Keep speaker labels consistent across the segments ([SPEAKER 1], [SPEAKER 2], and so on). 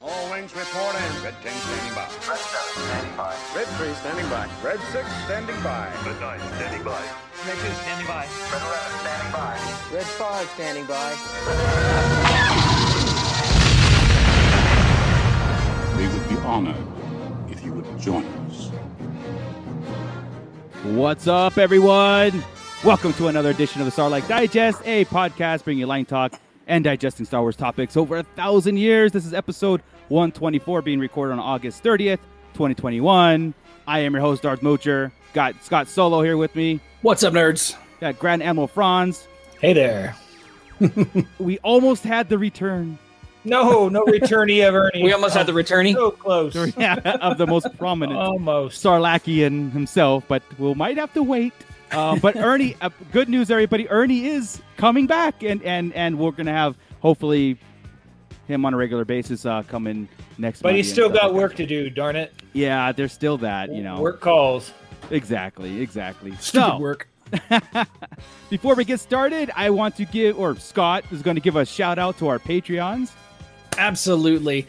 [SPEAKER 1] All wings reporting. Red 10 standing by.
[SPEAKER 2] Red 7 standing by.
[SPEAKER 1] Red 3 standing by. Red 6 standing by.
[SPEAKER 3] Red 9 standing by.
[SPEAKER 4] Red 2 standing by.
[SPEAKER 2] Red 11 standing by.
[SPEAKER 5] Red 5 standing by.
[SPEAKER 6] We would be honored if you would join us.
[SPEAKER 7] What's up, everyone? Welcome to another edition of the Starlight Digest, a podcast bringing you line talk and digesting Star Wars topics over a thousand years. This is episode 124, being recorded on August 30th, 2021. I am your host, Darth Mocher. Got Scott Solo here with me.
[SPEAKER 8] What's up, nerds?
[SPEAKER 7] Got Grand Admiral Franz.
[SPEAKER 9] Hey there.
[SPEAKER 7] We almost had the return
[SPEAKER 9] No, no returnee of Ernie.
[SPEAKER 8] We almost
[SPEAKER 9] Oh,
[SPEAKER 8] had the returnee.
[SPEAKER 9] so close.
[SPEAKER 7] of the most
[SPEAKER 9] Oh,
[SPEAKER 7] prominent
[SPEAKER 9] Almost.
[SPEAKER 7] Sarlacian himself, but we will might have to wait. Uh, but Ernie, uh, good news, everybody. Ernie is coming back, and and and we're gonna have hopefully him on a regular basis uh, come in next.
[SPEAKER 9] But
[SPEAKER 7] Monday
[SPEAKER 9] he's
[SPEAKER 7] and
[SPEAKER 9] still
[SPEAKER 7] stuff
[SPEAKER 9] got
[SPEAKER 7] like
[SPEAKER 9] work to do, darn it.
[SPEAKER 7] that. Yeah, there's still that. You know,
[SPEAKER 9] Work calls.
[SPEAKER 7] exactly, exactly.
[SPEAKER 8] Stupid
[SPEAKER 7] So
[SPEAKER 8] work.
[SPEAKER 7] before we get started, I want to give or Scott is going to give a shout out to our Patreons.
[SPEAKER 8] Absolutely.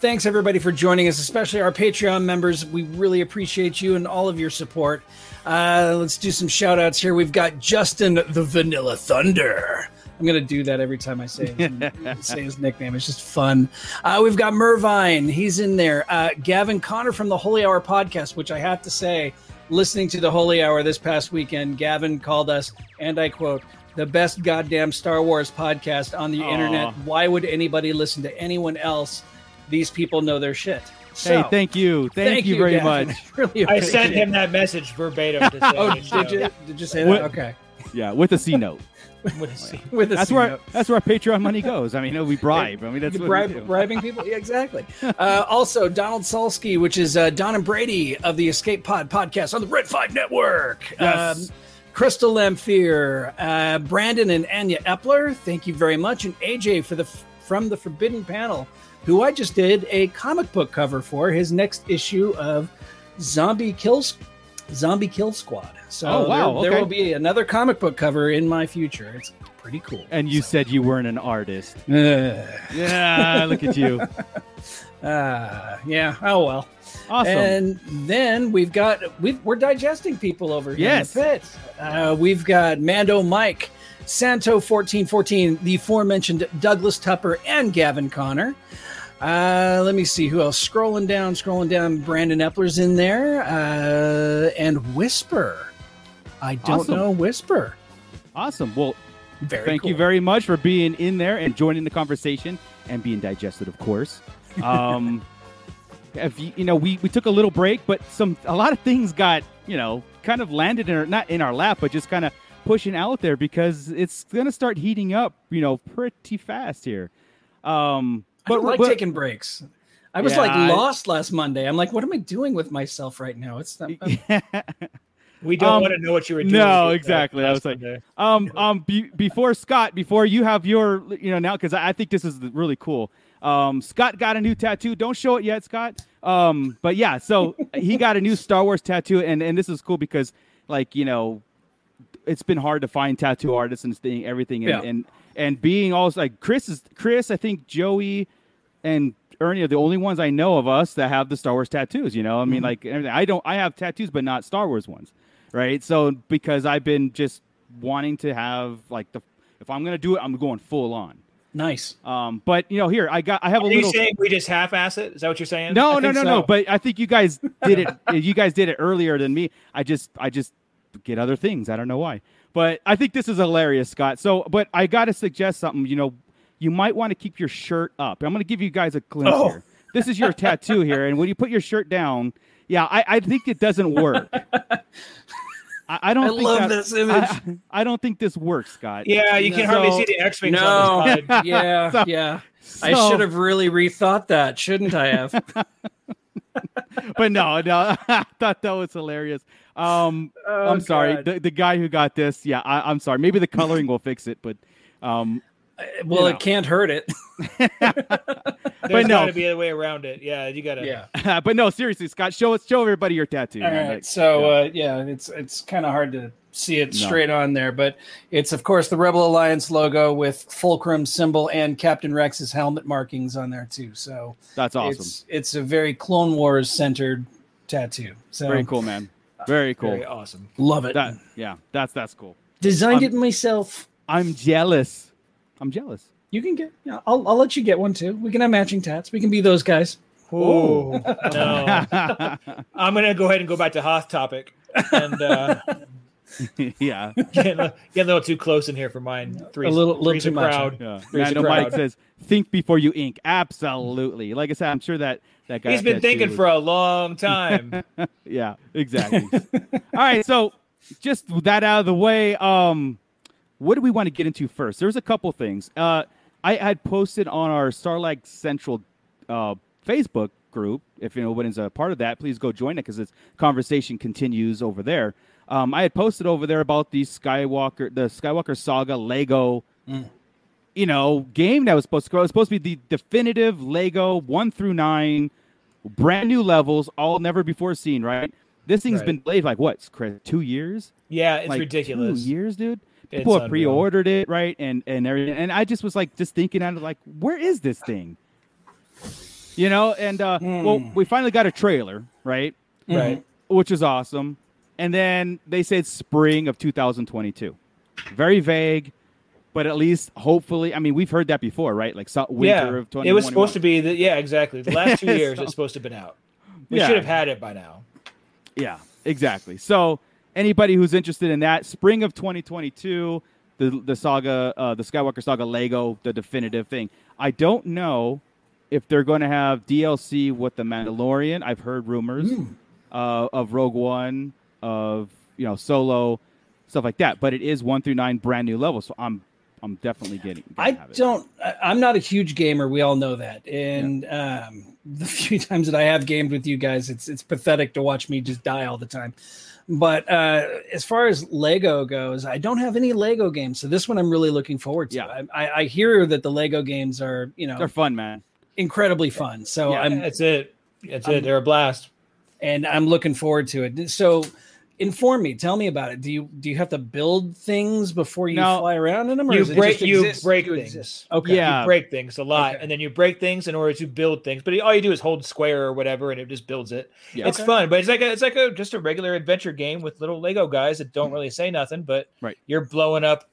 [SPEAKER 8] Thanks everybody for joining us, especially our Patreon members. We really appreciate you and all of your support. Uh, let's do some shout outs here. We've got Justin the Vanilla Thunder. I'm going to do that every time I say his, say his nickname. It's just fun. Uh, we've got Mervine. He's in there. Uh, Gavin Connor from the Holy Hour podcast, which I have to say, listening to the Holy Hour this past weekend, Gavin called us, and I quote, the best goddamn Star Wars podcast on the
[SPEAKER 7] Aw.
[SPEAKER 8] internet why would anybody listen to anyone else? These people know their shit. So,
[SPEAKER 7] hey, thank you, thank, you, very
[SPEAKER 8] Gavin.
[SPEAKER 7] much.
[SPEAKER 8] really
[SPEAKER 9] I sent
[SPEAKER 8] appreciate
[SPEAKER 9] him that message verbatim to say.
[SPEAKER 8] it. Oh,
[SPEAKER 9] it, so-
[SPEAKER 8] did you, did you say
[SPEAKER 7] What-
[SPEAKER 8] that? Okay.
[SPEAKER 7] Yeah, with a C note.
[SPEAKER 9] What is he-
[SPEAKER 8] With a
[SPEAKER 7] That's
[SPEAKER 8] C
[SPEAKER 7] where
[SPEAKER 8] note.
[SPEAKER 7] that's where our Patreon money goes. I mean, we bribe. I mean, that's
[SPEAKER 8] You
[SPEAKER 7] what we do.
[SPEAKER 8] bribe, bribing people? Yeah, exactly. Uh, also, Donald Salsky, which is uh, Don and Brady of the Escape Pod podcast on the Red 5 Network. Um,
[SPEAKER 7] Yes.
[SPEAKER 8] Crystal Lamphere, uh, Brandon and Anya Epler, thank you very much. And AJ for the from the Forbidden Panel, who I just did a comic book cover for his next issue of Zombie Kills. Zombie Kill Squad. So
[SPEAKER 7] Oh, wow,
[SPEAKER 8] there, there
[SPEAKER 7] okay.
[SPEAKER 8] will be another comic book cover in my future. It's pretty cool. uh,
[SPEAKER 7] And you said you weren't an artist.
[SPEAKER 8] Ugh.
[SPEAKER 7] Yeah, look at you.
[SPEAKER 8] Ah, yeah. Oh well.
[SPEAKER 7] Awesome.
[SPEAKER 8] And then we've got we've, we're digesting people over here.
[SPEAKER 7] Yes.
[SPEAKER 8] In the pit. Uh, we've got Mando Mike, Santo fourteen fourteen, the aforementioned Douglas Tupper and Gavin Connor. Uh, let me see who else. Scrolling down, scrolling down. Brandon Epler's in there, uh, and Whisper. I don't
[SPEAKER 7] Awesome.
[SPEAKER 8] know Whisper.
[SPEAKER 7] awesome. Well,
[SPEAKER 8] Very.
[SPEAKER 7] thank you
[SPEAKER 8] cool.
[SPEAKER 7] very much for being in there and joining the conversation and being digested, of course. Um, if you, you know, we, we took a little break, but some a lot of things got you know kind of landed in our not in our lap, but just kind of pushing out there because it's gonna start heating up, you know, pretty fast here. Um,
[SPEAKER 8] I don't
[SPEAKER 7] but
[SPEAKER 8] like
[SPEAKER 7] but-
[SPEAKER 8] taking breaks. I was
[SPEAKER 7] Yeah, I-
[SPEAKER 8] like lost last Monday. I'm like, what am I doing with myself right now? It's not.
[SPEAKER 9] We don't
[SPEAKER 7] Um,
[SPEAKER 9] want to know what you were doing.
[SPEAKER 7] no,
[SPEAKER 9] with it,
[SPEAKER 7] exactly.
[SPEAKER 9] though.
[SPEAKER 7] I was like,
[SPEAKER 9] That's
[SPEAKER 7] um um be, before scott before you have your you know now because I, I think this is really cool um scott got a new tattoo don't show it yet scott um but yeah so he got a new star wars tattoo and and this is cool because like you know it's been hard to find tattoo artists and thing everything and
[SPEAKER 8] Yeah.
[SPEAKER 7] and, and being also like chris is chris i think joey and ernie are the only ones i know of us that have the star wars tattoos you know i
[SPEAKER 9] Mm-hmm.
[SPEAKER 7] mean like everything. i don't i have tattoos but not star wars ones right so because i've been just wanting to have like the if i'm gonna do it i'm going full on
[SPEAKER 8] Nice.
[SPEAKER 7] um but you know here i got i have a
[SPEAKER 9] Are you
[SPEAKER 7] little
[SPEAKER 9] saying we just half-ass it? Is that what you're saying?
[SPEAKER 7] no,
[SPEAKER 8] I
[SPEAKER 7] no,
[SPEAKER 8] think
[SPEAKER 7] no, no.
[SPEAKER 8] so.
[SPEAKER 7] But I think you guys did it. you guys did it earlier than me. I just, I just get other things. I don't know why. But I think this is hilarious, Scott. So, but I got to suggest something. You know, you might want to keep your shirt up. I'm going to give you guys a glimpse
[SPEAKER 9] Oh.
[SPEAKER 7] here. This is your tattoo here, and when you put your shirt down, yeah, I, I think it doesn't work. I, I don't.
[SPEAKER 8] I
[SPEAKER 7] think
[SPEAKER 8] love
[SPEAKER 7] that-
[SPEAKER 8] this
[SPEAKER 7] I-
[SPEAKER 8] image.
[SPEAKER 7] I, don't think this works, Scott.
[SPEAKER 9] Yeah, you can hardly
[SPEAKER 7] So-
[SPEAKER 9] see the X-wings
[SPEAKER 8] No.
[SPEAKER 9] on this pod.
[SPEAKER 8] yeah,
[SPEAKER 7] So-
[SPEAKER 8] yeah.
[SPEAKER 7] So-
[SPEAKER 8] I should have really rethought that, shouldn't I have?
[SPEAKER 7] But no, no. I thought that was hilarious. Um,
[SPEAKER 9] Oh,
[SPEAKER 7] I'm sorry. The, the guy who got this, yeah, I, I'm sorry. Maybe the coloring will fix it, but um,
[SPEAKER 8] well,
[SPEAKER 7] you know.
[SPEAKER 8] it can't hurt it.
[SPEAKER 9] There's
[SPEAKER 7] no.
[SPEAKER 9] got to be a way around it. Yeah, you got to.
[SPEAKER 7] but no, seriously, Scott, show us, show everybody your tattoo.
[SPEAKER 8] All
[SPEAKER 7] man.
[SPEAKER 9] uh,
[SPEAKER 8] right.
[SPEAKER 7] Like,
[SPEAKER 8] So, uh, yeah, it's it's kind of hard to see it
[SPEAKER 7] No.
[SPEAKER 8] straight on there, but it's of course the Rebel Alliance logo with Fulcrum symbol and Captain Rex's helmet markings on there too. So
[SPEAKER 7] That's awesome.
[SPEAKER 8] it's it's a very Clone Wars centered tattoo. So
[SPEAKER 7] Very cool, man. Very cool.
[SPEAKER 9] um, Very awesome.
[SPEAKER 8] Love it.
[SPEAKER 7] That yeah, that's that's cool.
[SPEAKER 8] Designed
[SPEAKER 7] Um,
[SPEAKER 8] it myself.
[SPEAKER 7] I'm jealous. I'm jealous.
[SPEAKER 8] You can get. Yeah, I'll I'll let you get one too. We can have matching tats. We can be those guys.
[SPEAKER 9] Oh no! I'm gonna go ahead and go back to Hoth topic and uh,
[SPEAKER 7] yeah.
[SPEAKER 9] get, a- get a little too close in here for mine. Three,
[SPEAKER 8] little- little
[SPEAKER 9] three's
[SPEAKER 8] too much.
[SPEAKER 9] crowd.
[SPEAKER 7] Yeah.
[SPEAKER 9] Raise
[SPEAKER 7] I
[SPEAKER 9] a
[SPEAKER 7] know Mike
[SPEAKER 9] crowd.
[SPEAKER 7] says think before you ink. Absolutely. Like I said, I'm sure that that guy
[SPEAKER 9] He's been thinking for a long time.
[SPEAKER 7] Yeah, exactly. All right, so just that out of the way. Um, what do we want to get into first? There's a couple things. Uh, I had posted on our Starlight Central uh, Facebook group. If anybody's a part of that, please go join it because this conversation continues over there. Um, I had posted over there about the Skywalker, the Skywalker Saga Lego you know, game that was supposed to go. It was supposed to be the definitive Lego one through nine, brand new levels, all never before seen. Right? This thing's
[SPEAKER 9] Right.
[SPEAKER 7] been delayed like what, Chris? Two years?
[SPEAKER 9] Yeah, it's
[SPEAKER 7] like,
[SPEAKER 9] ridiculous.
[SPEAKER 7] Two years, dude.
[SPEAKER 9] It's
[SPEAKER 7] People have
[SPEAKER 9] unreal.
[SPEAKER 7] pre-ordered it, right? And and everything. And I just was like, just thinking at it, like, where is this thing? You know, and uh, well,
[SPEAKER 9] Hmm.
[SPEAKER 7] we finally got a trailer, right?
[SPEAKER 9] Right.
[SPEAKER 7] which is awesome. And then they said spring of 2022. Very vague, but at least hopefully, I mean, we've heard that before, right? Like so, winter
[SPEAKER 9] yeah,
[SPEAKER 7] of 2021.
[SPEAKER 9] it was supposed to be the yeah exactly the last two years.
[SPEAKER 7] So-
[SPEAKER 9] it's supposed to have been out. We
[SPEAKER 7] Yeah.
[SPEAKER 9] should have had it by now.
[SPEAKER 7] Yeah, exactly. So anybody who's interested in that, spring of 2022, the the saga, uh, the Skywalker saga Lego, the definitive thing. I don't know if they're going to have DLC with the Mandalorian. I've heard rumors
[SPEAKER 8] Hmm.
[SPEAKER 7] uh, of Rogue One, of you know Solo, stuff like that. But it is one through nine, brand new levels. So I'm I'm definitely getting. gonna
[SPEAKER 8] I
[SPEAKER 7] have it.
[SPEAKER 8] don't. I- I'm not a huge gamer. We all know that. And um, the few times that I have gamed with you guys, it's it's pathetic to watch me just die all the time. But uh, as far as Lego goes, I don't have any Lego games, so this one I'm really looking forward to.
[SPEAKER 7] Yeah.
[SPEAKER 8] I, I, I hear that the Lego games are you know
[SPEAKER 7] They're fun, man.
[SPEAKER 8] incredibly fun, so
[SPEAKER 7] Yeah.
[SPEAKER 8] I'm
[SPEAKER 9] That's it. That's it. They're a blast.
[SPEAKER 8] and I'm looking forward to it. So inform me, tell me about it. Do you do you have to build things before you
[SPEAKER 7] No.
[SPEAKER 8] fly around in them?
[SPEAKER 9] You
[SPEAKER 8] does it
[SPEAKER 9] break
[SPEAKER 8] just
[SPEAKER 9] you
[SPEAKER 8] exist?
[SPEAKER 9] break
[SPEAKER 8] You
[SPEAKER 9] things.
[SPEAKER 8] exist. Okay.
[SPEAKER 7] Yeah.
[SPEAKER 9] You break things a lot,
[SPEAKER 8] Okay.
[SPEAKER 9] and then you break things in order to build things. But all you do is hold square or whatever, and it just builds it.
[SPEAKER 7] Yeah.
[SPEAKER 9] It's fun, but it's like a, it's like a just a regular adventure game with little Lego guys that don't really say nothing, but
[SPEAKER 7] Mm. Right.
[SPEAKER 9] you're blowing up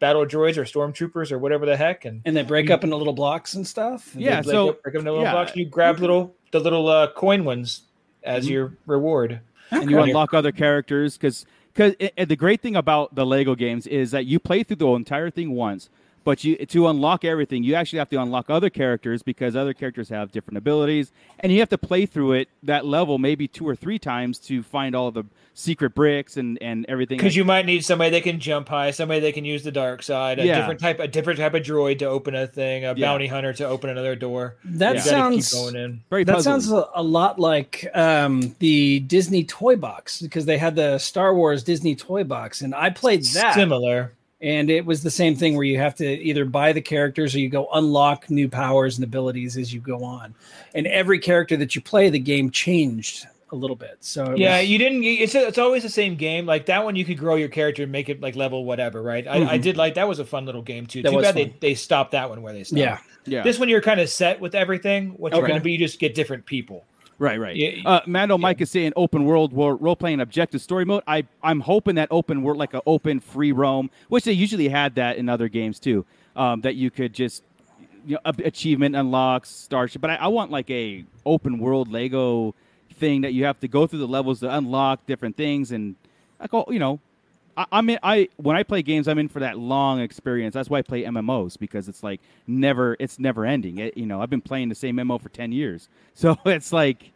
[SPEAKER 9] battle droids or stormtroopers or whatever the heck, and
[SPEAKER 8] and they break up into little blocks and stuff.
[SPEAKER 7] Yeah.
[SPEAKER 9] Like,
[SPEAKER 7] so-
[SPEAKER 9] you break them into little
[SPEAKER 7] yeah.
[SPEAKER 9] blocks, you grab
[SPEAKER 8] Mm-hmm.
[SPEAKER 9] little the little uh, coin ones as your reward.
[SPEAKER 7] and you
[SPEAKER 9] Okay.
[SPEAKER 7] unlock other characters because because the great thing about the Lego games is that you play through the entire thing once, but you to unlock everything, you actually have to unlock other characters because other characters have different abilities, and you have to play through it that level maybe two or three times to find all the secret bricks and and everything.
[SPEAKER 9] Because you might need somebody that can jump high, somebody that can use the dark side, a
[SPEAKER 7] Yeah.
[SPEAKER 9] different type, a different type of droid to open a thing, a bounty hunter to open another door.
[SPEAKER 8] That
[SPEAKER 9] You gotta
[SPEAKER 8] sounds
[SPEAKER 9] keep going in.
[SPEAKER 7] very
[SPEAKER 8] that
[SPEAKER 7] puzzling.
[SPEAKER 8] sounds a, a lot like um, the Disney toy box because they had the Star Wars Disney toy box, and I played that,
[SPEAKER 9] Similar.
[SPEAKER 8] and it was the same thing where you have to either buy the characters or you go unlock new powers and abilities as you go on, and every character that you play, the game changed a little bit. So it
[SPEAKER 9] Yeah,
[SPEAKER 8] was-
[SPEAKER 9] you didn't. It's it's always the same game. Like that one, you could grow your character and make it like level whatever, right? I, I did like that was a fun little game too.
[SPEAKER 8] Mm-hmm. That
[SPEAKER 9] Too
[SPEAKER 8] was
[SPEAKER 9] bad they,
[SPEAKER 8] fun.
[SPEAKER 9] they stopped that one where they stopped.
[SPEAKER 8] yeah.
[SPEAKER 7] yeah.
[SPEAKER 9] This one you're kind of set with everything. What you're
[SPEAKER 8] Okay.
[SPEAKER 9] going to be, you just get different people.
[SPEAKER 7] Right, right.
[SPEAKER 9] Yeah,
[SPEAKER 7] uh, Mando Mike is saying open world wo- role playing objective story mode. I I'm hoping that open world like an open free roam, which they usually had that in other games too. Um, that you could just you know ab- achievement unlocks starship, but I, I want like a open world Lego thing that you have to go through the levels to unlock different things and like oh you know. I, I'm in. I when I play games, I'm in for that long experience. That's why I play MMOs because it's like never, it's never ending. It, you know, I've been playing the same MMO for ten years, so it's like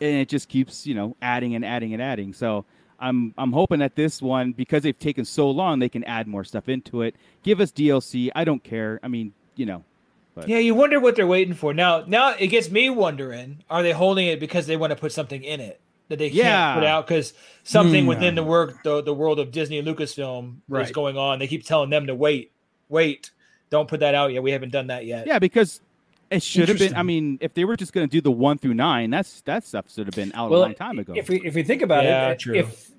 [SPEAKER 7] and it just keeps you know adding and adding and adding. So I'm I'm hoping that this one because they've taken so long, they can add more stuff into it. Give us DLC. I don't care. I mean, you know,
[SPEAKER 9] Yeah, you wonder what they're waiting for. Now, now it gets me wondering: Are they holding it because they want to put something in it that they
[SPEAKER 7] Yeah. Hmm.
[SPEAKER 9] can't put out because something within the work the, the world of Disney and Lucasfilm is
[SPEAKER 8] Right.
[SPEAKER 9] going on? They keep telling them to wait, wait, don't put that out yet. We haven't done that yet.
[SPEAKER 7] yeah, because It should have been. I
[SPEAKER 8] Interesting.
[SPEAKER 7] mean, if they were just going to do the one through nine, that's that stuff should have been out a long time ago.
[SPEAKER 8] If we if we think about
[SPEAKER 9] Yeah,
[SPEAKER 8] it,
[SPEAKER 9] true.
[SPEAKER 8] if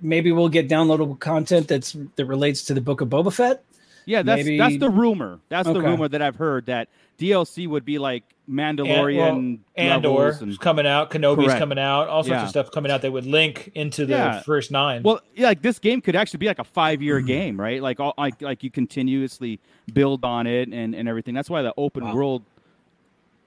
[SPEAKER 8] maybe we'll get downloadable content that's that relates to the Book of Boba Fett.
[SPEAKER 7] yeah, that's
[SPEAKER 8] maybe-
[SPEAKER 7] that's the rumor. That's the
[SPEAKER 8] Okay.
[SPEAKER 7] rumor that I've heard that DLC would be like Mandalorian
[SPEAKER 9] and or
[SPEAKER 7] levels and
[SPEAKER 9] coming out, Kenobi's
[SPEAKER 7] Correct.
[SPEAKER 9] coming out, all sorts
[SPEAKER 7] Yeah.
[SPEAKER 9] of stuff coming out that would link into the
[SPEAKER 7] Yeah.
[SPEAKER 9] first nine.
[SPEAKER 7] Well, yeah, like this game could actually be like a five
[SPEAKER 8] Mm-hmm.
[SPEAKER 7] year game, right? Like all like like you continuously build on it and and everything. That's why the open
[SPEAKER 8] Wow.
[SPEAKER 7] world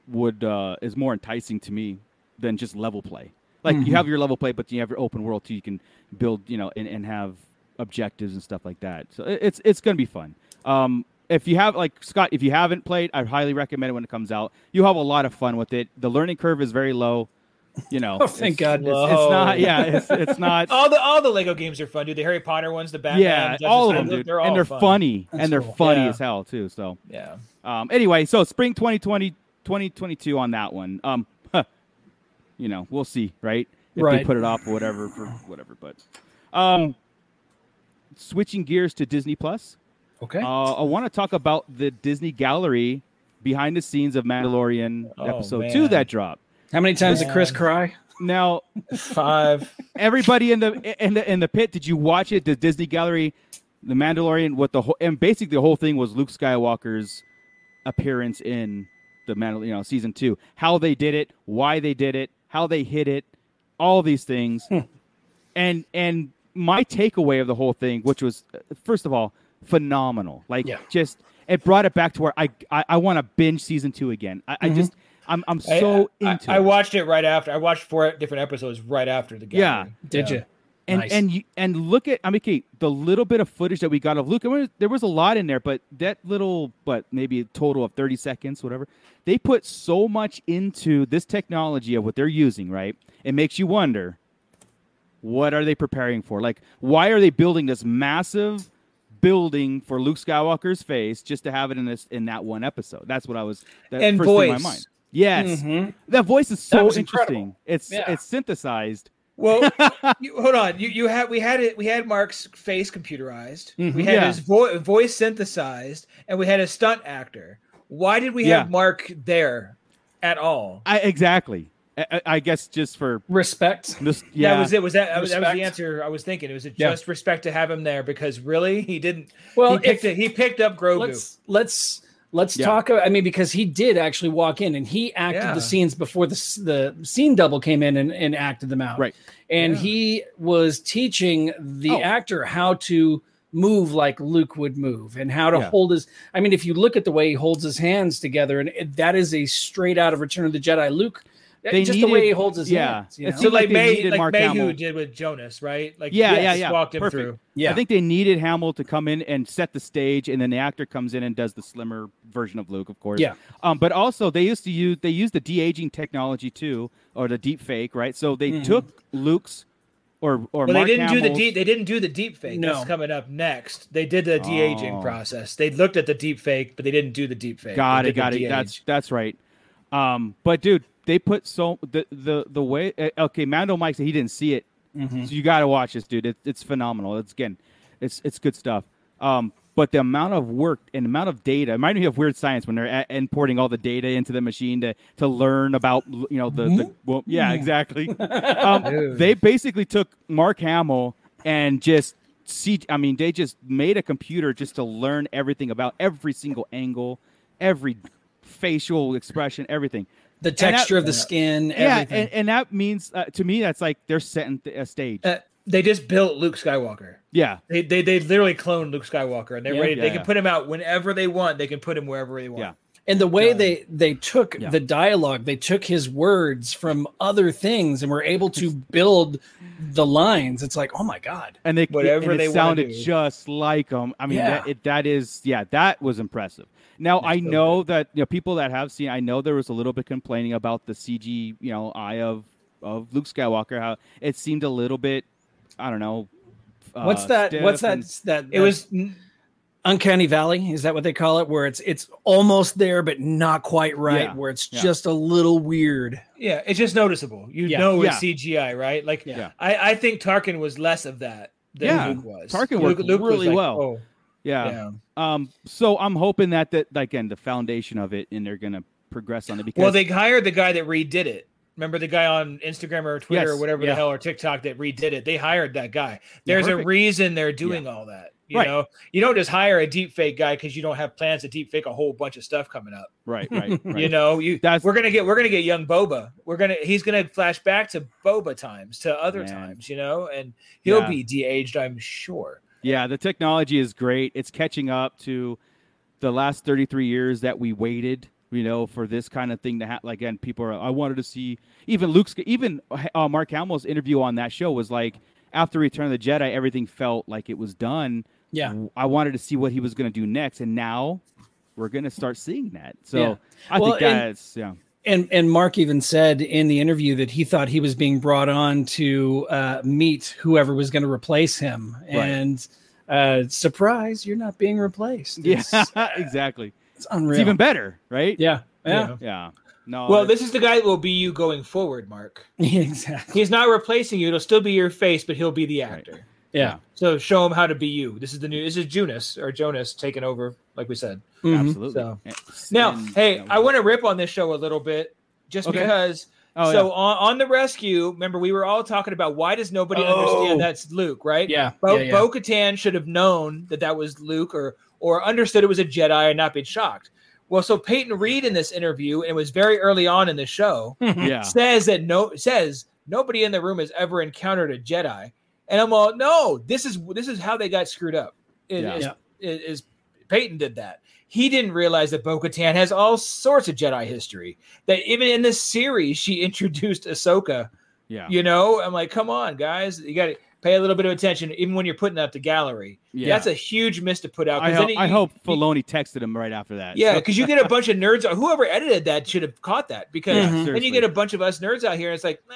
[SPEAKER 7] would uh is more enticing to me than just level play. Like
[SPEAKER 8] Mm-hmm.
[SPEAKER 7] you have your level play, but you have your open world too. You can build, you know, and, and have objectives and stuff like that. So it- it's it's gonna be fun. Um, if you have like Scott, if you haven't played, I highly recommend it when it comes out. You'll have a lot of fun with it. The learning curve is very low. You know,
[SPEAKER 8] Oh, thank
[SPEAKER 7] it's-
[SPEAKER 8] God. Oh,
[SPEAKER 7] It's, it's not. Yeah, it's, it's not.
[SPEAKER 9] all the all the Lego games are fun, dude. The Harry Potter ones, the Batman,
[SPEAKER 7] Yeah,
[SPEAKER 9] Dungeons
[SPEAKER 7] all of them,
[SPEAKER 9] and-
[SPEAKER 7] dude.
[SPEAKER 9] They're all
[SPEAKER 7] and they're
[SPEAKER 9] fun.
[SPEAKER 7] funny,
[SPEAKER 8] That's
[SPEAKER 7] and they're
[SPEAKER 8] cool.
[SPEAKER 7] funny
[SPEAKER 9] Yeah.
[SPEAKER 7] as hell too. So,
[SPEAKER 9] Yeah,
[SPEAKER 7] um, anyway, so spring 2020, 2022 on that one. Um, you know, we'll see, right? If they
[SPEAKER 8] Right.
[SPEAKER 7] put it off or whatever for whatever. But, um, switching gears to Disney Plus,
[SPEAKER 8] Okay.
[SPEAKER 7] uh, I want to talk about the Disney Gallery behind the scenes of Mandalorian
[SPEAKER 9] Oh,
[SPEAKER 7] episode two
[SPEAKER 9] man.
[SPEAKER 7] that dropped.
[SPEAKER 8] How many times did Chris cry?
[SPEAKER 7] Now,
[SPEAKER 9] five.
[SPEAKER 7] everybody in the in the in the pit. Did you watch it? The Disney Gallery, The Mandalorian. What the whole and basically the whole thing was Luke Skywalker's appearance in the Mandal- you know season two. How they did it, why they did it, how they hid it, all these things,
[SPEAKER 9] Hmm.
[SPEAKER 7] and and my takeaway of the whole thing, which was uh, first of all phenomenal, like
[SPEAKER 8] Yeah.
[SPEAKER 7] just it brought it back to where I I, I want to binge season two again. I, I just I'm I'm
[SPEAKER 9] Mm-hmm. I-
[SPEAKER 7] so
[SPEAKER 9] I,
[SPEAKER 7] into
[SPEAKER 9] I,
[SPEAKER 7] it.
[SPEAKER 9] watched it right after. I watched four different episodes right after the game.
[SPEAKER 7] Yeah.
[SPEAKER 8] Did you?
[SPEAKER 7] and
[SPEAKER 8] Nice.
[SPEAKER 7] and you, and look at I mean, okay, the little bit of footage that we got of Luke. I mean, there was a lot in there, but that little, but maybe a total of thirty seconds, whatever. They put so much into this technology of what they're using, right? It makes you wonder, what are they preparing for? Like, why are they building this massive building for Luke Skywalker's face just to have it in this in that one episode? That's what I was. That
[SPEAKER 9] And
[SPEAKER 7] first thing in
[SPEAKER 9] voice.
[SPEAKER 7] my mind. Yes,
[SPEAKER 8] Mhm.
[SPEAKER 7] that voice is so
[SPEAKER 8] That was
[SPEAKER 7] interesting.
[SPEAKER 8] incredible.
[SPEAKER 7] It's
[SPEAKER 8] Yeah.
[SPEAKER 7] it's synthesized.
[SPEAKER 9] Well, you, hold on. You you had we had it. We had Mark's face computerized. We had
[SPEAKER 7] Mm-hmm, Yeah.
[SPEAKER 9] his vo- voice synthesized, and we had a stunt actor. Why did we
[SPEAKER 7] Yeah.
[SPEAKER 9] have Mark there at all?
[SPEAKER 7] I exactly. I, I- I guess just for
[SPEAKER 8] Respect.
[SPEAKER 7] this. Yeah,
[SPEAKER 9] That was it. Was that, that was, that was the
[SPEAKER 8] Respect.
[SPEAKER 9] answer I was thinking? It was
[SPEAKER 8] Yeah.
[SPEAKER 9] just respect to have him there because really he didn't.
[SPEAKER 8] Well,
[SPEAKER 9] he picked
[SPEAKER 8] if-
[SPEAKER 9] it. He picked up Grogu.
[SPEAKER 8] Let's let's let's
[SPEAKER 7] Yeah.
[SPEAKER 8] talk. I mean, because he did actually walk in and he acted
[SPEAKER 9] Yeah.
[SPEAKER 8] the scenes before the s- the scene double came in and, and acted them out.
[SPEAKER 7] Right.
[SPEAKER 8] And
[SPEAKER 9] Yeah.
[SPEAKER 8] he was teaching the
[SPEAKER 7] Oh.
[SPEAKER 8] actor how to move like Luke would move and how to
[SPEAKER 7] Yeah.
[SPEAKER 8] hold his. I mean, if you look at the way he holds his hands together, and it- that is a straight out of Return of the Jedi Luke.
[SPEAKER 7] They
[SPEAKER 8] just
[SPEAKER 7] needed-
[SPEAKER 8] the way he holds his
[SPEAKER 7] yeah.
[SPEAKER 8] hands. you know?
[SPEAKER 7] It's
[SPEAKER 9] so
[SPEAKER 7] seemed like
[SPEAKER 9] like,
[SPEAKER 7] they
[SPEAKER 9] May,
[SPEAKER 7] needed
[SPEAKER 9] like
[SPEAKER 7] Mark
[SPEAKER 9] Mayhew
[SPEAKER 7] Hamill.
[SPEAKER 9] did with Jonas, right? Like
[SPEAKER 7] Yeah,
[SPEAKER 9] he
[SPEAKER 7] yeah,
[SPEAKER 9] just
[SPEAKER 7] yeah.
[SPEAKER 9] Walked him
[SPEAKER 7] Perfect.
[SPEAKER 9] through.
[SPEAKER 7] I think they needed Hamill to come in and set the stage, and then the actor comes in and does the slimmer version of Luke, of course.
[SPEAKER 8] Yeah.
[SPEAKER 7] Um, but also they used to use they used the de aging technology too, or the deep fake, right? So they took Luke's or or
[SPEAKER 9] Mm-hmm. Well,
[SPEAKER 7] Mark
[SPEAKER 9] they didn't do the
[SPEAKER 7] Hamill's-
[SPEAKER 9] deep. They didn't do the deep fake.
[SPEAKER 8] No.
[SPEAKER 9] That's coming up next. They did the de aging
[SPEAKER 7] Oh.
[SPEAKER 9] process. They looked at the deep fake, but they didn't do the deep fake.
[SPEAKER 7] Got
[SPEAKER 9] They
[SPEAKER 7] it,
[SPEAKER 9] did the
[SPEAKER 7] got it.
[SPEAKER 9] de-age.
[SPEAKER 7] That's that's right. Um, but dude, they put so the the the way. eh, Okay, Mando Mike said he didn't see it, so you got to watch this, dude. It, it's phenomenal. It's again, it's it's good stuff. Um, but the amount of work and amount of data it reminded me of Weird Science when they're a- importing all the data into the machine to to learn about you know the, the well, yeah exactly. um, they basically took Mark Hamill and just. See, I mean, they just made a computer just to learn everything about every single angle, every facial expression, everything.
[SPEAKER 8] the texture
[SPEAKER 7] that-
[SPEAKER 8] of the skin.
[SPEAKER 7] Yeah,
[SPEAKER 8] everything.
[SPEAKER 7] and, and that means uh, to me that's like they're setting th- a stage.
[SPEAKER 9] Uh, they just built Luke Skywalker.
[SPEAKER 7] yeah,
[SPEAKER 9] They, they they literally cloned Luke Skywalker, and they're
[SPEAKER 8] Yeah.
[SPEAKER 9] ready. they
[SPEAKER 7] Yeah,
[SPEAKER 9] can
[SPEAKER 7] yeah.
[SPEAKER 9] put him out whenever they want. They can put him wherever they want.
[SPEAKER 7] yeah.
[SPEAKER 8] and the way they they took
[SPEAKER 7] Yeah.
[SPEAKER 8] the dialogue they took his words from other things and were able to build the lines it's like oh my god
[SPEAKER 7] And they
[SPEAKER 9] Whatever
[SPEAKER 7] and
[SPEAKER 9] they
[SPEAKER 7] it
[SPEAKER 9] wanna
[SPEAKER 7] sounded
[SPEAKER 9] do.
[SPEAKER 7] just like them. I mean,
[SPEAKER 8] Yeah.
[SPEAKER 7] that, it, that is yeah, that was impressive. Now I
[SPEAKER 9] so
[SPEAKER 7] know that you know people that have seen. I know there was a little bit complaining about the CG, you know, eye of of Luke Skywalker. How it seemed a little bit, I don't know. uh,
[SPEAKER 8] what's that
[SPEAKER 7] stiff
[SPEAKER 8] what's that
[SPEAKER 7] and-
[SPEAKER 8] that
[SPEAKER 9] It was n-
[SPEAKER 8] uncanny valley is that what they call it where it's it's almost there but not quite right
[SPEAKER 7] Yeah.
[SPEAKER 8] where it's
[SPEAKER 7] Yeah.
[SPEAKER 8] just a little weird
[SPEAKER 9] yeah, it's just noticeable. You
[SPEAKER 8] Yeah.
[SPEAKER 9] know
[SPEAKER 7] Yeah.
[SPEAKER 9] it's CGI, right? Like
[SPEAKER 7] Yeah.
[SPEAKER 9] I I think Tarkin was less of that than
[SPEAKER 7] Yeah.
[SPEAKER 9] Luke was.
[SPEAKER 7] Tarkin
[SPEAKER 9] Luke,
[SPEAKER 7] worked
[SPEAKER 9] Luke was
[SPEAKER 7] really
[SPEAKER 9] like,
[SPEAKER 7] well.
[SPEAKER 9] oh,
[SPEAKER 7] yeah.
[SPEAKER 9] yeah.
[SPEAKER 7] Um, so I'm hoping that that again the foundation of it, and they're gonna progress on it because
[SPEAKER 9] Well, they hired the guy that redid it. Remember the guy on Instagram or Twitter or
[SPEAKER 7] Yes,
[SPEAKER 9] whatever
[SPEAKER 7] yeah.
[SPEAKER 9] the hell or TikTok that redid it? They hired that guy. There's a
[SPEAKER 7] perfect.
[SPEAKER 9] reason they're doing all that. You
[SPEAKER 7] Right.
[SPEAKER 9] know, you don't just hire a deep fake guy because you don't have plans to deep fake a whole bunch of stuff coming up.
[SPEAKER 7] right, right, right.
[SPEAKER 9] You know, you
[SPEAKER 7] That's-
[SPEAKER 9] we're gonna get we're gonna get young Boba. We're gonna he's gonna flash back to Boba times to other
[SPEAKER 7] Man.
[SPEAKER 9] times, you know, and he'll
[SPEAKER 7] Yeah.
[SPEAKER 9] be de-aged, I'm sure.
[SPEAKER 7] Yeah, the technology is great. It's catching up to the last 33 years that we waited, you know, for this kind of thing to happen. Like, and people are, I wanted to see even Luke's, even uh, Mark Hamill's interview on that show was like, after Return of the Jedi, everything felt like it was done.
[SPEAKER 8] Yeah.
[SPEAKER 7] I wanted to see what he was going to do next. And now we're going to start seeing that. So
[SPEAKER 8] Yeah.
[SPEAKER 7] I
[SPEAKER 8] Well,
[SPEAKER 7] think
[SPEAKER 8] and-
[SPEAKER 7] that's, yeah.
[SPEAKER 8] And and Mark even said in the interview that he thought he was being brought on to uh, meet whoever was going to replace him. And uh, surprise, you're not being replaced. It's,
[SPEAKER 7] Yeah, exactly.
[SPEAKER 8] it's unreal.
[SPEAKER 7] It's even better, right?
[SPEAKER 8] yeah,
[SPEAKER 9] you
[SPEAKER 8] yeah,
[SPEAKER 9] know?
[SPEAKER 7] Yeah. No.
[SPEAKER 9] Well,
[SPEAKER 7] that's-
[SPEAKER 9] this is the guy that will be you going forward, Mark.
[SPEAKER 8] exactly.
[SPEAKER 9] He's not replacing you, it'll still be your face, but he'll be the actor.
[SPEAKER 8] Yeah,
[SPEAKER 9] So show him how to be you. This is the new. This is Jonas or Jonas taking over, like we said.
[SPEAKER 8] Mhm.
[SPEAKER 7] absolutely.
[SPEAKER 9] so.
[SPEAKER 7] And-
[SPEAKER 9] Now,
[SPEAKER 7] and-
[SPEAKER 9] hey,
[SPEAKER 7] yeah,
[SPEAKER 9] I want to rip on this show a little bit, just
[SPEAKER 7] Okay.
[SPEAKER 9] because.
[SPEAKER 7] Oh,
[SPEAKER 9] so
[SPEAKER 7] yeah.
[SPEAKER 9] on, on the rescue, remember we were all talking about why does nobody
[SPEAKER 8] Oh.
[SPEAKER 9] understand that's Luke, right?
[SPEAKER 8] yeah,
[SPEAKER 9] Bo
[SPEAKER 8] yeah, yeah.
[SPEAKER 9] Bo Katan should have known that that was Luke, or or understood it was a Jedi, and not been shocked. Well, so Peyton Reed in this interview, and it was very early on in the show,
[SPEAKER 7] yeah.
[SPEAKER 9] says that no says nobody in the room has ever encountered a Jedi, and I'm all no. This is this is how they got screwed up. It
[SPEAKER 7] Yeah.
[SPEAKER 9] is-
[SPEAKER 8] Yeah.
[SPEAKER 9] it is- Peyton did that. He didn't realize that Bo-Katan has all sorts of Jedi history. That even in this series, she introduced Ahsoka.
[SPEAKER 7] Yeah.
[SPEAKER 9] You know, I'm like, come on, guys, you got to pay a little bit of attention, even when you're putting out the gallery.
[SPEAKER 7] Yeah.
[SPEAKER 9] That's a huge miss to put out. 'cause
[SPEAKER 7] I, ho-
[SPEAKER 9] then it-
[SPEAKER 7] I
[SPEAKER 9] you-
[SPEAKER 7] hope
[SPEAKER 9] you-
[SPEAKER 7] Filoni texted him right after that.
[SPEAKER 9] yeah,
[SPEAKER 7] So-
[SPEAKER 9] because you get a bunch of nerds. Whoever edited that should have caught that because
[SPEAKER 7] Yeah,
[SPEAKER 8] Mhm.
[SPEAKER 9] then
[SPEAKER 7] seriously. Mm-hmm.
[SPEAKER 9] you get a bunch of us nerds out here. And it's like, nah,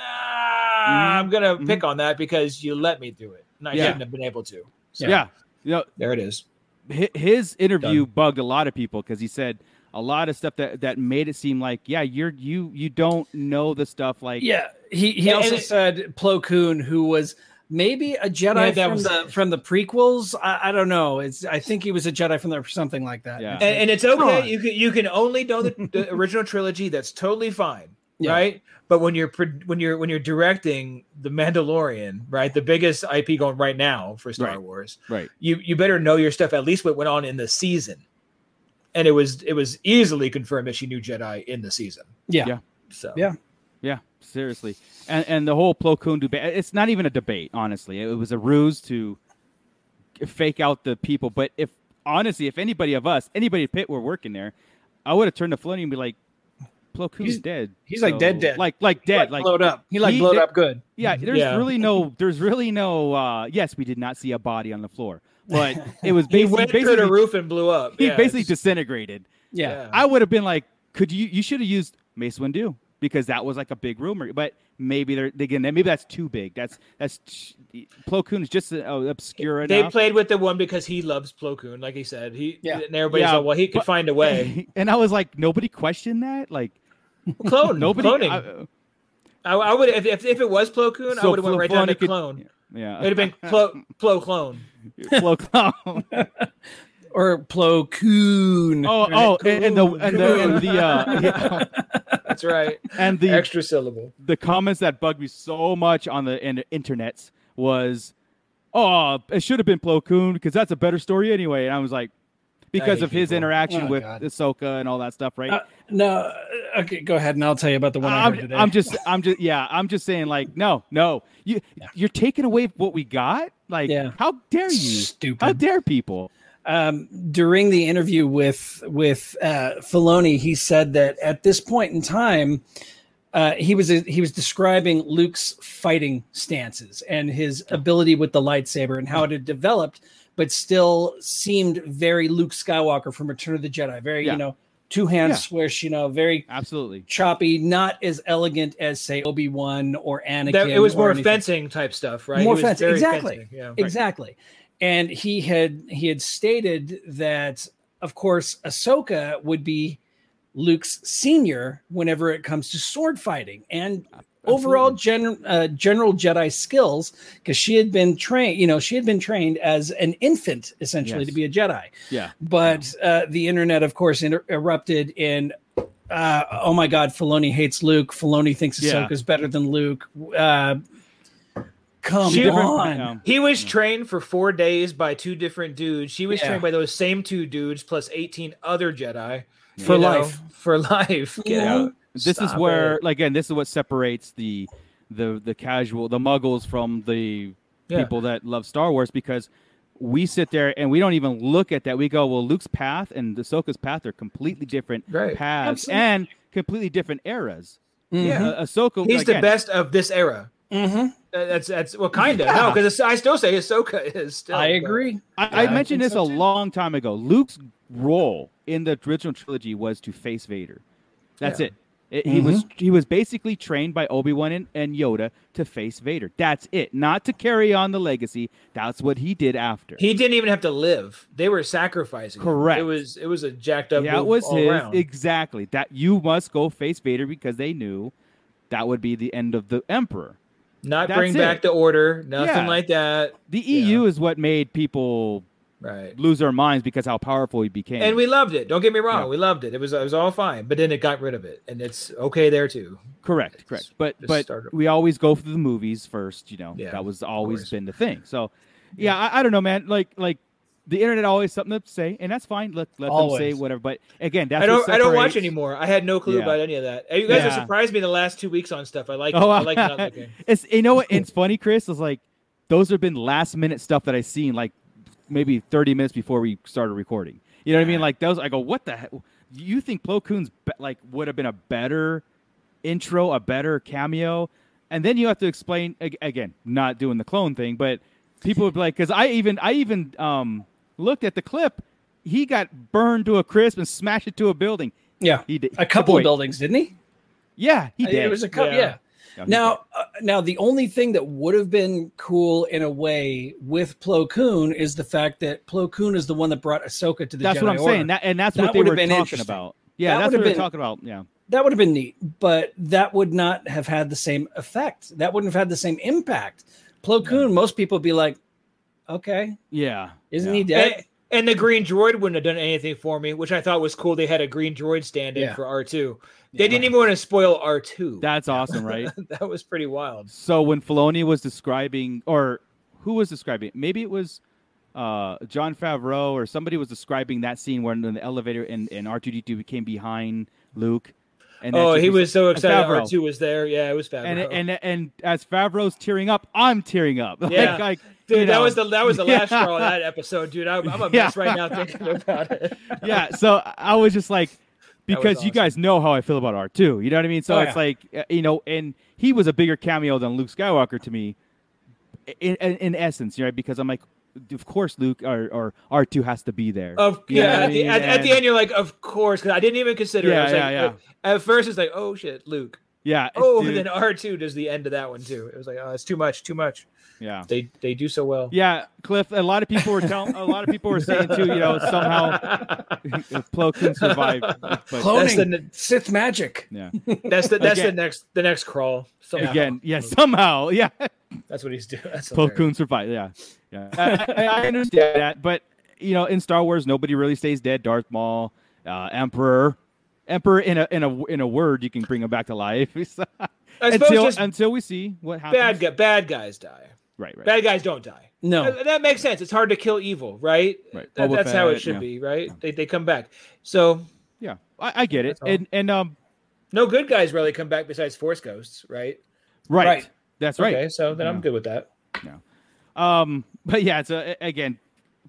[SPEAKER 9] I'm gonna pick on that because you let me do it, and I
[SPEAKER 7] Yeah.
[SPEAKER 9] shouldn't have been able to. So,
[SPEAKER 7] yeah. You know,
[SPEAKER 9] there it is.
[SPEAKER 7] hi- his interview bugged a lot of people because he said a lot of stuff that that made it seem like yeah you're you you don't know the stuff like
[SPEAKER 8] Yeah, he he
[SPEAKER 9] And-
[SPEAKER 8] also
[SPEAKER 9] and-
[SPEAKER 8] said Plo Koon, who was maybe a Jedi
[SPEAKER 9] Yeah, that
[SPEAKER 8] from
[SPEAKER 9] was-
[SPEAKER 8] the from the prequels. I, I don't know. It's I think he was a Jedi from the something like that.
[SPEAKER 7] Yeah.
[SPEAKER 9] And, and it's okay.
[SPEAKER 8] on.
[SPEAKER 9] You can you can only know the, the original trilogy. That's totally fine,
[SPEAKER 8] Yeah.
[SPEAKER 9] right? But when you're pro- when you're when you're directing the Mandalorian, right, the biggest IP going right now for Star
[SPEAKER 7] Right.
[SPEAKER 9] Wars,
[SPEAKER 7] right
[SPEAKER 9] you you better know your stuff at least what went on in the season. And it was it was easily confirmed that she knew Jedi in the season.
[SPEAKER 8] yeah,
[SPEAKER 7] Yeah.
[SPEAKER 9] So
[SPEAKER 8] Yeah.
[SPEAKER 7] yeah seriously and and the whole Plo Koon debate it's not even a debate honestly it was a ruse to fake out the people but if honestly if anybody of us anybody at Pitt were working there I would have turned to Filoni and be like Plo Koon's
[SPEAKER 8] He's-
[SPEAKER 7] dead
[SPEAKER 8] he's, like, dead, dead.
[SPEAKER 7] like like dead like
[SPEAKER 8] blowed up. He like
[SPEAKER 7] he
[SPEAKER 8] blowed
[SPEAKER 7] did-
[SPEAKER 8] up good.
[SPEAKER 7] Yeah, there's
[SPEAKER 9] Yeah.
[SPEAKER 7] really no, there's really no. Uh, yes, we did not see a body on the floor, but it was
[SPEAKER 9] he
[SPEAKER 7] basically,
[SPEAKER 9] went
[SPEAKER 7] basically
[SPEAKER 9] through the roof Uh-huh. and blew up.
[SPEAKER 7] he
[SPEAKER 9] Yeah,
[SPEAKER 7] basically
[SPEAKER 9] it's-
[SPEAKER 7] disintegrated.
[SPEAKER 8] Yeah.
[SPEAKER 7] I would have been like, could you? You should have used Mace Windu because that was like a big rumor. But maybe they're they- again, maybe that's too big. That's that's t- Plo Koon is just uh, obscure
[SPEAKER 9] they
[SPEAKER 7] enough.
[SPEAKER 9] played with the one because he loves Plo Koon, like he said. He
[SPEAKER 8] Yeah.
[SPEAKER 9] and everybody's
[SPEAKER 7] Yeah,
[SPEAKER 9] like, well, he could
[SPEAKER 7] but-
[SPEAKER 9] find a way.
[SPEAKER 7] and I was like, nobody questioned that. Like
[SPEAKER 9] Clone,
[SPEAKER 7] nobody.
[SPEAKER 9] cloning.
[SPEAKER 7] I- uh,
[SPEAKER 9] I, I would if, if if it was Plo Koon, I
[SPEAKER 7] so
[SPEAKER 9] would have went right down to
[SPEAKER 7] Filoni could-
[SPEAKER 9] clone.
[SPEAKER 7] Yeah,
[SPEAKER 9] It would have been Plo, Plo clone.
[SPEAKER 7] Plo Koon.
[SPEAKER 8] Or Plo Koon.
[SPEAKER 7] Oh, oh, and, and the and the and the uh, yeah,
[SPEAKER 9] That's right.
[SPEAKER 7] and the
[SPEAKER 9] Extra syllable.
[SPEAKER 7] the comments that bugged me so much on the in- internets was, oh, it should have been Plo Koon because that's a better story anyway. And I was like, because
[SPEAKER 9] hate
[SPEAKER 7] of his
[SPEAKER 9] people.
[SPEAKER 7] interaction
[SPEAKER 8] Oh,
[SPEAKER 7] with
[SPEAKER 8] God.
[SPEAKER 7] Ahsoka and all that stuff, right?
[SPEAKER 8] Uh, no. Okay, go ahead and I'll tell you about the one I heard
[SPEAKER 7] I'm,
[SPEAKER 8] today.
[SPEAKER 7] I'm just, I'm just, yeah, I'm just saying, like, no, no, you, you're taking away what we got. Like,
[SPEAKER 8] Yeah.
[SPEAKER 7] how dare you? How
[SPEAKER 8] stupid.
[SPEAKER 7] dare people?
[SPEAKER 8] um, during the interview with with uh, Filoni, he said that at this point in time, uh, he was he was describing Luke's fighting stances and his ability with the lightsaber and how it had developed, but still seemed very Luke Skywalker from Return of the Jedi. Very
[SPEAKER 7] Yeah.
[SPEAKER 8] you know, two hand
[SPEAKER 7] Yeah.
[SPEAKER 8] swish. You know, very
[SPEAKER 7] Absolutely.
[SPEAKER 8] choppy, not as elegant as say Obi Wan or Anakin.
[SPEAKER 9] That, it was
[SPEAKER 8] or
[SPEAKER 9] more
[SPEAKER 8] anything.
[SPEAKER 9] fencing type stuff, right?
[SPEAKER 8] More
[SPEAKER 9] It was
[SPEAKER 8] fencing,
[SPEAKER 9] very
[SPEAKER 8] exactly.
[SPEAKER 9] fencing, Yeah.
[SPEAKER 8] Exactly. And he had he had stated that of course Ahsoka would be Luke's senior whenever it comes to sword fighting and overall gen, uh, general Jedi skills because she had been trained, you know, she had been trained as an infant essentially
[SPEAKER 7] Yes.
[SPEAKER 8] to be a Jedi.
[SPEAKER 7] Yeah.
[SPEAKER 8] But uh, the internet, of course, inter- erupted in uh, oh my God, Filoni hates Luke. Filoni thinks
[SPEAKER 7] Yeah.
[SPEAKER 8] Ahsoka's better than Luke. Uh, come
[SPEAKER 9] She-
[SPEAKER 8] on.
[SPEAKER 7] Um,
[SPEAKER 9] He was trained for four days by two different dudes. She was
[SPEAKER 8] Yeah.
[SPEAKER 9] trained by those same two dudes plus 18 other Jedi you
[SPEAKER 8] For
[SPEAKER 9] know,
[SPEAKER 8] life.
[SPEAKER 9] For life. Get
[SPEAKER 8] Yeah.
[SPEAKER 9] out.
[SPEAKER 7] this is
[SPEAKER 9] Stop
[SPEAKER 7] where,
[SPEAKER 9] it.
[SPEAKER 7] like, again, this is what separates the the the casual, the Muggles from the
[SPEAKER 9] Yeah.
[SPEAKER 7] people that love Star Wars because we sit there and we don't even look at that. We go, well, Luke's path and Ahsoka's path are completely different
[SPEAKER 9] Right.
[SPEAKER 7] paths
[SPEAKER 8] Absolutely.
[SPEAKER 7] and completely different eras.
[SPEAKER 8] Mm.
[SPEAKER 9] Yeah.
[SPEAKER 7] Uh, Ahsoka,
[SPEAKER 9] He's the
[SPEAKER 7] again,
[SPEAKER 9] best of this era.
[SPEAKER 7] Mm-hmm.
[SPEAKER 8] Mhm.
[SPEAKER 9] Uh, That's that's well, kind of no, because I still say Ahsoka is still.
[SPEAKER 8] I
[SPEAKER 9] but-
[SPEAKER 8] agree.
[SPEAKER 7] I,
[SPEAKER 8] Yeah,
[SPEAKER 7] I
[SPEAKER 8] I
[SPEAKER 7] mentioned
[SPEAKER 8] think
[SPEAKER 7] this
[SPEAKER 8] so,
[SPEAKER 7] a
[SPEAKER 8] too.
[SPEAKER 7] long time ago. Luke's role in the original trilogy was to face Vader. That's it. It- He was he was basically trained by Obi Wan and, and Yoda to face Vader. That's it. Not to carry on the legacy. That's what he did after.
[SPEAKER 9] He didn't even have to live. They were sacrificing. him.
[SPEAKER 7] Correct.
[SPEAKER 9] It was it was a jacked up.
[SPEAKER 7] that
[SPEAKER 9] move
[SPEAKER 7] was
[SPEAKER 9] all
[SPEAKER 7] his
[SPEAKER 9] around.
[SPEAKER 7] exactly. That you must go face Vader because they knew that would be the end of the Emperor.
[SPEAKER 9] Not
[SPEAKER 7] that's
[SPEAKER 9] bring
[SPEAKER 7] it.
[SPEAKER 9] back the order. Nothing
[SPEAKER 7] Yeah.
[SPEAKER 9] like that.
[SPEAKER 7] The
[SPEAKER 9] Yeah.
[SPEAKER 7] EU is what made people
[SPEAKER 9] Right.
[SPEAKER 7] lose their minds because how powerful he became.
[SPEAKER 9] And we loved it. Don't get me wrong.
[SPEAKER 7] Yeah.
[SPEAKER 9] We loved it. It was it was all fine. But then it got rid of it, and it's okay there too.
[SPEAKER 7] Correct,
[SPEAKER 9] It's
[SPEAKER 7] correct. But
[SPEAKER 9] just
[SPEAKER 7] but
[SPEAKER 9] started-
[SPEAKER 7] we always go through the movies first, you know.
[SPEAKER 9] Yeah,
[SPEAKER 7] that was always
[SPEAKER 9] course.
[SPEAKER 7] been the thing. So yeah, I, I don't know, man. Like like the internet always something to say, and that's fine. Let let them
[SPEAKER 8] Always.
[SPEAKER 7] say whatever. But again, that's
[SPEAKER 9] I don't
[SPEAKER 7] what
[SPEAKER 9] I don't watch
[SPEAKER 7] separates-
[SPEAKER 9] anymore. I had no clue
[SPEAKER 7] Yeah.
[SPEAKER 9] about any of that. You guys have
[SPEAKER 7] Yeah.
[SPEAKER 9] surprised me the last two weeks on stuff. I like
[SPEAKER 7] Oh,
[SPEAKER 9] I like not looking.
[SPEAKER 7] it's you know what? It's funny, Chris. Is like those have been last minute stuff that I seen like maybe thirty minutes before we started recording. You know what I mean? Like those, I go, what the hell? You think Plo Koon's be- like would have been a better intro, a better cameo, and then you have to explain ag- again, not doing the clone thing, but people would be like, because I even I even um looked at the clip. He got burned to a crisp and smashed into a building.
[SPEAKER 8] Yeah.
[SPEAKER 7] He did
[SPEAKER 8] A couple
[SPEAKER 7] boy.
[SPEAKER 8] of buildings, didn't he?
[SPEAKER 7] Yeah, he
[SPEAKER 8] Uh,
[SPEAKER 7] did.
[SPEAKER 8] It was a couple.
[SPEAKER 9] Yeah.
[SPEAKER 8] yeah.
[SPEAKER 7] No, he
[SPEAKER 8] Now, uh, now the only thing that would have been cool in a way with Plo Koon is the fact that Plo Koon is the one that brought Ahsoka to the
[SPEAKER 7] that's
[SPEAKER 8] Jedi
[SPEAKER 7] what I'm
[SPEAKER 8] Order.
[SPEAKER 7] saying. That, and that's
[SPEAKER 8] That
[SPEAKER 7] what they
[SPEAKER 8] would've
[SPEAKER 7] were
[SPEAKER 8] been
[SPEAKER 7] talking
[SPEAKER 8] interesting.
[SPEAKER 7] about. Yeah,
[SPEAKER 8] That
[SPEAKER 7] that's what
[SPEAKER 8] would've
[SPEAKER 7] we were
[SPEAKER 8] been-
[SPEAKER 7] talking about. Yeah.
[SPEAKER 8] that would have been neat, but that would not have had the same effect. That wouldn't have had the same impact. Plo Koon, most people be like, okay,
[SPEAKER 7] Yeah.
[SPEAKER 8] isn't
[SPEAKER 7] yeah.
[SPEAKER 8] he dead?
[SPEAKER 9] And, and the green droid wouldn't have done anything for me, which I thought was cool. They had a green droid stand in
[SPEAKER 8] Yeah.
[SPEAKER 9] for R two. They didn't even want to spoil R two.
[SPEAKER 7] That's awesome, right?
[SPEAKER 9] that was pretty wild.
[SPEAKER 7] so when Filoni was describing, or who was describing it? Maybe it was uh, John Favreau or somebody was describing that scene where in the elevator and, and R2D2 came behind Luke. And that
[SPEAKER 9] Oh,
[SPEAKER 7] just
[SPEAKER 9] he was so excited
[SPEAKER 7] Favreau.
[SPEAKER 9] R two was there. Yeah, it was Favreau.
[SPEAKER 7] And, and and as Favreau's tearing up, I'm tearing up. Like,
[SPEAKER 9] Yeah.
[SPEAKER 7] like,
[SPEAKER 9] Dude,
[SPEAKER 7] you
[SPEAKER 9] that
[SPEAKER 7] know.
[SPEAKER 9] was the that was the
[SPEAKER 7] Yeah.
[SPEAKER 9] last straw of that episode, dude. I'm, I'm a
[SPEAKER 7] Yeah.
[SPEAKER 9] mess right now thinking about it.
[SPEAKER 7] yeah. So I was just like,
[SPEAKER 9] That was
[SPEAKER 7] because you
[SPEAKER 9] awesome.
[SPEAKER 7] guys know how I feel about R two. You know what I mean? So
[SPEAKER 8] Oh,
[SPEAKER 7] it's
[SPEAKER 8] yeah.
[SPEAKER 7] like uh, you know, and he was a bigger cameo than Luke Skywalker to me, in in, in essence, you know, because I'm like, of course Luke or or R two has to be there.
[SPEAKER 9] Of
[SPEAKER 7] You
[SPEAKER 9] yeah,
[SPEAKER 7] know what I
[SPEAKER 9] at, the,
[SPEAKER 7] mean?
[SPEAKER 9] at, at the
[SPEAKER 7] And-
[SPEAKER 9] end you're like, of course, because I didn't even consider it. I
[SPEAKER 7] Yeah,
[SPEAKER 9] was
[SPEAKER 7] yeah,
[SPEAKER 9] like, uh, At first it's like, oh shit, Luke.
[SPEAKER 7] yeah.
[SPEAKER 9] Oh,
[SPEAKER 7] dude,
[SPEAKER 9] and then R two does the end of that one too. It was like, oh, it's too much, too much.
[SPEAKER 7] yeah.
[SPEAKER 9] They they do so well.
[SPEAKER 7] Yeah, Cliff. A lot of people were telling. A lot of people were saying too. You know, somehow Plo Koon survived. But
[SPEAKER 9] That's the
[SPEAKER 8] Cloning
[SPEAKER 9] n-
[SPEAKER 8] Sith magic.
[SPEAKER 7] yeah,
[SPEAKER 9] That's the that's the
[SPEAKER 7] Again.
[SPEAKER 9] next the next crawl. Somehow.
[SPEAKER 7] again, yeah, somehow, yeah.
[SPEAKER 9] that's what he's doing. That's
[SPEAKER 7] Plo
[SPEAKER 9] hilarious.
[SPEAKER 7] Koon survived. Yeah, yeah. I, I- I understand that, but you know, in Star Wars, nobody really stays dead. Darth Maul, uh, Emperor, Emperor. In a in a in a word, you can bring him back to life. So-
[SPEAKER 9] I suppose
[SPEAKER 7] until
[SPEAKER 9] just
[SPEAKER 7] until we see what happens.
[SPEAKER 9] bad gu- bad guys die.
[SPEAKER 7] Right, right.
[SPEAKER 9] Bad guys don't die.
[SPEAKER 8] No,
[SPEAKER 9] That, that makes sense. It's hard to kill evil, right?
[SPEAKER 7] Right.
[SPEAKER 9] That-
[SPEAKER 7] Boba
[SPEAKER 9] that's how it
[SPEAKER 7] Fett,
[SPEAKER 9] should
[SPEAKER 7] yeah.
[SPEAKER 9] be, right? They they come back. So
[SPEAKER 7] Yeah, I, I get it.
[SPEAKER 9] That's all.
[SPEAKER 7] And and um,
[SPEAKER 9] no good guys really come back besides Force Ghosts, right?
[SPEAKER 7] right.
[SPEAKER 8] Right.
[SPEAKER 7] That's right.
[SPEAKER 9] Okay, so then I'm
[SPEAKER 7] Yeah.
[SPEAKER 9] good with that.
[SPEAKER 7] Um, but yeah, it's a, again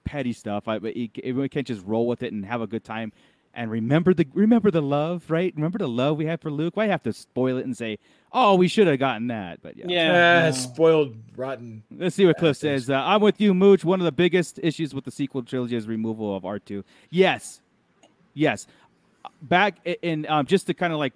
[SPEAKER 7] petty stuff. I but you, c- we can't just roll with it and have a good time. And remember the remember the love, right? Remember the love we had for Luke. Why have to spoil it and say, "Oh, we should have gotten that"? But yeah,
[SPEAKER 9] Yeah,
[SPEAKER 8] no.
[SPEAKER 9] Ah, spoiled, rotten.
[SPEAKER 7] Let's see what Cliff says. Uh, I'm with you, Mooch. One of the biggest issues with the sequel trilogy is removal of R2. Yes, yes. Back i- in um, just to kind of like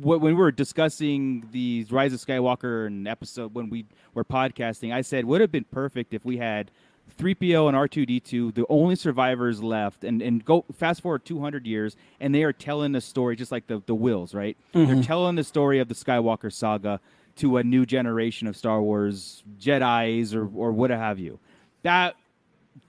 [SPEAKER 7] wh- when we were discussing the Rise of Skywalker and episode when we were podcasting, I said would have been perfect if we had 3PO and R2D2, the only survivors left, and and go fast forward 200 years, and they are telling the story just like the the Wills, right? They're telling the story of the Skywalker saga to a new generation of Star Wars Jedi's or or what have you. That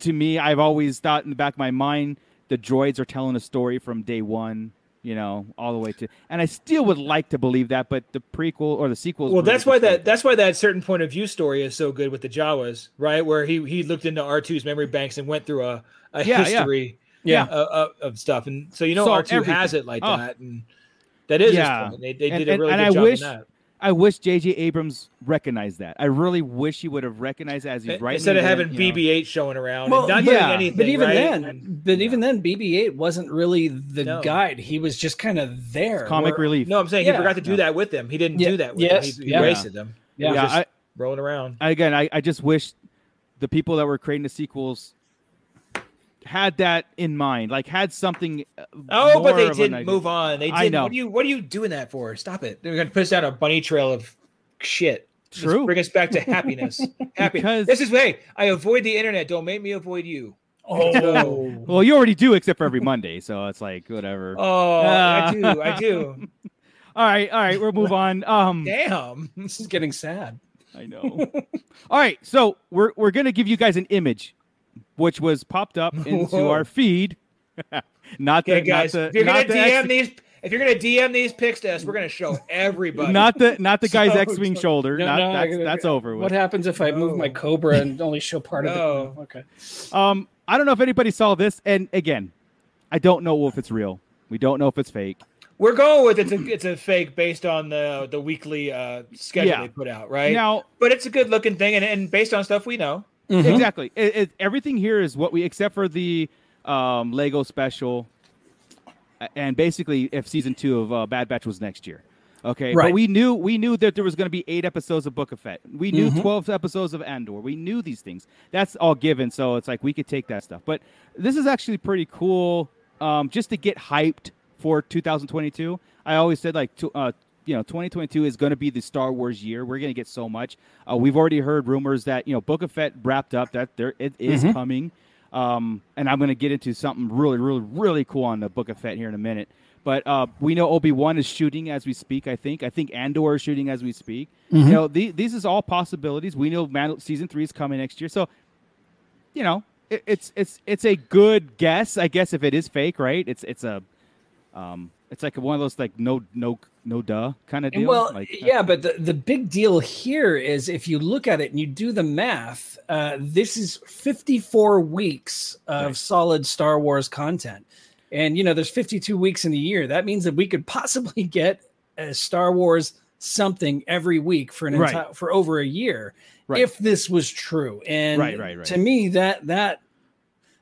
[SPEAKER 7] to me, I've always thought in the back of my mind, the droids are telling a story from day one. you know, all the way to. And I still would like to believe that, but the prequel or the sequel. is
[SPEAKER 9] Well,
[SPEAKER 7] really
[SPEAKER 9] that's why that
[SPEAKER 7] frustrating.
[SPEAKER 9] that's why that certain point of view story is so good with the Jawas, right? Where he he looked into R2's memory banks and went through a, a
[SPEAKER 7] Yeah, yeah.
[SPEAKER 9] history
[SPEAKER 7] Yeah.
[SPEAKER 9] Of, of stuff, and so you know
[SPEAKER 7] Saw
[SPEAKER 9] R2 has
[SPEAKER 7] everything.
[SPEAKER 9] it like
[SPEAKER 7] Oh.
[SPEAKER 9] that, and that is his
[SPEAKER 7] Yeah.
[SPEAKER 9] point. They, they
[SPEAKER 7] And-
[SPEAKER 9] did a
[SPEAKER 7] and-
[SPEAKER 9] really
[SPEAKER 7] and
[SPEAKER 9] good
[SPEAKER 7] I
[SPEAKER 9] job
[SPEAKER 7] wish-
[SPEAKER 9] in that.
[SPEAKER 7] I wish J.J. Abrams recognized that. I really wish he would have recognized that as he's
[SPEAKER 9] In-
[SPEAKER 7] writing.
[SPEAKER 9] Eh, Instead of
[SPEAKER 7] it,
[SPEAKER 9] having
[SPEAKER 7] you know.
[SPEAKER 9] BB-8 showing around,
[SPEAKER 8] Well,
[SPEAKER 9] and not
[SPEAKER 7] yeah,
[SPEAKER 9] doing anything,
[SPEAKER 8] But even
[SPEAKER 9] right? And-
[SPEAKER 8] then, but even then, BB-8 wasn't really the
[SPEAKER 9] No.
[SPEAKER 8] guide. He was just kind of there.
[SPEAKER 7] comic
[SPEAKER 8] where-
[SPEAKER 7] relief.
[SPEAKER 9] no, I'm saying
[SPEAKER 8] Yeah.
[SPEAKER 9] he forgot to do that with them. He didn't
[SPEAKER 8] Yeah.
[SPEAKER 9] do that. With
[SPEAKER 8] Yes.
[SPEAKER 9] them. he, he
[SPEAKER 8] Yeah.
[SPEAKER 9] wasted them.
[SPEAKER 8] Yeah.
[SPEAKER 7] yeah,
[SPEAKER 9] just-
[SPEAKER 7] I,
[SPEAKER 9] rolling around.
[SPEAKER 7] again, I, I just wish the people that were creating the sequels had that in mind, like had something. uh,
[SPEAKER 9] Oh, but
[SPEAKER 7] more
[SPEAKER 9] they
[SPEAKER 7] of an
[SPEAKER 9] didn't
[SPEAKER 7] idea.
[SPEAKER 9] move on. They didn't.
[SPEAKER 7] I know.
[SPEAKER 9] What are you What are you doing that for? Stop it. They're gonna piss out a bunny trail of shit. Just
[SPEAKER 7] True.
[SPEAKER 9] bring us back to happiness. Happy.
[SPEAKER 7] Because-
[SPEAKER 9] This is hey. I avoid the internet. Don't make me avoid you.
[SPEAKER 8] Oh,
[SPEAKER 7] Well, you already do, except for every Monday, so it's like whatever.
[SPEAKER 9] Oh,
[SPEAKER 7] Ah.
[SPEAKER 9] I do. I do.
[SPEAKER 7] All right, all right, we'll move on. Um,
[SPEAKER 9] Damn.
[SPEAKER 8] this is getting sad.
[SPEAKER 7] I know. All right, so we're we're gonna give you guys an image, which was popped up into
[SPEAKER 9] Whoa.
[SPEAKER 7] our feed. not the
[SPEAKER 9] Okay, guys.
[SPEAKER 7] not
[SPEAKER 9] if
[SPEAKER 7] the,
[SPEAKER 9] you're gonna
[SPEAKER 7] not the X-
[SPEAKER 9] DM these, if you're gonna DM these pics to us, we're gonna show everybody.
[SPEAKER 7] not the not the guy's
[SPEAKER 9] So-
[SPEAKER 7] X-wing shoulder.
[SPEAKER 8] No,
[SPEAKER 7] not,
[SPEAKER 8] no,
[SPEAKER 7] that's
[SPEAKER 8] I-
[SPEAKER 7] that's over with.
[SPEAKER 8] What happens if I move my
[SPEAKER 9] No.
[SPEAKER 8] Cobra and only show part of it?
[SPEAKER 9] No.
[SPEAKER 8] Okay.
[SPEAKER 7] Um, I don't know if anybody saw this, and again, I don't know if it's real. We don't know if it's fake.
[SPEAKER 9] We're going with it's a it's a fake based on the the weekly uh schedule
[SPEAKER 7] Yeah.
[SPEAKER 9] they put out, right?
[SPEAKER 7] Now,
[SPEAKER 9] but it's a good looking thing, and, and based on stuff we know.
[SPEAKER 7] exactly, it, it, everything here is what we, except for the um, Lego special, a- and basically if season two of uh, Bad Batch was next year. Okay, but
[SPEAKER 8] Right.
[SPEAKER 7] we knew we knew that there was going to be eight episodes of Book of Fett. We knew twelve episodes of Andor. We knew these things. That's all given. So it's like we could take that stuff. But this is actually pretty cool, um, just to get hyped for 2022. I always said like, to, uh, you know, 2022 is going to be the Star Wars year. We're going to get so much. Uh, we've already heard rumors that you know Book of Fett wrapped up. That there it is coming. Um, and I'm going to get into something really, really, really cool on the Book of Fett here in a minute. But uh, we know Obi Wan is shooting as we speak. I think. I think Andor is shooting as we speak. You know, the, these is all possibilities. We know Mandal- season three is coming next year. So, you know, it, it's it's it's a good guess, I guess, if it is fake, right? It's it's a, um, it's like one of those like no no no duh kind of deal.
[SPEAKER 8] Well,
[SPEAKER 7] like, uh,
[SPEAKER 8] yeah, but the, the big deal here is if you look at it and you do the math, uh, this is 54 weeks of solid Star Wars content. And, you know, there's 52 weeks in a year. That means that we could possibly get a Star Wars something every week for an
[SPEAKER 7] Right.
[SPEAKER 8] entire for over a year
[SPEAKER 7] Right.
[SPEAKER 8] if this was true and
[SPEAKER 7] Right, right, right.
[SPEAKER 8] to me that that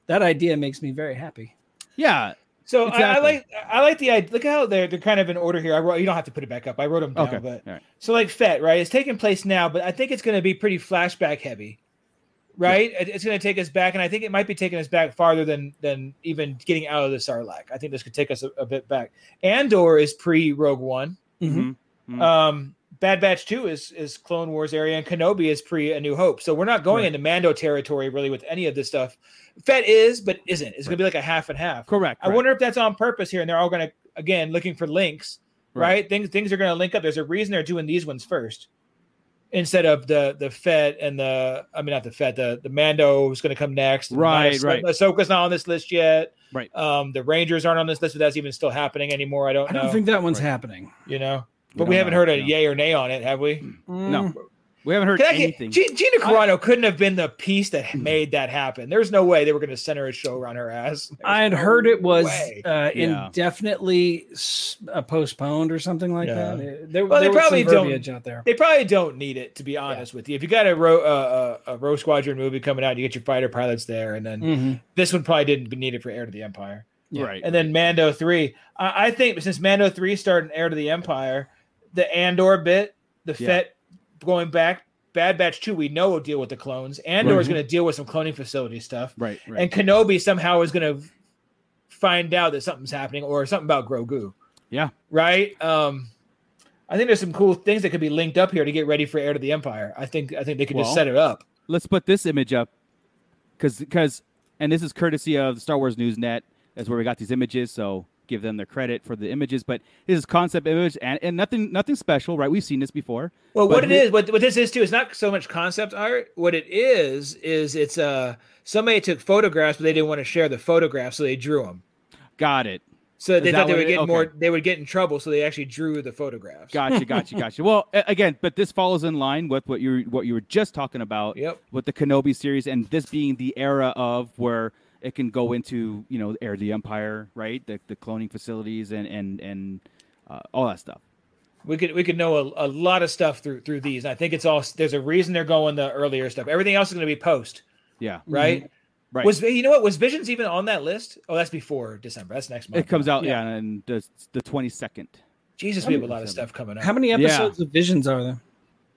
[SPEAKER 8] that idea makes me very happy
[SPEAKER 7] yeah,
[SPEAKER 9] So I, I
[SPEAKER 7] Exactly.
[SPEAKER 9] like I like the idea. Look how they're they're kind of in order here. I wrote, you don't have to put it back up. I wrote them down.
[SPEAKER 7] okay,
[SPEAKER 9] But
[SPEAKER 7] all right.
[SPEAKER 9] so like Fett, right? It's taking place now, but I think it's going to be pretty flashback heavy, right? It- It's going to take us back, and I think it might be taking us back farther than than even getting out of the Sarlacc. I think this could take us a, a bit back. Andor is pre Rogue One.
[SPEAKER 7] Mhm. Mhm.
[SPEAKER 9] Um, Bad Batch Two is is Clone Wars area, and Kenobi is pre A New Hope. So we're not going into Mando territory really with any of this stuff. Fett is, but isn't. It's going to be like a half and half.
[SPEAKER 7] correct.
[SPEAKER 9] I
[SPEAKER 7] correct.
[SPEAKER 9] wonder if that's on purpose here, and they're all going to again looking for links, right? Things things are going to link up. There's a reason they're doing these ones first instead of the the Fed and the I mean not the Fed the the Mando is going to come next. and
[SPEAKER 7] Right,
[SPEAKER 9] Ahso-
[SPEAKER 7] right.
[SPEAKER 9] Ahsoka's not on this list yet.
[SPEAKER 7] Right.
[SPEAKER 9] Um, the Rangers aren't on this list, if that's even still happening anymore. I don't
[SPEAKER 8] i
[SPEAKER 9] know.
[SPEAKER 8] don't think that one's happening
[SPEAKER 9] you know.
[SPEAKER 7] We
[SPEAKER 9] But we
[SPEAKER 7] don't
[SPEAKER 9] haven't
[SPEAKER 7] know,
[SPEAKER 9] heard a
[SPEAKER 7] no.
[SPEAKER 9] yay or nay on it, have we?
[SPEAKER 7] No, we haven't heard
[SPEAKER 9] Can I get-
[SPEAKER 7] anything.
[SPEAKER 9] G- Gina Carano couldn't have been the piece that made that happen. There's no way they were going to center a show around her ass. There's
[SPEAKER 8] I had
[SPEAKER 9] no
[SPEAKER 8] heard it was
[SPEAKER 9] way.
[SPEAKER 8] uh,
[SPEAKER 7] Yeah.
[SPEAKER 8] indefinitely s- uh, postponed or something like
[SPEAKER 9] Yeah.
[SPEAKER 8] that. It- There,
[SPEAKER 9] Well,
[SPEAKER 8] there
[SPEAKER 9] they
[SPEAKER 8] was
[SPEAKER 9] probably
[SPEAKER 8] some
[SPEAKER 9] don't-
[SPEAKER 8] verbiage out there.
[SPEAKER 9] They probably don't need it, to be honest with you. If you got a row uh, a, a row squadron movie coming out, you get your fighter pilots there, and
[SPEAKER 8] Mm.
[SPEAKER 9] then this one probably didn't be needed for Heir to the Empire.
[SPEAKER 7] Right.
[SPEAKER 9] And then Mando three, I, I think since Mando three started in Heir to the Empire, the Andor bit, the
[SPEAKER 7] Yeah.
[SPEAKER 9] Fett going back, Bad Batch two, we know will deal with the clones. Andor is going to deal with some cloning facility stuff,
[SPEAKER 7] right. Right.
[SPEAKER 9] and Kenobi somehow is going to find out that something's happening or something about Grogu
[SPEAKER 7] yeah.
[SPEAKER 9] right? Um, I think there's some cool things that could be linked up here to get ready for Heir to the Empire. I think I think they could
[SPEAKER 7] Well-
[SPEAKER 9] just set it up.
[SPEAKER 7] let's put this image up because because and this is courtesy of the star wars news net that's where we got these images so give them their credit for the images but this is concept image and, and nothing nothing special right we've seen this before
[SPEAKER 9] Well,
[SPEAKER 7] But
[SPEAKER 9] what it
[SPEAKER 7] who-
[SPEAKER 9] is, what, what this is too, is not so much concept art. What it is is it's uh somebody took photographs, but they didn't want to share the photographs, so they drew them.
[SPEAKER 7] got it
[SPEAKER 9] So they
[SPEAKER 7] Is
[SPEAKER 9] thought
[SPEAKER 7] that
[SPEAKER 9] they
[SPEAKER 7] what
[SPEAKER 9] would
[SPEAKER 7] it-
[SPEAKER 9] get
[SPEAKER 7] okay.
[SPEAKER 9] more. They would get in trouble, so they actually drew the photographs.
[SPEAKER 7] Gotcha, gotcha, gotcha. Well, a- again, but this follows in line with what you what you were just talking about
[SPEAKER 9] Yep.
[SPEAKER 7] with the Kenobi series, and this being the era of where it can go into you know, air the Empire, right? The the cloning facilities and and and uh, all that stuff.
[SPEAKER 9] we could we could know a, a lot of stuff through through these. And I think it's all there's a reason they're going the earlier stuff. Everything else is going to be post,
[SPEAKER 7] Yeah,
[SPEAKER 9] right?
[SPEAKER 7] Mm-hmm. right.
[SPEAKER 9] Was you know what was Visions even on that list? Oh, that's before December. That's next month.
[SPEAKER 7] it comes out,
[SPEAKER 9] Yeah.
[SPEAKER 7] yeah, and the the twenty second.
[SPEAKER 9] Jesus, we have a lot of stuff coming up.
[SPEAKER 8] How many
[SPEAKER 7] Yeah.
[SPEAKER 8] episodes of Visions are there?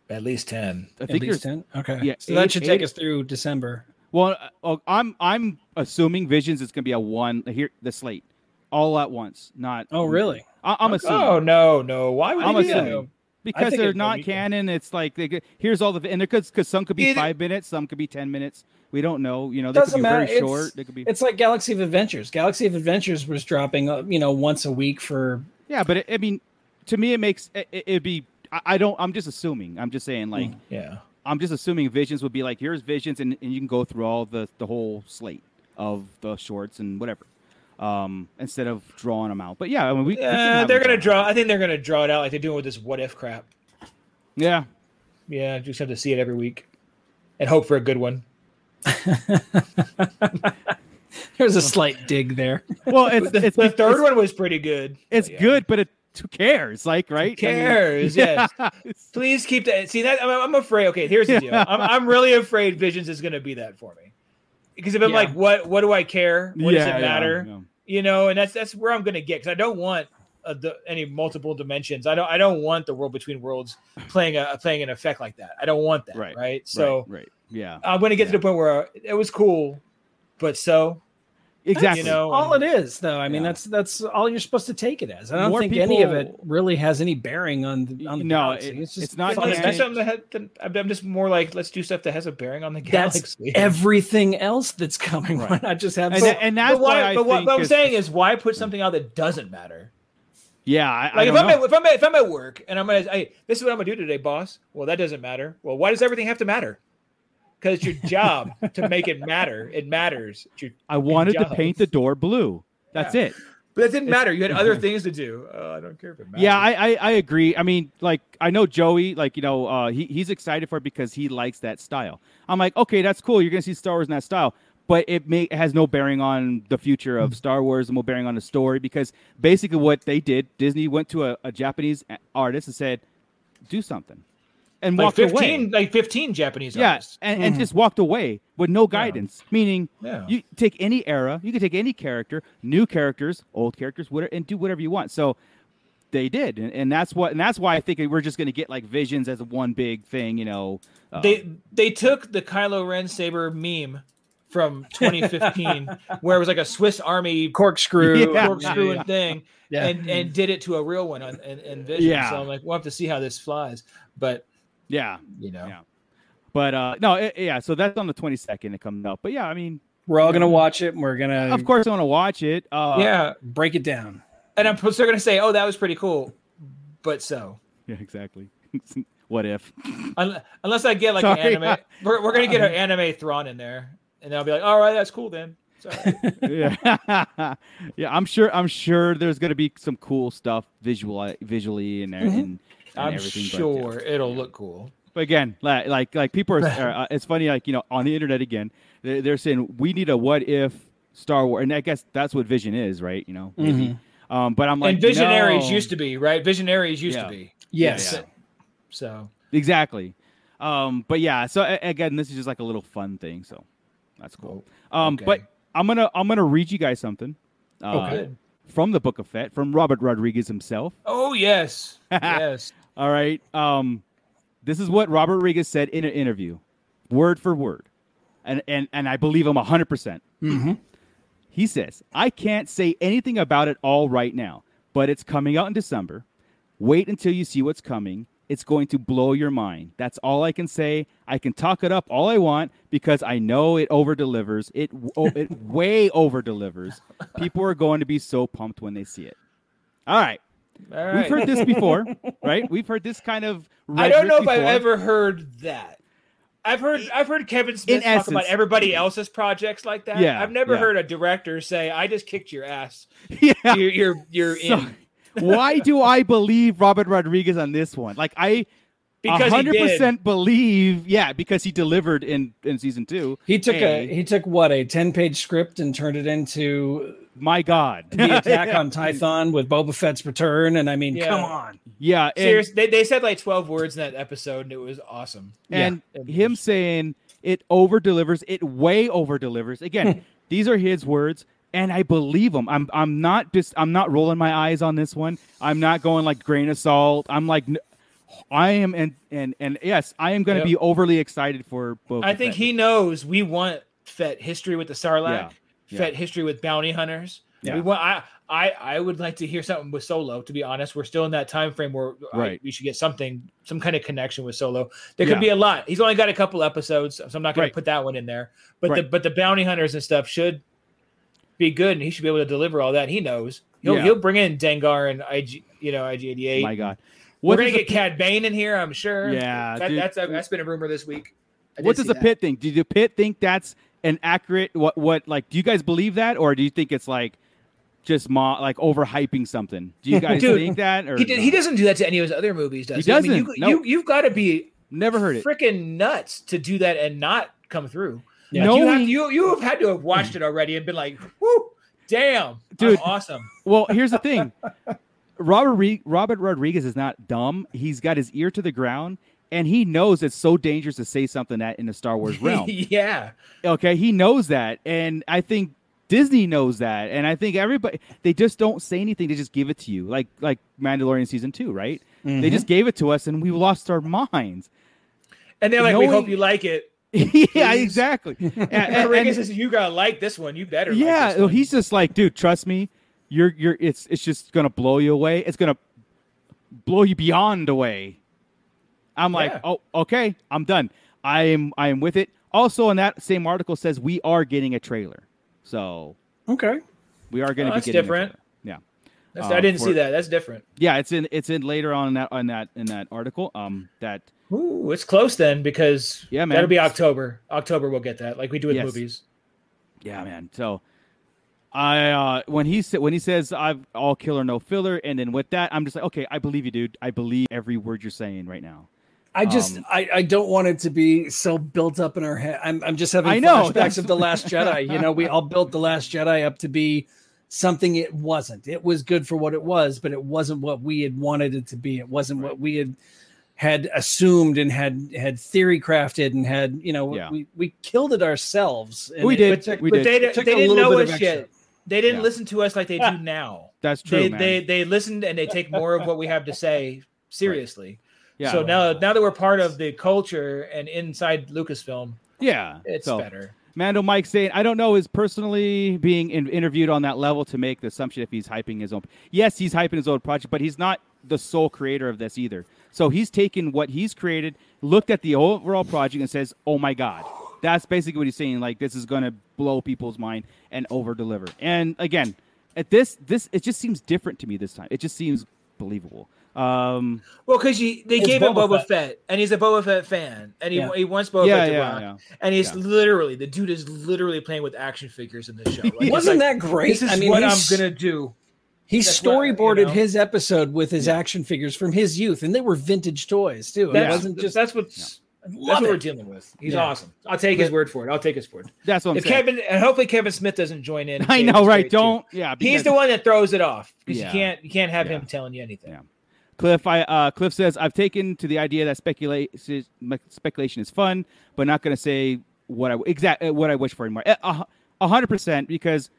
[SPEAKER 9] At least ten.
[SPEAKER 7] I
[SPEAKER 8] At
[SPEAKER 7] think
[SPEAKER 8] least
[SPEAKER 7] there's
[SPEAKER 8] ten. Okay.
[SPEAKER 7] yeah,
[SPEAKER 8] so that
[SPEAKER 7] eight-
[SPEAKER 8] should take
[SPEAKER 7] eight-
[SPEAKER 8] us through December.
[SPEAKER 7] Well, uh, oh, I'm I'm assuming Visions is going to be a one here the slate all at once, not.
[SPEAKER 8] Oh, really?
[SPEAKER 7] I, I'm assuming.
[SPEAKER 9] Oh no, no. Why would
[SPEAKER 7] I'm
[SPEAKER 9] they do
[SPEAKER 7] assuming.
[SPEAKER 9] that?
[SPEAKER 7] because
[SPEAKER 9] think
[SPEAKER 7] they're
[SPEAKER 9] it's one
[SPEAKER 7] not
[SPEAKER 9] weekend.
[SPEAKER 7] canon. It's like they get, here's all the and because because some could be
[SPEAKER 9] Yeah, they-
[SPEAKER 7] five minutes, some could be ten minutes. We don't know. You know, they could
[SPEAKER 8] Doesn't
[SPEAKER 7] be
[SPEAKER 8] matter.
[SPEAKER 7] very
[SPEAKER 8] It's,
[SPEAKER 7] short. They could be
[SPEAKER 8] it's like Galaxy of Adventures. Galaxy of Adventures was dropping, uh, you know, once a week for
[SPEAKER 7] yeah, but it, I mean, to me, it makes it, it, would be. I, I don't. I'm just assuming. I'm just saying. Like
[SPEAKER 9] Yeah.
[SPEAKER 7] I'm just assuming visions would be like here's visions, and, and you can go through all the the whole slate of the shorts and whatever. Um, instead of drawing them out, but yeah, I mean, we, we should
[SPEAKER 9] Uh,
[SPEAKER 7] have
[SPEAKER 9] they're
[SPEAKER 7] them
[SPEAKER 9] gonna
[SPEAKER 7] drawn out.
[SPEAKER 9] draw. I think they're gonna draw it out like they're doing with this what if crap.
[SPEAKER 7] Yeah,
[SPEAKER 9] Yeah, you just have to see it every week, and hope for a good one.
[SPEAKER 8] There's a slight dig there.
[SPEAKER 7] well, it's it's
[SPEAKER 9] The third
[SPEAKER 7] it's,
[SPEAKER 9] one was pretty good.
[SPEAKER 7] It's
[SPEAKER 9] But yeah.
[SPEAKER 7] good, but it who cares? Like, right? I mean-
[SPEAKER 9] cares? Yes. Please keep that. See that? I'm, I'm afraid. Okay, here's the deal. I'm, I'm really afraid Visions is going to be that for me. Because if I'm
[SPEAKER 8] Yeah.
[SPEAKER 9] like, what? What do I care? What does it matter?
[SPEAKER 7] yeah.
[SPEAKER 9] You know, and that's that's where I'm going to get. Because I don't want uh the, any multiple dimensions. I don't. I don't want the world between worlds playing a playing an effect like that. I don't want that.
[SPEAKER 7] Right,
[SPEAKER 9] Right. So
[SPEAKER 7] right, right. yeah,
[SPEAKER 9] I'm going to get
[SPEAKER 7] Yeah.
[SPEAKER 9] to the point where uh, it was cool, but so
[SPEAKER 7] exactly.
[SPEAKER 9] you know, um,
[SPEAKER 8] all it is, though. I mean,
[SPEAKER 7] Yeah.
[SPEAKER 8] that's that's all you're supposed to take it as. I don't
[SPEAKER 7] More
[SPEAKER 8] think any of it
[SPEAKER 7] people-
[SPEAKER 8] really has any bearing on the on the
[SPEAKER 7] No,
[SPEAKER 8] galaxy.
[SPEAKER 7] it-
[SPEAKER 8] it's just
[SPEAKER 7] it's not
[SPEAKER 8] fun
[SPEAKER 9] let's
[SPEAKER 8] and
[SPEAKER 9] do
[SPEAKER 7] canon.
[SPEAKER 8] games.
[SPEAKER 9] something that had, then I'm I'm just more like let's do stuff that has a bearing on the
[SPEAKER 8] That's
[SPEAKER 9] galaxy.
[SPEAKER 8] everything else that's coming. Why
[SPEAKER 7] Right.
[SPEAKER 8] not just have
[SPEAKER 7] and,
[SPEAKER 8] some-
[SPEAKER 7] tha- and that's
[SPEAKER 9] but why,
[SPEAKER 7] why I
[SPEAKER 9] but what,
[SPEAKER 7] think
[SPEAKER 9] what I'm
[SPEAKER 7] it's-
[SPEAKER 9] saying is, why put something out that doesn't matter?
[SPEAKER 7] yeah, I, I
[SPEAKER 9] Like if
[SPEAKER 7] don't
[SPEAKER 9] I'm,
[SPEAKER 7] know.
[SPEAKER 9] at, if I'm at, if I'm at work and I'm gonna, I, this is what I'm gonna do today, boss. Well, that doesn't matter. Well, why does everything have to matter? Because it's your job to make it matter. It matters. It's your-
[SPEAKER 7] I wanted to
[SPEAKER 9] job.
[SPEAKER 7] paint the door blue. That's it.
[SPEAKER 9] but that didn't matter. You had other things to do. Oh, I don't care if it matters.
[SPEAKER 7] Yeah, I, I I agree. I mean, like I know Joey, like you know, uh, he he's excited for it because he likes that style. I'm like, okay, that's cool. You're gonna see Star Wars in that style, but it may it has no bearing on the future
[SPEAKER 9] Hmm.
[SPEAKER 7] of Star Wars and no bearing on the story because basically what they did, Disney went to a, a Japanese a- artist and said, do something, and
[SPEAKER 9] like
[SPEAKER 7] walked away.
[SPEAKER 9] fifteen, Hmm. like fifteen Japanese
[SPEAKER 7] yeah,
[SPEAKER 9] artists.
[SPEAKER 7] and, and just walked away with no guidance. Meaning,
[SPEAKER 9] Yeah.
[SPEAKER 7] you take any era, you can take any character, new characters, old characters, whatever, and do whatever you want. So they did, and, and that's what, and that's why I think we're just going to get like visions as one big thing, you know. uh,
[SPEAKER 9] They they took the Kylo Ren saber meme from 2015, where it was like a Swiss Army
[SPEAKER 8] corkscrew.
[SPEAKER 7] Yeah.
[SPEAKER 9] corkscrew and thing,
[SPEAKER 8] Yeah.
[SPEAKER 9] and and did it to a real one on and, and vision.
[SPEAKER 7] Yeah.
[SPEAKER 9] So I'm like, we'll have to see how this flies. But
[SPEAKER 7] yeah,
[SPEAKER 9] you know,
[SPEAKER 7] Yeah. but uh no, it, yeah. So that's on the twenty second it comes up, but yeah, I mean,
[SPEAKER 8] We're all gonna watch it. and We're gonna
[SPEAKER 7] of course I want to watch it. Uh,
[SPEAKER 9] yeah.
[SPEAKER 8] break it down.
[SPEAKER 9] And I'm still gonna say, oh, that was pretty cool. But so,
[SPEAKER 7] yeah, exactly. what if?
[SPEAKER 9] Un- unless I get like
[SPEAKER 7] Sorry.
[SPEAKER 9] an anime, we're, we're gonna get an anime Thrawn in there, and I'll be like, all right, that's cool then. Sorry.
[SPEAKER 7] yeah, yeah. I'm sure. I'm sure there's gonna be some cool stuff visual, visually, and, and, and
[SPEAKER 9] Mm-hmm. I'm
[SPEAKER 7] everything. But, yeah.
[SPEAKER 9] sure it'll look cool.
[SPEAKER 7] But again, like like, like people are. are, uh, it's funny, like you know, on the internet again, they're, they're saying we need a what if Star Wars, and I guess that's what Vision is, right? You know, maybe. Um, but I'm like,
[SPEAKER 9] Mm-hmm. and visionaries
[SPEAKER 7] no.
[SPEAKER 9] used to be right. Visionaries used
[SPEAKER 7] Yeah.
[SPEAKER 9] to be.
[SPEAKER 8] Yes.
[SPEAKER 7] Yeah.
[SPEAKER 9] So
[SPEAKER 7] exactly. Um, but yeah, so a- again, this is just like a little fun thing, so that's cool.
[SPEAKER 9] Oh,
[SPEAKER 7] Um,
[SPEAKER 9] okay.
[SPEAKER 7] but I'm gonna I'm gonna read you guys something.
[SPEAKER 9] oh,
[SPEAKER 7] Uh,
[SPEAKER 9] good.
[SPEAKER 7] From the Book of Fett, from Robert Rodriguez himself.
[SPEAKER 9] Oh yes, yes.
[SPEAKER 7] All right. Um, this is what Robert Rodriguez said in an interview, word for word, and and and I believe him hundred percent. He says, "I can't say anything about it all right now, but it's coming out in December. Wait until you see what's coming. It's going to blow your mind. That's all I can say. I can talk it up all I want because I know it over delivers. It oh, it way over delivers. People are going to be so pumped when they see it. All right."
[SPEAKER 9] All right.
[SPEAKER 7] We've heard this before, right? We've heard this kind of.
[SPEAKER 9] I don't
[SPEAKER 7] rhetoric
[SPEAKER 9] know if I've
[SPEAKER 7] before.
[SPEAKER 9] ever heard that. I've heard I've heard Kevin Smith talk
[SPEAKER 7] essence-
[SPEAKER 9] about everybody else's projects like that.
[SPEAKER 7] Yeah,
[SPEAKER 9] I've never
[SPEAKER 7] yeah.
[SPEAKER 9] heard a director say, "I just kicked your ass.
[SPEAKER 7] yeah.
[SPEAKER 9] You're you're, you're
[SPEAKER 7] So-
[SPEAKER 9] in."
[SPEAKER 7] Why do I believe Robert Rodriguez on this one? Like I
[SPEAKER 9] Because he
[SPEAKER 7] hundred
[SPEAKER 9] did.
[SPEAKER 7] percent believe, yeah, because he delivered in in season two.
[SPEAKER 8] He took a
[SPEAKER 7] Hey.
[SPEAKER 8] he took what a ten page script and turned it into
[SPEAKER 7] My God,
[SPEAKER 8] the attack on Tython with Boba Fett's return. And I mean,
[SPEAKER 9] Yeah.
[SPEAKER 8] come on,
[SPEAKER 7] yeah, and,
[SPEAKER 9] Seriously, they, they said like twelve words in that episode, and it was awesome.
[SPEAKER 7] and him saying it over delivers, it way over delivers. Again, these are his words, and I believe them. I'm I'm not just I'm not rolling my eyes on this one. I'm not going like grain of salt. I'm like. n- I am and and and yes, I am going to
[SPEAKER 9] Yep.
[SPEAKER 7] be overly excited for both.
[SPEAKER 9] I think he knows we want Fett history with the Sarlacc,
[SPEAKER 7] Yeah.
[SPEAKER 9] Fett history with bounty hunters.
[SPEAKER 7] Yeah.
[SPEAKER 9] We want. I, I I would like to hear something with Solo. To be honest, we're still in that time frame where uh, I-
[SPEAKER 7] Right.
[SPEAKER 9] we should get something, some kind of connection with Solo. There
[SPEAKER 7] Yeah.
[SPEAKER 9] could be a lot. He's only got a couple episodes, so I'm not going
[SPEAKER 7] Right.
[SPEAKER 9] to put that one in there. But the
[SPEAKER 7] Right.
[SPEAKER 9] but the bounty hunters and stuff should be good, and he should be able to deliver all that. He knows. He'll
[SPEAKER 7] Yeah.
[SPEAKER 9] he'll bring in Dengar and IG, you know, IG88.
[SPEAKER 7] My God,
[SPEAKER 9] we're
[SPEAKER 7] What
[SPEAKER 9] going
[SPEAKER 7] is
[SPEAKER 9] to
[SPEAKER 7] the
[SPEAKER 9] get Cad Bane in here, I'm sure.
[SPEAKER 7] Yeah,
[SPEAKER 9] that,
[SPEAKER 7] dude.
[SPEAKER 9] that's a, that's been a rumor this week. I
[SPEAKER 7] what
[SPEAKER 9] did
[SPEAKER 7] does
[SPEAKER 9] see
[SPEAKER 7] the
[SPEAKER 9] that.
[SPEAKER 7] pit think? Did the pit think that's an accurate what what like do you guys believe that or do you think it's like just ma like overhyping something? Do you guys
[SPEAKER 9] Dude,
[SPEAKER 7] think that or
[SPEAKER 9] He, did,
[SPEAKER 7] no?
[SPEAKER 9] he doesn't do that to any of his other movies, does he?
[SPEAKER 7] He
[SPEAKER 9] I mean, you,
[SPEAKER 7] doesn't, no.
[SPEAKER 9] you, you've got to be
[SPEAKER 7] never heard it.
[SPEAKER 9] freaking nuts to do that and not come through.
[SPEAKER 7] Yeah.
[SPEAKER 9] Like, you, have,
[SPEAKER 7] Knowing-
[SPEAKER 9] you, you have had to have watched it already and been like, whoo, damn,
[SPEAKER 7] Dude.
[SPEAKER 9] I'm awesome.
[SPEAKER 7] Well, here's the thing. Robert Re- Robert Rodriguez is not dumb. He's got his ear to the ground and he knows it's so dangerous to say something that in the Star Wars realm.
[SPEAKER 9] yeah.
[SPEAKER 7] Okay, he knows that, and I think Disney knows that, and I think everybody they just don't say anything; they just give it to you, like like Mandalorian season two, right? They just gave it to us, and we lost our minds.
[SPEAKER 9] And they're like, we hope
[SPEAKER 7] Knowing-
[SPEAKER 9] you like it.
[SPEAKER 7] yeah, exactly. And- and-
[SPEAKER 9] Rodriguez
[SPEAKER 7] and-
[SPEAKER 9] says, you got to like this one. You better. like
[SPEAKER 7] yeah,
[SPEAKER 9] this
[SPEAKER 7] well,
[SPEAKER 9] one."
[SPEAKER 7] he's just like, dude, trust me, you're you're it's it's just gonna blow you away. It's gonna blow you beyond away. I'm like,
[SPEAKER 9] Yeah.
[SPEAKER 7] oh, okay, I'm done. I am I am with it. Also, in that same article says we are getting a trailer, so
[SPEAKER 8] okay,
[SPEAKER 7] we are going to
[SPEAKER 9] Oh,
[SPEAKER 7] be
[SPEAKER 9] that's
[SPEAKER 7] getting a
[SPEAKER 9] different.
[SPEAKER 7] trailer. Yeah,
[SPEAKER 9] That's-
[SPEAKER 7] uh,
[SPEAKER 9] I didn't
[SPEAKER 7] for-
[SPEAKER 9] see that. That's different.
[SPEAKER 7] yeah, it's in it's in later on in that on that in that article. Um, that
[SPEAKER 9] Ooh, it's close then because
[SPEAKER 7] Yeah, man.
[SPEAKER 9] that'll be October. October we'll get that, like we do with
[SPEAKER 7] Yes.
[SPEAKER 9] movies.
[SPEAKER 7] yeah, man. So, I uh, when he said when he says I'm all killer no filler, and then with that, I'm just like, okay, I believe you, dude. I believe every word you're saying right now.
[SPEAKER 8] I just
[SPEAKER 7] Um,
[SPEAKER 8] I, I don't want it to be so built up in our head. I'm I'm just having
[SPEAKER 7] I know,
[SPEAKER 8] flashbacks
[SPEAKER 7] that's-
[SPEAKER 8] of the Last Jedi. You know, we all built the Last Jedi up to be something it wasn't. It was good for what it was, but it wasn't what we had wanted it to be. It wasn't what we had had assumed and had had theory crafted and had you know
[SPEAKER 7] Yeah.
[SPEAKER 8] we we killed it ourselves. and
[SPEAKER 7] We
[SPEAKER 8] it-
[SPEAKER 7] did.
[SPEAKER 8] it took-
[SPEAKER 7] We
[SPEAKER 9] but
[SPEAKER 7] did.
[SPEAKER 9] they,
[SPEAKER 8] took
[SPEAKER 9] they
[SPEAKER 8] a
[SPEAKER 9] didn't
[SPEAKER 8] little
[SPEAKER 9] know
[SPEAKER 8] bit of
[SPEAKER 9] us
[SPEAKER 8] extra.
[SPEAKER 9] yet. They didn't
[SPEAKER 7] Yeah.
[SPEAKER 9] listen to us like they do now.
[SPEAKER 7] That's true,
[SPEAKER 9] they,
[SPEAKER 7] man.
[SPEAKER 9] they they listened and they take more of what we have to say seriously.
[SPEAKER 7] yeah,
[SPEAKER 9] So now now that we're part of the culture and inside Lucasfilm,
[SPEAKER 7] yeah,
[SPEAKER 9] it's
[SPEAKER 7] so,
[SPEAKER 9] better.
[SPEAKER 7] Mando Mike saying, I don't know, is personally being in, interviewed on that level to make the assumption if he's hyping his own. Yes, he's hyping his own project, but he's not the sole creator of this either. So he's taken what he's created, looked at the overall project, and says, "Oh my God." That's basically what he's saying. Like this is going to blow people's mind and over deliver. And again, at this, this it just seems different to me this time. It just seems believable. Um,
[SPEAKER 9] Well, because they
[SPEAKER 8] It's
[SPEAKER 9] gave him
[SPEAKER 8] Boba
[SPEAKER 9] Boba Fett. and he's a Boba Fett fan, and he,
[SPEAKER 8] Yeah.
[SPEAKER 9] he wants Boba
[SPEAKER 7] Yeah,
[SPEAKER 9] Fett to
[SPEAKER 7] yeah,
[SPEAKER 9] rock.
[SPEAKER 7] yeah.
[SPEAKER 9] And he's
[SPEAKER 7] Yeah.
[SPEAKER 9] literally the dude is literally playing with action figures in the show. Like, it's
[SPEAKER 8] Wasn't that
[SPEAKER 9] like,
[SPEAKER 8] great?
[SPEAKER 9] This is
[SPEAKER 8] I mean,
[SPEAKER 9] what I'm
[SPEAKER 8] he's-
[SPEAKER 9] gonna do.
[SPEAKER 8] He
[SPEAKER 9] That's what, you
[SPEAKER 8] storyboarded
[SPEAKER 9] know.
[SPEAKER 8] his episode with his action figures from his youth, and they were vintage toys too. It
[SPEAKER 9] That's,
[SPEAKER 8] wasn't just
[SPEAKER 9] that's what's that's
[SPEAKER 8] Love
[SPEAKER 9] what
[SPEAKER 8] it.
[SPEAKER 9] we're dealing with. He's
[SPEAKER 8] Yeah.
[SPEAKER 9] awesome. I'll take his word for it. I'll take his word.
[SPEAKER 7] that's what I'm
[SPEAKER 9] if
[SPEAKER 7] saying.
[SPEAKER 9] Kevin and hopefully Kevin Smith doesn't join in. and
[SPEAKER 7] I
[SPEAKER 9] say
[SPEAKER 7] know,
[SPEAKER 9] it's
[SPEAKER 7] right?
[SPEAKER 9] great, too.
[SPEAKER 7] Don't. Yeah,
[SPEAKER 9] He's
[SPEAKER 7] because-
[SPEAKER 9] the one that throws it off because
[SPEAKER 7] Yeah.
[SPEAKER 9] you can't you can't have
[SPEAKER 7] Yeah.
[SPEAKER 9] him telling you anything.
[SPEAKER 7] Yeah. Cliff, I, uh, Cliff says I've taken to the idea that speculation speculation is fun, but not going to say what I exact uh, what I wish for anymore. Eh, A hu- a hundred percent because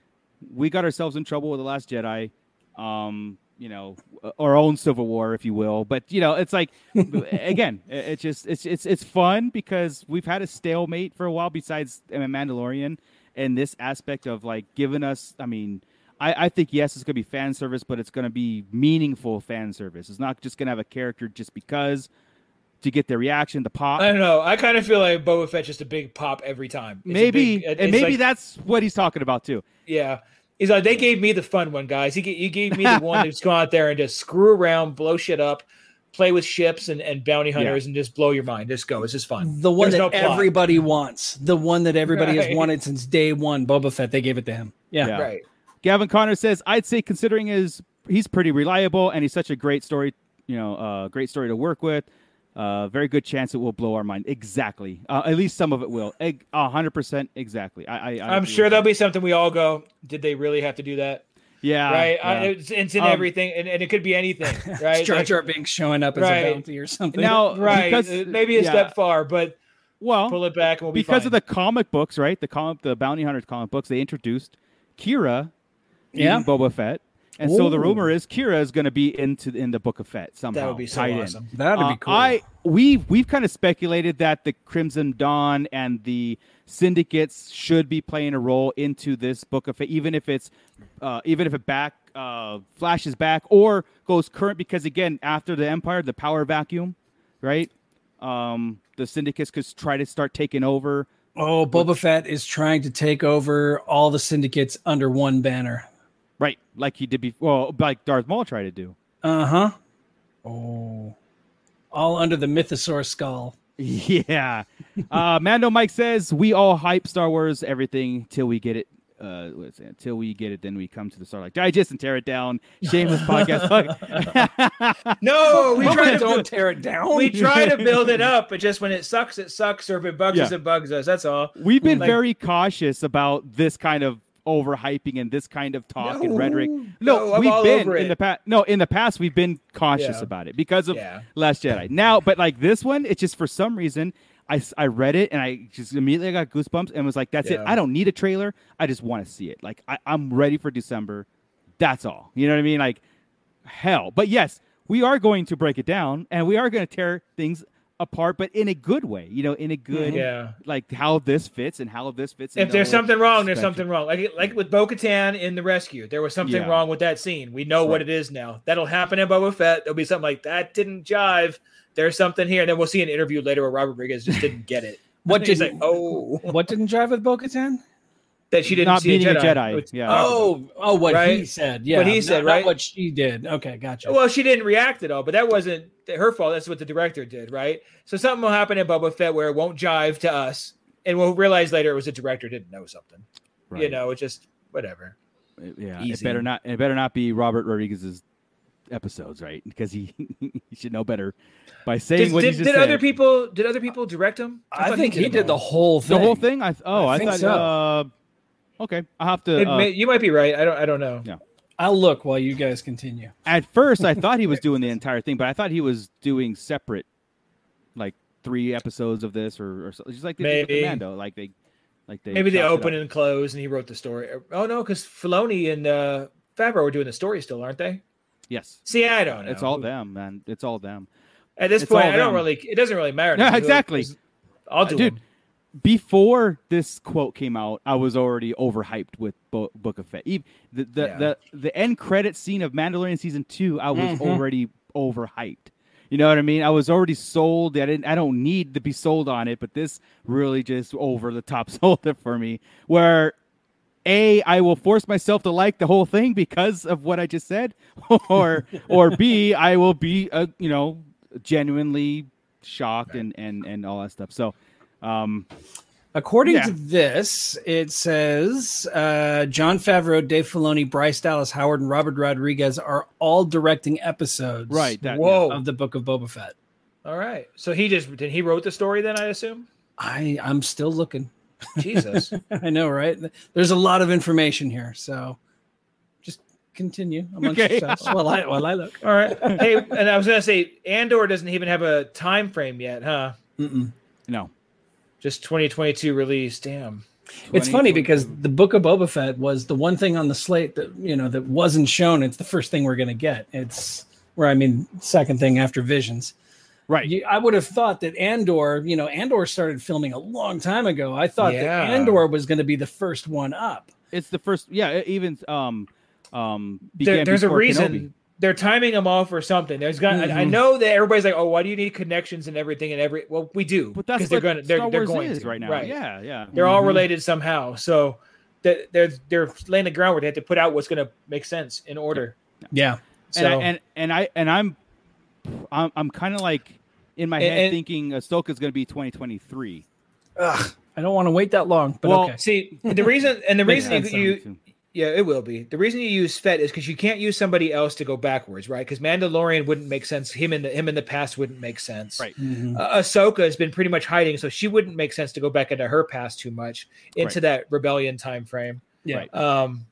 [SPEAKER 7] we got ourselves in trouble with the Last Jedi, um, you know, uh, our own Civil War, if you will. But you know, it's like again, it, it just it's it's it's fun because we've had a stalemate for a while. Besides uh, Mandalorian and this aspect of like giving us, I mean. I, I think yes, it's gonna be fan service, but it's gonna be meaningful fan service. It's not just gonna have a character just because to get their reaction, the pop.
[SPEAKER 9] I don't know. I kind of feel like Boba Fett just a big pop every time. It's a
[SPEAKER 7] maybe
[SPEAKER 9] big- uh, it's
[SPEAKER 7] and maybe
[SPEAKER 9] like-
[SPEAKER 7] that's what he's talking about too.
[SPEAKER 9] yeah. He's like they gave me the fun one, guys. He g- you gave me the one that's gone out there and just screw around, blow shit up, play with ships and, and bounty hunters and just blow your mind. Just go. It's just fun.
[SPEAKER 8] The one
[SPEAKER 9] There's no
[SPEAKER 8] that
[SPEAKER 9] plot.
[SPEAKER 8] everybody wants. The one that everybody
[SPEAKER 9] Right.
[SPEAKER 8] has wanted since day one. Boba Fett. They gave it to him. Yeah.
[SPEAKER 7] Yeah.
[SPEAKER 9] right.
[SPEAKER 7] Gavin Connor says, I'd say considering his he's pretty reliable and he's such a great story, you know, uh, great story to work with. Uh, very good chance it will blow our mind. Exactly. Uh, at least some of it will. Eg- A hundred percent. Exactly. I, I, I
[SPEAKER 9] I'm
[SPEAKER 7] agree
[SPEAKER 9] sure
[SPEAKER 7] with
[SPEAKER 9] there'll be something we all go. Did they really have to do that?
[SPEAKER 7] you. Yeah.
[SPEAKER 9] right. I,
[SPEAKER 7] Ah, yeah.
[SPEAKER 9] it's, it's in
[SPEAKER 7] Um,
[SPEAKER 9] everything, and, and it could be anything. Right.
[SPEAKER 8] It's Jar
[SPEAKER 9] Like,
[SPEAKER 8] Jar Binks showing up as
[SPEAKER 9] Right.
[SPEAKER 8] a bounty or something.
[SPEAKER 7] now,
[SPEAKER 9] right.
[SPEAKER 7] because-
[SPEAKER 9] uh, Maybe a
[SPEAKER 7] yeah.
[SPEAKER 9] step far, but
[SPEAKER 7] Well,
[SPEAKER 9] pull it back and we'll be
[SPEAKER 7] because
[SPEAKER 9] fine.
[SPEAKER 7] of the comic books, right? The comic, the bounty hunters comic books, they introduced Kira,
[SPEAKER 8] Yeah.
[SPEAKER 7] in Boba Fett, and so the
[SPEAKER 8] Ooh.
[SPEAKER 7] rumor is Kira is going to be into in the Book of Fett somehow.
[SPEAKER 9] that would be so
[SPEAKER 7] tied in.
[SPEAKER 9] awesome.
[SPEAKER 8] that'd
[SPEAKER 7] Uh,
[SPEAKER 8] be cool.
[SPEAKER 7] I we we've kind of speculated that the Crimson Dawn and the syndicates should be playing a role into this book of Fate, even if it's uh, even if it back uh, flashes back or goes current because again after the Empire the power vacuum, right? Um, the syndicates could try to start taking over.
[SPEAKER 8] oh, Boba Fett is trying to take over all the syndicates under one banner.
[SPEAKER 7] Right, like he did before, well, like Darth Maul tried to do.
[SPEAKER 8] Uh huh. Oh, all under the mythosaur skull.
[SPEAKER 7] Yeah. Uh, Mando Mike says we all hype Star Wars everything till we get it. Uh, what is it? Till we get it, then we come to the Starlight Digest and tear it down. Shameless podcast. plug.
[SPEAKER 9] No, we
[SPEAKER 8] Boba
[SPEAKER 9] tried
[SPEAKER 8] Fett,
[SPEAKER 9] to
[SPEAKER 8] don't tear it down.
[SPEAKER 9] we try to build it up, but just when it sucks, it sucks, or if it bugs us,
[SPEAKER 7] Yeah.
[SPEAKER 9] it bugs us. That's all.
[SPEAKER 7] We've been
[SPEAKER 9] Like-
[SPEAKER 7] very cautious about this kind of overhyping and this kind of talk and rhetoric.
[SPEAKER 9] No,
[SPEAKER 7] No,
[SPEAKER 9] no, Oh, I'm
[SPEAKER 7] we've
[SPEAKER 9] all
[SPEAKER 7] been
[SPEAKER 9] over
[SPEAKER 7] in
[SPEAKER 9] it.
[SPEAKER 7] the past. No, in the past we've been cautious
[SPEAKER 9] Yeah.
[SPEAKER 7] about it because of
[SPEAKER 9] Yeah.
[SPEAKER 7] Last Jedi. Now, but like this one, it's just for some reason I s- I read it and I just immediately got goosebumps and was like, that's it.
[SPEAKER 9] Yeah.
[SPEAKER 7] I don't need a trailer. I just want to see it. Like I, I'm ready for December. That's all. You know what I mean? Like hell. But yes, we are going to break it down and we are going to tear things apart, but in a good way. You know, in a good
[SPEAKER 9] Mm-hmm. Yeah.
[SPEAKER 7] like how this fits and how this fits. in
[SPEAKER 9] If
[SPEAKER 7] the
[SPEAKER 9] there's
[SPEAKER 7] whole
[SPEAKER 9] something wrong, there's
[SPEAKER 7] spectrum.
[SPEAKER 9] something wrong. Like like with Bo Katan in the rescue, there was something
[SPEAKER 7] Yeah.
[SPEAKER 9] wrong with that scene. We know what it is now. That'll happen in Boba Fett. There'll be something like that didn't jive. There's something here. And then we'll see an interview later where Robert Rodriguez just didn't get it.
[SPEAKER 8] What
[SPEAKER 9] And he's like,
[SPEAKER 8] didn't-
[SPEAKER 9] oh,
[SPEAKER 8] What didn't drive with Bo Katan?
[SPEAKER 9] that she didn't
[SPEAKER 7] Not
[SPEAKER 9] see
[SPEAKER 7] beating a
[SPEAKER 9] a Jedi.
[SPEAKER 7] Jedi.
[SPEAKER 9] Which-
[SPEAKER 7] Yeah.
[SPEAKER 8] Oh, oh, what he
[SPEAKER 9] Uh, Right?
[SPEAKER 8] said. Yeah,
[SPEAKER 9] What he
[SPEAKER 8] not-
[SPEAKER 9] said,
[SPEAKER 8] not
[SPEAKER 9] right?
[SPEAKER 8] what she did. Okay, gotcha.
[SPEAKER 9] Well, she didn't react at all, but that wasn't her fault. That's what the director did, right? So something will happen in Boba Fett where it won't jive to us, and we'll realize later it was the director didn't know something. You
[SPEAKER 7] Right.
[SPEAKER 9] know, it's just whatever.
[SPEAKER 7] It- Uh, yeah, it
[SPEAKER 9] Easy.
[SPEAKER 7] better not. It better not be Robert Rodriguez's episodes, right? Because he he should know better by saying
[SPEAKER 9] Did,
[SPEAKER 7] what he
[SPEAKER 9] did,
[SPEAKER 7] just
[SPEAKER 9] did
[SPEAKER 7] said.
[SPEAKER 9] other people? Did other people direct him?
[SPEAKER 8] I
[SPEAKER 9] thought
[SPEAKER 8] think he did
[SPEAKER 9] them
[SPEAKER 8] the whole
[SPEAKER 7] the
[SPEAKER 8] thing.
[SPEAKER 7] whole thing. I th- oh, I,
[SPEAKER 8] I think
[SPEAKER 7] thought.
[SPEAKER 8] so.
[SPEAKER 7] Uh, okay, I will have
[SPEAKER 9] all. It
[SPEAKER 7] to. uh,
[SPEAKER 9] may- you might be right. I don't. I don't know.
[SPEAKER 7] Yeah.
[SPEAKER 8] I'll look while you guys continue.
[SPEAKER 7] at first, I thought he was doing the entire thing, but I thought he was doing separate, like three episodes of this or or so. just like they did with the
[SPEAKER 9] Maybe.
[SPEAKER 7] Mando, like they, like they
[SPEAKER 9] Maybe they
[SPEAKER 7] chopped it
[SPEAKER 9] open
[SPEAKER 7] up.
[SPEAKER 9] and close, and he wrote the story. Oh no, because Filoni and uh, Favreau are doing the story still, aren't they?
[SPEAKER 7] Yes,
[SPEAKER 9] See, I don't know.
[SPEAKER 7] it's all them, man. It's all them.
[SPEAKER 9] At this
[SPEAKER 7] it's
[SPEAKER 9] point,
[SPEAKER 7] all
[SPEAKER 9] I don't
[SPEAKER 7] them.
[SPEAKER 9] really. It doesn't really matter.
[SPEAKER 7] Yeah, exactly.
[SPEAKER 9] I'll do
[SPEAKER 7] Dude,
[SPEAKER 9] it.
[SPEAKER 7] before this quote came out, I was already overhyped with Bo- Book of Fett. Even the the,
[SPEAKER 9] Yeah.
[SPEAKER 7] the the end credit scene of Mandalorian season two, I was already overhyped. You know what I mean? I was already sold. I didn't. I don't need to be sold on it, but this really just over the top sold it for me. Where a I will force myself to like the whole thing because of what I just said, or or b I will be uh, you know genuinely shocked and and and all that stuff. So. Um,
[SPEAKER 8] According
[SPEAKER 7] Yeah.
[SPEAKER 8] to this, it says uh, John Favreau, Dave Filoni, Bryce Dallas Howard, and Robert Rodriguez are all directing episodes.
[SPEAKER 7] Right, that-
[SPEAKER 9] Whoa.
[SPEAKER 8] Of the Book of Boba Fett.
[SPEAKER 9] All right. So he just did he wrote the story then, I assume?
[SPEAKER 8] I I'm still looking.
[SPEAKER 9] Jesus.
[SPEAKER 8] I know, right? There's a lot of information here, so just continue amongst
[SPEAKER 7] Okay.
[SPEAKER 8] yourselves while I while I look.
[SPEAKER 9] All right. Hey, and I was gonna say Andor doesn't even have a time frame yet, huh?
[SPEAKER 8] Mm-mm.
[SPEAKER 7] No.
[SPEAKER 9] Just 2022 release. Damn.
[SPEAKER 8] It's funny because the Book of Boba Fett was the one thing on the slate that you know that wasn't shown. It's the first thing we're gonna get. It's where I mean, second thing after Visions.
[SPEAKER 7] Right.
[SPEAKER 8] You, I would have thought that Andor, you know, Andor started filming a long time ago. I thought
[SPEAKER 9] Yeah.
[SPEAKER 8] that Andor was going to be the first one up.
[SPEAKER 7] it's the first. Yeah. it Even um um.
[SPEAKER 9] There-
[SPEAKER 7] began
[SPEAKER 9] there's a
[SPEAKER 7] before
[SPEAKER 9] reason
[SPEAKER 7] Kenobi. Mm-hmm.
[SPEAKER 9] they're timing them off or something. There's got. I, I
[SPEAKER 8] Mhm.
[SPEAKER 9] know that everybody's like, oh, why do you need connections and everything and every? Well, we do.
[SPEAKER 7] But
[SPEAKER 9] 'cause
[SPEAKER 7] that's
[SPEAKER 9] they're
[SPEAKER 7] what
[SPEAKER 9] gonna. They're,
[SPEAKER 7] Star
[SPEAKER 9] they're
[SPEAKER 7] Wars
[SPEAKER 9] going
[SPEAKER 7] is
[SPEAKER 9] to,
[SPEAKER 7] right now. Yeah. Mm-hmm. Yeah.
[SPEAKER 9] They're all
[SPEAKER 8] Mhm.
[SPEAKER 9] related somehow. So. They're, they're they're laying the ground where they have to put out what's going to make sense in order.
[SPEAKER 8] Yeah.
[SPEAKER 9] So
[SPEAKER 7] and, I, and and I and I'm I'm, I'm kind of like in my
[SPEAKER 9] And-
[SPEAKER 7] head
[SPEAKER 9] and-
[SPEAKER 7] thinking Ahsoka's going to be 2023.
[SPEAKER 8] Ugh, I don't want to wait that long, but
[SPEAKER 7] Well,
[SPEAKER 8] okay.
[SPEAKER 9] See, the reason and the
[SPEAKER 7] Makes
[SPEAKER 9] reason
[SPEAKER 7] sense
[SPEAKER 9] you,
[SPEAKER 7] to me,
[SPEAKER 9] you
[SPEAKER 7] too.
[SPEAKER 9] yeah, it will be. The reason you use Fett is because you can't use somebody else to go backwards, right? Because Mandalorian wouldn't make sense. Him in the him in the past wouldn't make sense.
[SPEAKER 7] Right.
[SPEAKER 8] Mhm.
[SPEAKER 9] Uh, Ahsoka has been pretty much hiding, so she wouldn't make sense to go back into her past too much into
[SPEAKER 7] Right.
[SPEAKER 9] that rebellion time frame.
[SPEAKER 8] Yeah.
[SPEAKER 7] Right.
[SPEAKER 9] Um,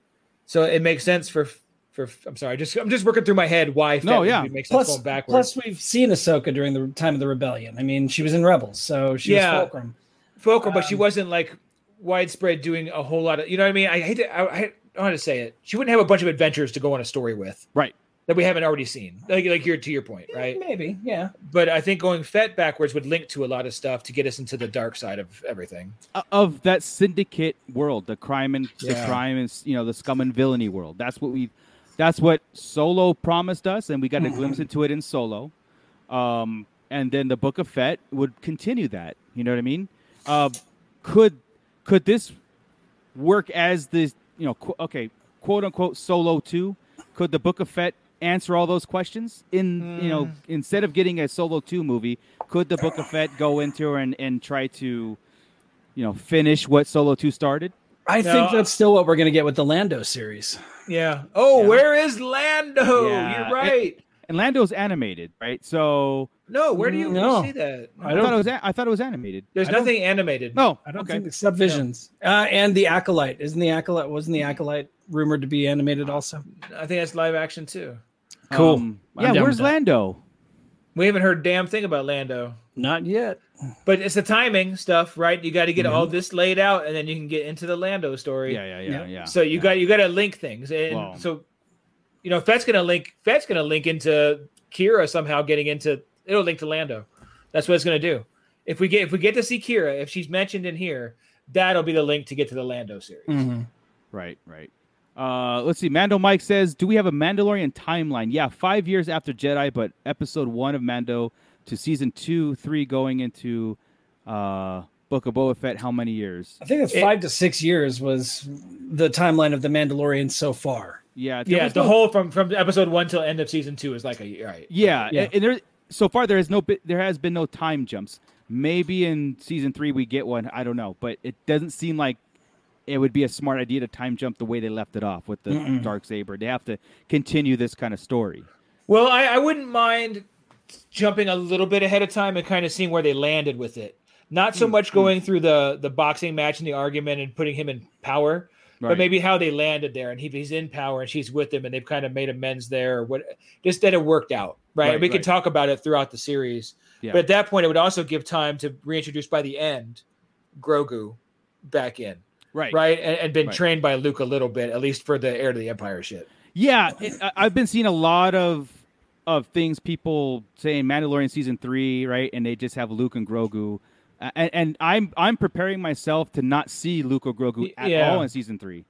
[SPEAKER 9] so it makes sense for for. I'm sorry, just I'm just working through my head why.
[SPEAKER 7] No,
[SPEAKER 9] would
[SPEAKER 7] yeah.
[SPEAKER 9] be- makes sense
[SPEAKER 8] Plus,
[SPEAKER 9] going backwards.
[SPEAKER 8] plus, we've seen Ahsoka during the time of the rebellion. I mean, she was in Rebels, so she
[SPEAKER 9] Yeah.
[SPEAKER 8] was Fulcrum.
[SPEAKER 9] Fulcrum, but she
[SPEAKER 8] um,
[SPEAKER 9] wasn't like widespread doing a whole lot of. You know what I mean? I hate to. I, I don't want to say it. She wouldn't have a bunch of adventures to go on a story with.
[SPEAKER 7] Right.
[SPEAKER 9] That we haven't already seen. Like like you're to your point, right?
[SPEAKER 8] Maybe, yeah.
[SPEAKER 9] But I think going Fett backwards would link to a lot of stuff to get us into the dark side of everything.
[SPEAKER 7] O- Of that syndicate world, the crime and the
[SPEAKER 9] Yeah.
[SPEAKER 7] crime and s- you know the scum and villainy world. That's what we, that's what Solo promised us, and we got a glimpse into it in Solo. Um, and then the Book of Fett would continue that. You know what I mean? Uh, could could this work as the you know qu- okay quote unquote solo two? Could the Book of Fett answer all those questions in you know instead of getting a solo two movie? Could the Book of Fett go into and and try to you know finish what Solo two started?
[SPEAKER 8] I
[SPEAKER 9] No,
[SPEAKER 8] think
[SPEAKER 9] I-
[SPEAKER 8] that's still what we're going to get with the Lando series.
[SPEAKER 9] Yeah. Oh,
[SPEAKER 8] Yeah.
[SPEAKER 9] where is Lando?
[SPEAKER 7] Yeah.
[SPEAKER 9] You're right.
[SPEAKER 7] And Lando's animated, right? So
[SPEAKER 9] no, where do you where do you
[SPEAKER 8] No.
[SPEAKER 9] see that?
[SPEAKER 8] I
[SPEAKER 7] I,
[SPEAKER 8] don't-
[SPEAKER 7] thought it was a- I thought it was animated.
[SPEAKER 9] There's
[SPEAKER 7] I don't-
[SPEAKER 9] nothing animated.
[SPEAKER 7] No,
[SPEAKER 8] I don't
[SPEAKER 7] okay.
[SPEAKER 8] think except Visions uh, and the Acolyte. Isn't the Acolyte wasn't the Acolyte rumored to be animated also?
[SPEAKER 9] I think that's live action too.
[SPEAKER 8] Cool.
[SPEAKER 7] Um,
[SPEAKER 8] I'm
[SPEAKER 7] yeah,
[SPEAKER 8] down
[SPEAKER 7] where's
[SPEAKER 8] with that.
[SPEAKER 7] Lando?
[SPEAKER 9] We haven't heard damn thing about Lando.
[SPEAKER 8] Not yet.
[SPEAKER 9] But it's the timing stuff, right? You got to get all this laid out, and then you can get into the Lando story.
[SPEAKER 7] Yeah, yeah, yeah,
[SPEAKER 8] Yeah.
[SPEAKER 7] yeah.
[SPEAKER 9] So you
[SPEAKER 7] yeah.
[SPEAKER 9] got you got to link things, and
[SPEAKER 7] Wow.
[SPEAKER 9] so you know Fett's gonna link. Fett's gonna link into Kira somehow getting into. It'll link to Lando. That's what it's gonna do. If we get if we get to see Kira, if she's mentioned in here, that'll be the link to get to the Lando series.
[SPEAKER 8] Mm.
[SPEAKER 7] Right, right. Uh, let's see. Mando Mike says, "Do we have a Mandalorian timeline? Yeah, five years after Jedi, but Episode One of Mando to Season Two, Three, going into uh, Book of Boba Fett. How many years?
[SPEAKER 8] I think it's
[SPEAKER 9] It-
[SPEAKER 8] five to six years was the timeline of the Mandalorian so far.
[SPEAKER 7] Yeah, there
[SPEAKER 9] Yeah,
[SPEAKER 7] was
[SPEAKER 9] the
[SPEAKER 7] no-
[SPEAKER 9] whole from from episode one till end of season two is like a year. Right.
[SPEAKER 7] Yeah,
[SPEAKER 8] Yeah.
[SPEAKER 7] a- and there so far there is no bi- there has been no time jumps. Maybe in season three we get one. I don't know, but it doesn't seem like it would be a smart idea to time jump the way they left it off with the dark saber. They have to continue this kind of story.
[SPEAKER 9] Well, I, I wouldn't mind jumping a little bit ahead of time and kind of seeing where they landed with it. Not
[SPEAKER 7] Hmm,
[SPEAKER 9] so much going through the the boxing match and the argument and putting him in power,
[SPEAKER 7] Right.
[SPEAKER 9] but maybe how they landed there and he, he's in power and she's with him and they've kind of made amends there or what just that it worked out, right?
[SPEAKER 7] Right,
[SPEAKER 9] we can
[SPEAKER 7] right.
[SPEAKER 9] talk about it throughout the series.
[SPEAKER 7] Yeah.
[SPEAKER 9] But at that point it would also give time to reintroduce by the end Grogu back in,
[SPEAKER 7] Right.
[SPEAKER 9] right? And, and been
[SPEAKER 7] Right.
[SPEAKER 9] trained by Luke a little bit, at least for the heir to the empire shit.
[SPEAKER 7] Yeah, it, I- I've been seeing a lot of of things people saying Mandalorian season three, right? And they just have Luke and Grogu, A- and, and I'm I'm preparing myself to not see Luke or Grogu at
[SPEAKER 9] Yeah.
[SPEAKER 7] all in season three.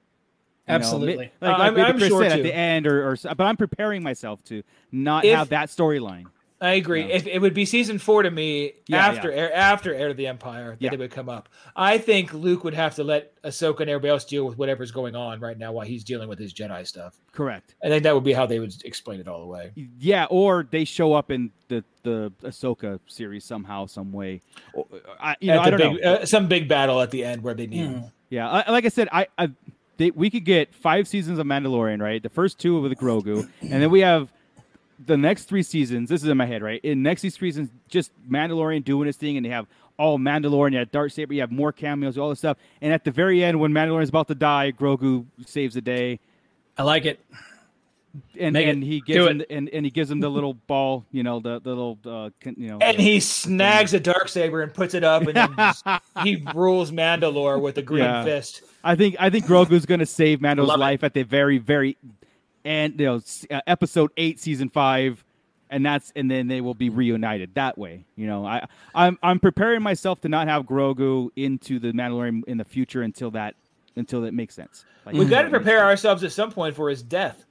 [SPEAKER 7] You know,
[SPEAKER 8] Absolutely.
[SPEAKER 7] mi-
[SPEAKER 9] Uh,
[SPEAKER 7] like, like
[SPEAKER 9] I'm-
[SPEAKER 7] maybe
[SPEAKER 9] I'm
[SPEAKER 7] Chris
[SPEAKER 9] sure
[SPEAKER 7] said at
[SPEAKER 9] too.
[SPEAKER 7] the end, or, or s- but I'm preparing myself to not
[SPEAKER 9] If-
[SPEAKER 7] have that storyline.
[SPEAKER 9] I agree.
[SPEAKER 7] Yeah.
[SPEAKER 9] If it would be season four to me
[SPEAKER 7] Yeah,
[SPEAKER 9] after Heir, after Heir to the Empire that
[SPEAKER 7] Yeah.
[SPEAKER 9] it would come up. I think Luke would have to let Ahsoka and everybody else deal with whatever's going on right now while he's dealing with his Jedi stuff.
[SPEAKER 7] Correct.
[SPEAKER 9] I think that would be how they would explain it all the way.
[SPEAKER 7] Yeah, or they show up in the the Ahsoka series somehow, some way. Or- I, you
[SPEAKER 9] At
[SPEAKER 7] know, I
[SPEAKER 9] the
[SPEAKER 7] don't
[SPEAKER 9] big,
[SPEAKER 7] know. Hmm.
[SPEAKER 9] Uh, some big battle at the end where they need. him.
[SPEAKER 7] Yeah, I, like I said, I, I they, we could get five seasons of Mandalorian, right? The first two with Grogu, and then we have the next three seasons. This is in my head, right? In next these three seasons, just Mandalorian doing his thing, and they have all Mandalorian, you have Dark Saber, you have more cameos, all this stuff, and at the very end, when Mandalorian's about to die, Grogu saves the day,
[SPEAKER 8] I like it.
[SPEAKER 7] and,
[SPEAKER 8] Make it.
[SPEAKER 7] and he gives
[SPEAKER 8] Do
[SPEAKER 7] him
[SPEAKER 8] it.
[SPEAKER 7] the, and, and he gives him the little ball, you know, the, the little uh, con- you know,
[SPEAKER 9] And he snags a dark saber and puts it up, and then just- he rules Mandalore with a green
[SPEAKER 7] Yeah.
[SPEAKER 9] fist.
[SPEAKER 7] I think I think Grogu's gonna save Mando's life at the very very end, you know, s- uh, episode eight, season five, and that's and then they will be reunited that way. You know, I I'm I'm preparing myself to not have Grogu into the Mandalorian in the future until that until it makes sense. Like,
[SPEAKER 9] We've got to
[SPEAKER 7] until it makes
[SPEAKER 9] prepare ourselves at some point for his death.
[SPEAKER 7] sense.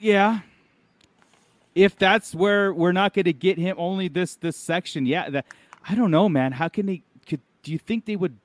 [SPEAKER 7] Yeah. If that's where we're not gonna get him, only this this section. Yeah, that I don't know, man. How can they? Could do you think they would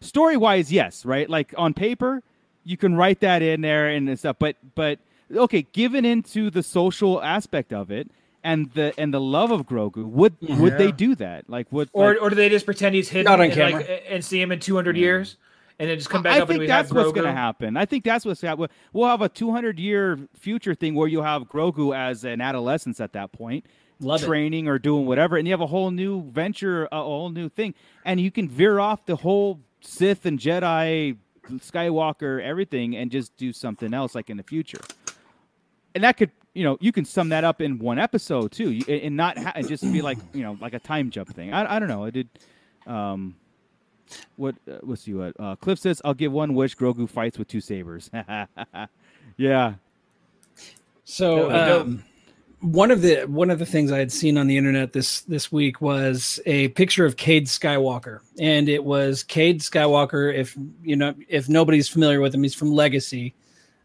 [SPEAKER 7] story wise, yes, right? Like on paper, you can write that in there and stuff, but but okay, given into the social aspect of it and the and the love of Grogu, would would they do that? Like would
[SPEAKER 9] Or,
[SPEAKER 7] like-
[SPEAKER 9] or do they just pretend he's hidden
[SPEAKER 8] Not on
[SPEAKER 9] and, like,
[SPEAKER 8] camera.
[SPEAKER 9] and see him in 200 years and then just come back
[SPEAKER 7] Hmm. I
[SPEAKER 9] up
[SPEAKER 7] think
[SPEAKER 9] and we
[SPEAKER 7] that's
[SPEAKER 9] have
[SPEAKER 7] what's
[SPEAKER 9] Grogu?
[SPEAKER 7] going to happen. I think that's what's happening. We'll have a 200 year future thing where you'll have Grogu as an adolescence at that point,
[SPEAKER 8] Love it.
[SPEAKER 7] training or doing whatever, and you have a whole new venture, a whole new thing, and you can veer off the whole Sith and Jedi, Skywalker, everything, and just do something else like in the future. And that could, you know, you can sum that up in one episode too, you- and not ha- and just be like, you know, like a time jump thing. I, I don't know. I did. Um, what uh, let's see what uh, Cliff says. I'll give one wish. Grogu fights with two sabers. yeah,
[SPEAKER 8] So
[SPEAKER 9] Dope.
[SPEAKER 8] um, one of the one of the things I had seen on the internet this this week was a picture of Cade Skywalker, and it was Cade Skywalker. If you know, if nobody's familiar with him, he's from Legacy,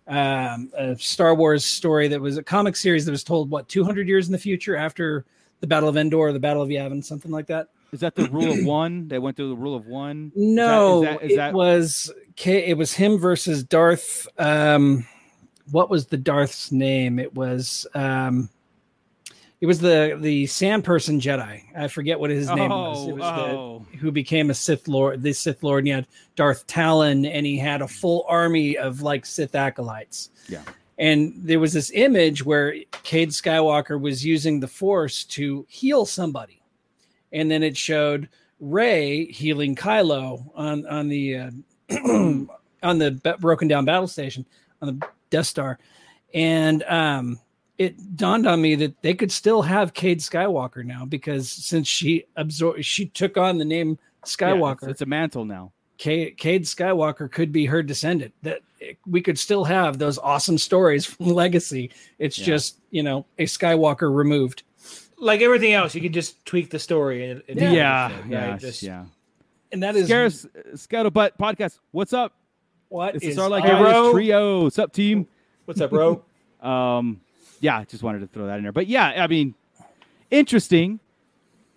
[SPEAKER 8] um, a Star Wars story that was a comic series that was told what 200 years in the future after the Battle of Endor, or the Battle of Yavin, something like that.
[SPEAKER 7] is that the rule of one? They went through the rule of one. Is that- is
[SPEAKER 8] No,
[SPEAKER 7] that- is
[SPEAKER 8] it
[SPEAKER 7] that-
[SPEAKER 8] was K. It was him versus Darth. Um, what was the Darth's name? It was um, it was the the Sand Person Jedi. I forget what his name was. It was
[SPEAKER 7] Oh,
[SPEAKER 8] the, who became a Sith Lord. The Sith Lord. And he had Darth Talon, and he had a full army of like Sith acolytes.
[SPEAKER 7] Yeah.
[SPEAKER 8] And there was this image where Cade Skywalker was using the Force to heal somebody, and then it showed Ray healing Kylo on on the uh, on the ba- broken down battle station on the Death Star, and um, it dawned on me that they could still have Cade Skywalker now because since she absorbed, she took on the name
[SPEAKER 7] yeah, it's-
[SPEAKER 8] Skywalker.
[SPEAKER 7] it's, a mantle now.
[SPEAKER 8] Ca- Cade Skywalker could be her descendant. That we could still have those awesome stories from Legacy. It's
[SPEAKER 7] Yeah.
[SPEAKER 8] just you know a Skywalker removed.
[SPEAKER 9] Like everything else, you can just tweak the story. And, and
[SPEAKER 8] Yeah.
[SPEAKER 7] Yeah,
[SPEAKER 9] right?
[SPEAKER 7] yeah,
[SPEAKER 9] Just-
[SPEAKER 7] yeah.
[SPEAKER 8] And that is
[SPEAKER 7] Scares Scuttlebutt podcast. What's up?
[SPEAKER 8] what
[SPEAKER 7] It's
[SPEAKER 8] is
[SPEAKER 7] the Starlight
[SPEAKER 8] up.
[SPEAKER 9] Hey, Ro-
[SPEAKER 7] Guys trio. What's up, team?
[SPEAKER 9] What's up, bro?
[SPEAKER 7] Um, yeah, I just wanted to throw that in there. But yeah, I mean, interesting.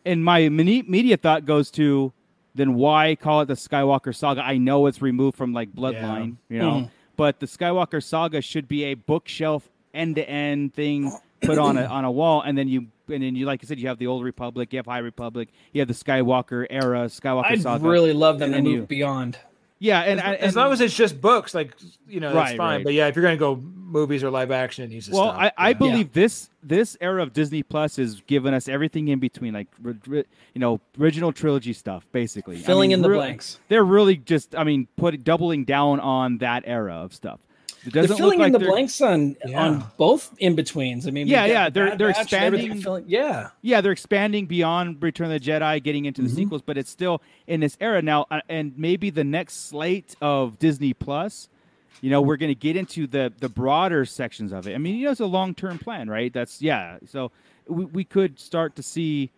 [SPEAKER 7] And my mini- media thought goes to then why call it the Skywalker saga? I know it's removed from like Bloodline,
[SPEAKER 9] Mm-hmm.
[SPEAKER 7] you know, but the Skywalker saga should be a bookshelf end to end thing put on a on a wall, and then you and then you like I said, you have the Old Republic, you have High Republic, you have the Skywalker era, Skywalker
[SPEAKER 8] I'd
[SPEAKER 7] saga.
[SPEAKER 8] really love them
[SPEAKER 7] And
[SPEAKER 8] to
[SPEAKER 7] then
[SPEAKER 8] move
[SPEAKER 7] you-
[SPEAKER 8] beyond.
[SPEAKER 7] yeah, and, and
[SPEAKER 9] as long as it's just books, like you know, that's
[SPEAKER 7] Right,
[SPEAKER 9] fine.
[SPEAKER 7] right.
[SPEAKER 9] But yeah, if you're gonna go movies or live action, it needs to
[SPEAKER 7] well
[SPEAKER 9] stop.
[SPEAKER 7] I, I
[SPEAKER 9] yeah.
[SPEAKER 7] believe this this era of disney plus has given us everything in between like ri- ri- you know original trilogy stuff basically I
[SPEAKER 8] Filling
[SPEAKER 7] mean,
[SPEAKER 8] in the
[SPEAKER 7] re-
[SPEAKER 8] blanks.
[SPEAKER 7] they're really just i mean put doubling down on that era of stuff it doesn't
[SPEAKER 8] They're filling
[SPEAKER 7] look like
[SPEAKER 8] in the
[SPEAKER 7] they're-
[SPEAKER 8] blanks on
[SPEAKER 9] Yeah.
[SPEAKER 8] on both in betweens. I mean, we've
[SPEAKER 7] Yeah,
[SPEAKER 8] got
[SPEAKER 7] yeah,
[SPEAKER 8] the
[SPEAKER 7] they're-
[SPEAKER 8] Bad
[SPEAKER 7] they're
[SPEAKER 8] Batch and everything
[SPEAKER 7] expanding-
[SPEAKER 8] filling- yeah,
[SPEAKER 7] yeah they're expanding beyond return of the jedi getting into
[SPEAKER 9] Mm-hmm.
[SPEAKER 7] the sequels but it's still in this era now uh, and maybe the next slate of disney plus you know we're going to get into the the broader sections of it i mean you know it's a long-term plan right that's yeah so we, we could start to see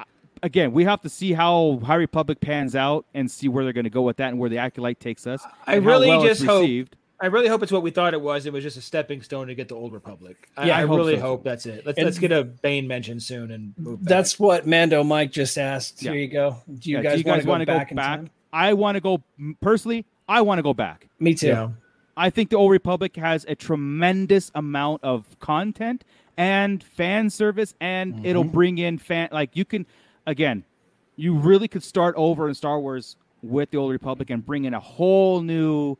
[SPEAKER 7] uh, again we have to see how high republic pans out and see where they're going to go with that and where the acolyte takes us
[SPEAKER 9] I
[SPEAKER 7] and how
[SPEAKER 9] really
[SPEAKER 7] well it's
[SPEAKER 9] just hope-
[SPEAKER 7] received.
[SPEAKER 9] I really hope it's what we thought it was. It was just a stepping stone to get the Old Republic. I,
[SPEAKER 7] Yeah,
[SPEAKER 9] I,
[SPEAKER 7] I hope
[SPEAKER 9] really
[SPEAKER 7] so.
[SPEAKER 9] hope that's it. Let's
[SPEAKER 8] And-
[SPEAKER 9] let's get a Bane mention soon and move. back.
[SPEAKER 8] that's what Mando Mike just asked. Here
[SPEAKER 7] Yeah.
[SPEAKER 8] you go. Do you
[SPEAKER 7] Yeah,
[SPEAKER 8] guys, want
[SPEAKER 7] wanna
[SPEAKER 8] to go, back, in time?
[SPEAKER 7] i want to go personally i want to go back
[SPEAKER 8] Me too.
[SPEAKER 9] yeah.
[SPEAKER 7] I think the Old Republic has a tremendous amount of content and fan service, and
[SPEAKER 9] Mm-hmm.
[SPEAKER 7] it'll bring in fan. Like you can, again, you really could start over in Star Wars with the Old Republic and bring in a whole new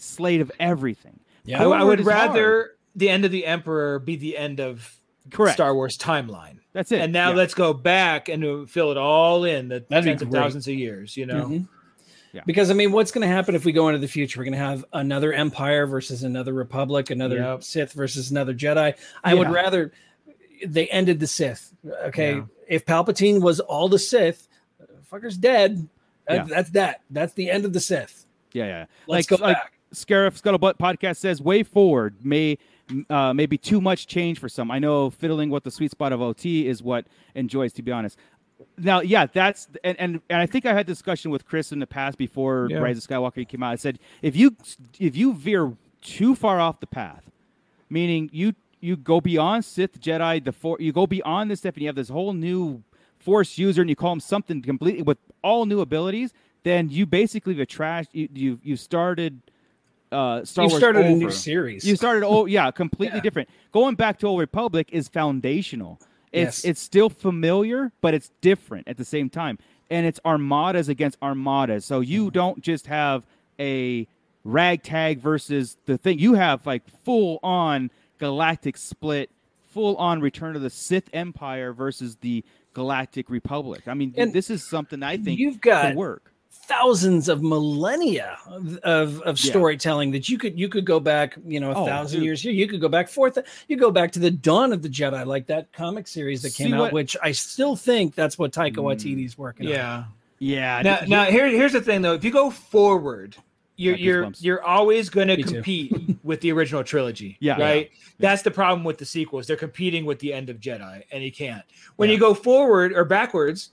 [SPEAKER 7] slate of everything.
[SPEAKER 8] Yeah.
[SPEAKER 9] I, I
[SPEAKER 7] Onward
[SPEAKER 9] would
[SPEAKER 7] is hard.
[SPEAKER 9] rather the end of the Emperor be the end of
[SPEAKER 7] correct.
[SPEAKER 9] Star Wars timeline.
[SPEAKER 7] That's it.
[SPEAKER 9] And now
[SPEAKER 7] Yeah.
[SPEAKER 9] let's go back and uh, fill it all in the
[SPEAKER 8] That'd be
[SPEAKER 9] tens of
[SPEAKER 8] great.
[SPEAKER 9] thousands of years. You know,
[SPEAKER 8] Mhm.
[SPEAKER 7] Yeah.
[SPEAKER 8] Because I mean, what's going to happen if we go into the future? We're going to have another empire versus another republic, another
[SPEAKER 9] Yep.
[SPEAKER 8] Sith versus another Jedi. I would
[SPEAKER 7] Yeah.
[SPEAKER 8] rather they ended the Sith. Okay,
[SPEAKER 9] Yeah.
[SPEAKER 8] if Palpatine was all the Sith, fucker's dead. That-
[SPEAKER 7] Yeah.
[SPEAKER 8] That's that. That's the end of the Sith.
[SPEAKER 7] yeah, yeah.
[SPEAKER 8] Let's
[SPEAKER 7] like,
[SPEAKER 8] go
[SPEAKER 7] like
[SPEAKER 8] back.
[SPEAKER 7] Scarif Scuttlebutt podcast says, way forward may uh, maybe too much change for some. I know fiddling with the sweet spot of OT is what enjoys, to be honest. Now, yeah, that's and, and, and I think I had discussion with Chris in the past before
[SPEAKER 9] Yeah.
[SPEAKER 7] Rise of Skywalker came out. I said if you if you veer too far off the path, meaning you you go beyond Sith Jedi the four you go beyond this stuff and you have this whole new Force user and you call him something completely with all new abilities, then you basically have trashed you you you started uh, Star
[SPEAKER 8] You've
[SPEAKER 7] Wars
[SPEAKER 8] started a new
[SPEAKER 7] over.
[SPEAKER 8] series.
[SPEAKER 7] You started oh yeah, completely different. Going back to Old Republic is foundational. It's
[SPEAKER 8] Yes.
[SPEAKER 7] it's still familiar, but it's different at the same time. And it's armadas against armadas. So
[SPEAKER 8] Mm-hmm.
[SPEAKER 7] you don't just have a ragtag versus the thing. You have like full on galactic split, full on return of the Sith Empire versus the Galactic Republic. I mean,
[SPEAKER 8] And
[SPEAKER 7] this is something I think
[SPEAKER 8] you've got
[SPEAKER 7] can work.
[SPEAKER 8] thousands of millennia of of, of
[SPEAKER 7] Yeah.
[SPEAKER 8] storytelling that you could you could go back you know a
[SPEAKER 7] Oh,
[SPEAKER 8] thousand
[SPEAKER 7] dude.
[SPEAKER 8] years here you could go back forth you go back to the dawn of the jedi like that comic series that came
[SPEAKER 7] See
[SPEAKER 8] out
[SPEAKER 7] what- Mm,
[SPEAKER 8] which i still think that's what taika waititi's working on
[SPEAKER 9] Yeah.
[SPEAKER 7] Yeah.
[SPEAKER 9] Now,
[SPEAKER 7] dude,
[SPEAKER 9] now here, here's the thing though. If you go forward, you're
[SPEAKER 7] Got
[SPEAKER 9] you're
[SPEAKER 7] goosebumps.
[SPEAKER 9] you're always going to
[SPEAKER 8] Me too.
[SPEAKER 9] compete with the original trilogy.
[SPEAKER 7] Yeah.
[SPEAKER 9] Right. That's the problem with the sequels. They're competing with the end of Jedi, and you can't. When you go forward or backwards,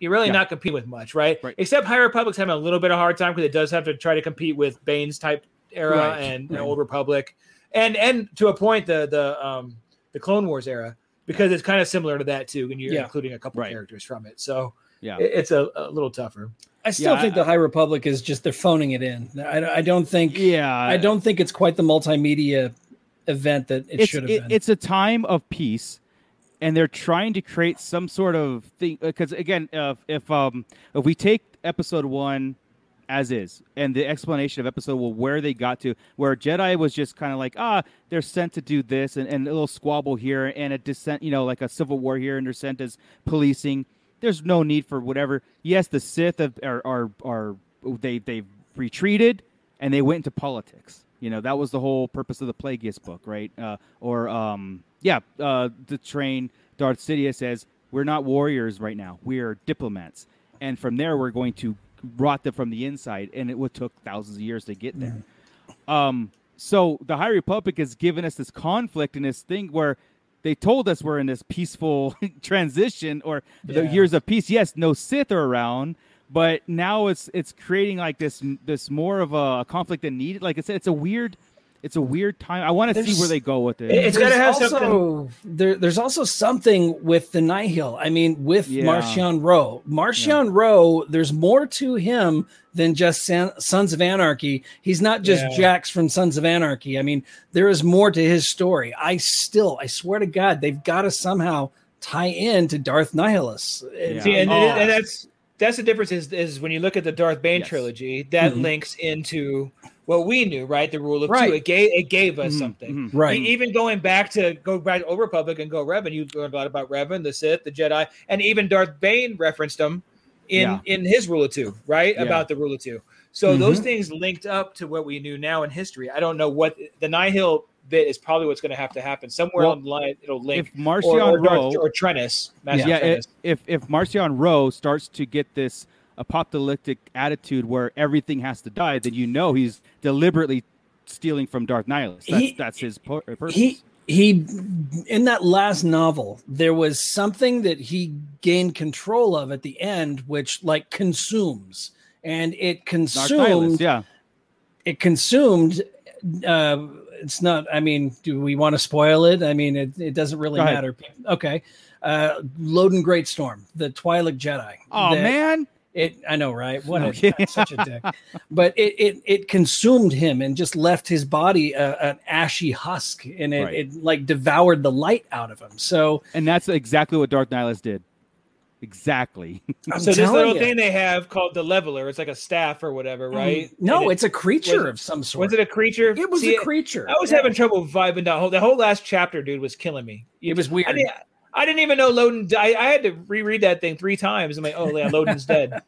[SPEAKER 9] you're really
[SPEAKER 7] Yeah.
[SPEAKER 9] not competing with much, right?
[SPEAKER 7] Right.
[SPEAKER 9] Except High Republic's having a little bit of hard time because it does have to try to compete with Bane's type era
[SPEAKER 8] Right,
[SPEAKER 9] and the Old Republic, and and to a point the the um the Clone Wars era because it's kind of similar to that too, and you're
[SPEAKER 8] Yeah.
[SPEAKER 9] including a couple
[SPEAKER 7] Right.
[SPEAKER 9] characters from it. So
[SPEAKER 7] yeah.
[SPEAKER 9] it- it's a, a little tougher.
[SPEAKER 8] i still
[SPEAKER 7] Yeah,
[SPEAKER 8] think
[SPEAKER 7] I-
[SPEAKER 8] the high republic is just they're phoning it in i, I don't think
[SPEAKER 7] Yeah.
[SPEAKER 8] i don't think it's quite the multimedia event that it
[SPEAKER 7] it's,
[SPEAKER 8] should have
[SPEAKER 7] it-
[SPEAKER 8] been
[SPEAKER 7] it's a time of peace and they're trying to create some sort of thing because again uh, if um if we take episode one as is and the explanation of episode one where they got to where jedi was just kind of like ah they're sent to do this and, and a little squabble here and a dissent you know like a civil war here and they're sent as policing there's no need for whatever yes the sith have, are, are are they they've retreated and they went into politics. You know, that was the whole purpose of the Plagueis book, right? Uh, or um, yeah, uh, the train Darth Sidious says, "We're not warriors right now. We are diplomats." And from there, we're going to rot them from the inside, and it would took thousands of years to get there. Um, so the High Republic has given us this conflict and this thing where they told us we're in this peaceful transition or the
[SPEAKER 9] Yeah.
[SPEAKER 7] years of peace. Yes, no Sith are around, but now it's it's creating like this this more of a conflict than needed. Like I said, it's a weird it's a weird time. I want to see
[SPEAKER 8] There's-
[SPEAKER 7] where they go with it.
[SPEAKER 9] It's gotta
[SPEAKER 8] There's
[SPEAKER 9] have something-
[SPEAKER 8] also- There, there's also something with the Nihil. I mean, with
[SPEAKER 7] Yeah.
[SPEAKER 8] Martian Rowe. Martian Rowe, there's more to him than just San- Sons of Anarchy. He's not just
[SPEAKER 9] Yeah.
[SPEAKER 8] Jax from Sons of Anarchy. I mean, there is more to his story. I still, I swear to God, they've got to somehow tie in to Darth Nihilus. It's-
[SPEAKER 9] See, and,
[SPEAKER 7] Oh.
[SPEAKER 9] and- and that's that's the difference is is when you look at the Darth Bane
[SPEAKER 7] Yes. Mm-hmm.
[SPEAKER 9] trilogy, that
[SPEAKER 8] Mhm.
[SPEAKER 9] links into what we knew, right? The rule of
[SPEAKER 8] Right.
[SPEAKER 9] two. It gave it gave us
[SPEAKER 7] Mhm,
[SPEAKER 9] something.
[SPEAKER 7] mhm.
[SPEAKER 8] Right.
[SPEAKER 9] E- Even going back to go back to Old Republic and go Revan, you learned a lot about Revan, the Sith, the Jedi, and even Darth Bane referenced them in
[SPEAKER 7] Yeah.
[SPEAKER 9] in his rule of two, right?
[SPEAKER 7] Yeah.
[SPEAKER 9] About the rule of two. So
[SPEAKER 8] Mm-hmm.
[SPEAKER 9] those things linked up to what we knew now in history. I don't know what the Nihil bit is probably what's going to have to happen somewhere
[SPEAKER 7] Well,
[SPEAKER 9] on the line. It'll link
[SPEAKER 7] if Martian
[SPEAKER 9] or, or,
[SPEAKER 7] Rowe
[SPEAKER 9] Darth, or Trennis, Master
[SPEAKER 7] yeah, i-
[SPEAKER 9] Trennis.
[SPEAKER 7] if if Marcion Rowe starts to get this apocalyptic attitude where everything has to die, then you know he's deliberately stealing from Darth Nihilus. That's,
[SPEAKER 8] He-
[SPEAKER 7] that's his pur- purpose.
[SPEAKER 8] he he in that last novel there was something that he gained control of at the end which like consumes and it
[SPEAKER 7] Darth Nihilus,
[SPEAKER 8] consumed
[SPEAKER 7] yeah.
[SPEAKER 8] it consumed uh it's not i mean do we want to spoil it i mean it, it doesn't really
[SPEAKER 7] Go ahead.
[SPEAKER 8] matter okay uh loden great storm the twilight jedi
[SPEAKER 7] Oh
[SPEAKER 8] That-
[SPEAKER 7] man,
[SPEAKER 8] it i know right what
[SPEAKER 7] No
[SPEAKER 8] a-
[SPEAKER 7] kidding.
[SPEAKER 8] such a dick but it, it it consumed him and just left his body a, an ashy husk and it,
[SPEAKER 7] Right.
[SPEAKER 8] it like devoured the light out of him so
[SPEAKER 7] and that's exactly what Darth Nihilus did. Exactly.
[SPEAKER 8] I'm
[SPEAKER 9] so this
[SPEAKER 8] telling
[SPEAKER 9] little
[SPEAKER 8] ya. Mm-hmm.
[SPEAKER 9] thing they have called the leveler, it's like a staff or whatever, right?
[SPEAKER 8] Hmm. no
[SPEAKER 9] And it-
[SPEAKER 8] it's a creature
[SPEAKER 9] was-
[SPEAKER 8] of some sort
[SPEAKER 9] was it a creature?
[SPEAKER 8] it was
[SPEAKER 9] See,
[SPEAKER 8] a creature
[SPEAKER 9] I was having trouble vibing that whole the whole last chapter, dude, was killing me.
[SPEAKER 8] it was weird
[SPEAKER 9] I didn't, I didn't even know Loden. I, I had to reread that thing three times. I'm like, oh yeah, Loden's dead.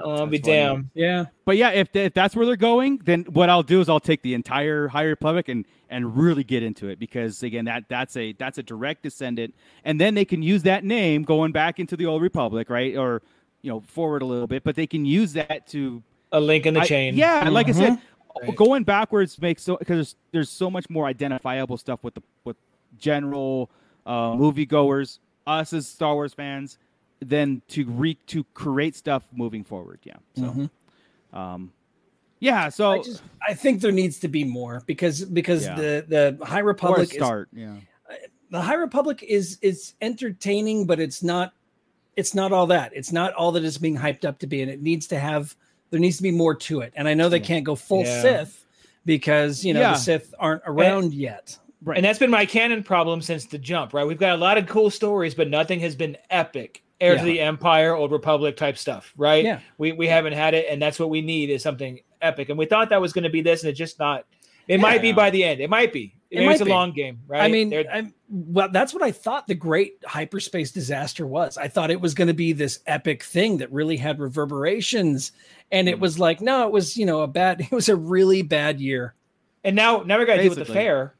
[SPEAKER 9] Oh, I'll be
[SPEAKER 7] That's funny.
[SPEAKER 9] damned.
[SPEAKER 8] yeah
[SPEAKER 7] But yeah, if, th- if that's where they're going, then what I'll do is I'll take the entire High Republic and and really get into it because again, that that's a that's a direct descendant, and then they can use that name going back into the old Republic, right? Or you know, forward a little bit, but they can use that to
[SPEAKER 9] A link in the
[SPEAKER 7] I-
[SPEAKER 9] chain. Mm-hmm.
[SPEAKER 7] yeah, like I said,
[SPEAKER 9] Right.
[SPEAKER 7] going backwards makes so because there's, there's so much more identifiable stuff with the with general uh, moviegoers, us as Star Wars fans, than to re to create stuff moving forward. Yeah. So,
[SPEAKER 9] Mm-hmm.
[SPEAKER 8] Mhm.
[SPEAKER 7] um, yeah. So
[SPEAKER 8] I, just, I think there needs to be more because because
[SPEAKER 7] Yeah.
[SPEAKER 8] the the high
[SPEAKER 7] or a
[SPEAKER 8] republic is
[SPEAKER 7] start. yeah.
[SPEAKER 8] the High Republic is is entertaining, but it's not it's not all that. It's not all that it's being hyped up to be, and it needs to have There needs to be more to it. And I know they can't go full
[SPEAKER 9] Yeah.
[SPEAKER 8] Sith because you know
[SPEAKER 7] Yeah.
[SPEAKER 8] the Sith aren't around yet.
[SPEAKER 7] Right.
[SPEAKER 9] And that's been my canon problem since the jump, right? We've got a lot of cool stories, but nothing has been epic. Heir to
[SPEAKER 8] Yeah.
[SPEAKER 9] the Empire, Old Republic type stuff, right?
[SPEAKER 8] Yeah.
[SPEAKER 9] We we haven't had it, and that's what we need is something epic. And we thought that was going to be this, and it's just not. It might be by the end. It might be.
[SPEAKER 8] It
[SPEAKER 9] Maybe
[SPEAKER 8] might
[SPEAKER 9] it's a
[SPEAKER 8] be.
[SPEAKER 9] long game, right?
[SPEAKER 8] I mean,
[SPEAKER 9] They're-
[SPEAKER 8] I'm, well, that's what I thought the great hyperspace disaster was. I thought it was going to be this epic thing that really had reverberations, and
[SPEAKER 9] Hmm.
[SPEAKER 8] it was like, no, it was you know a bad. It was a really bad year.
[SPEAKER 9] and now now we got to deal with the
[SPEAKER 7] Basically.
[SPEAKER 9] fair.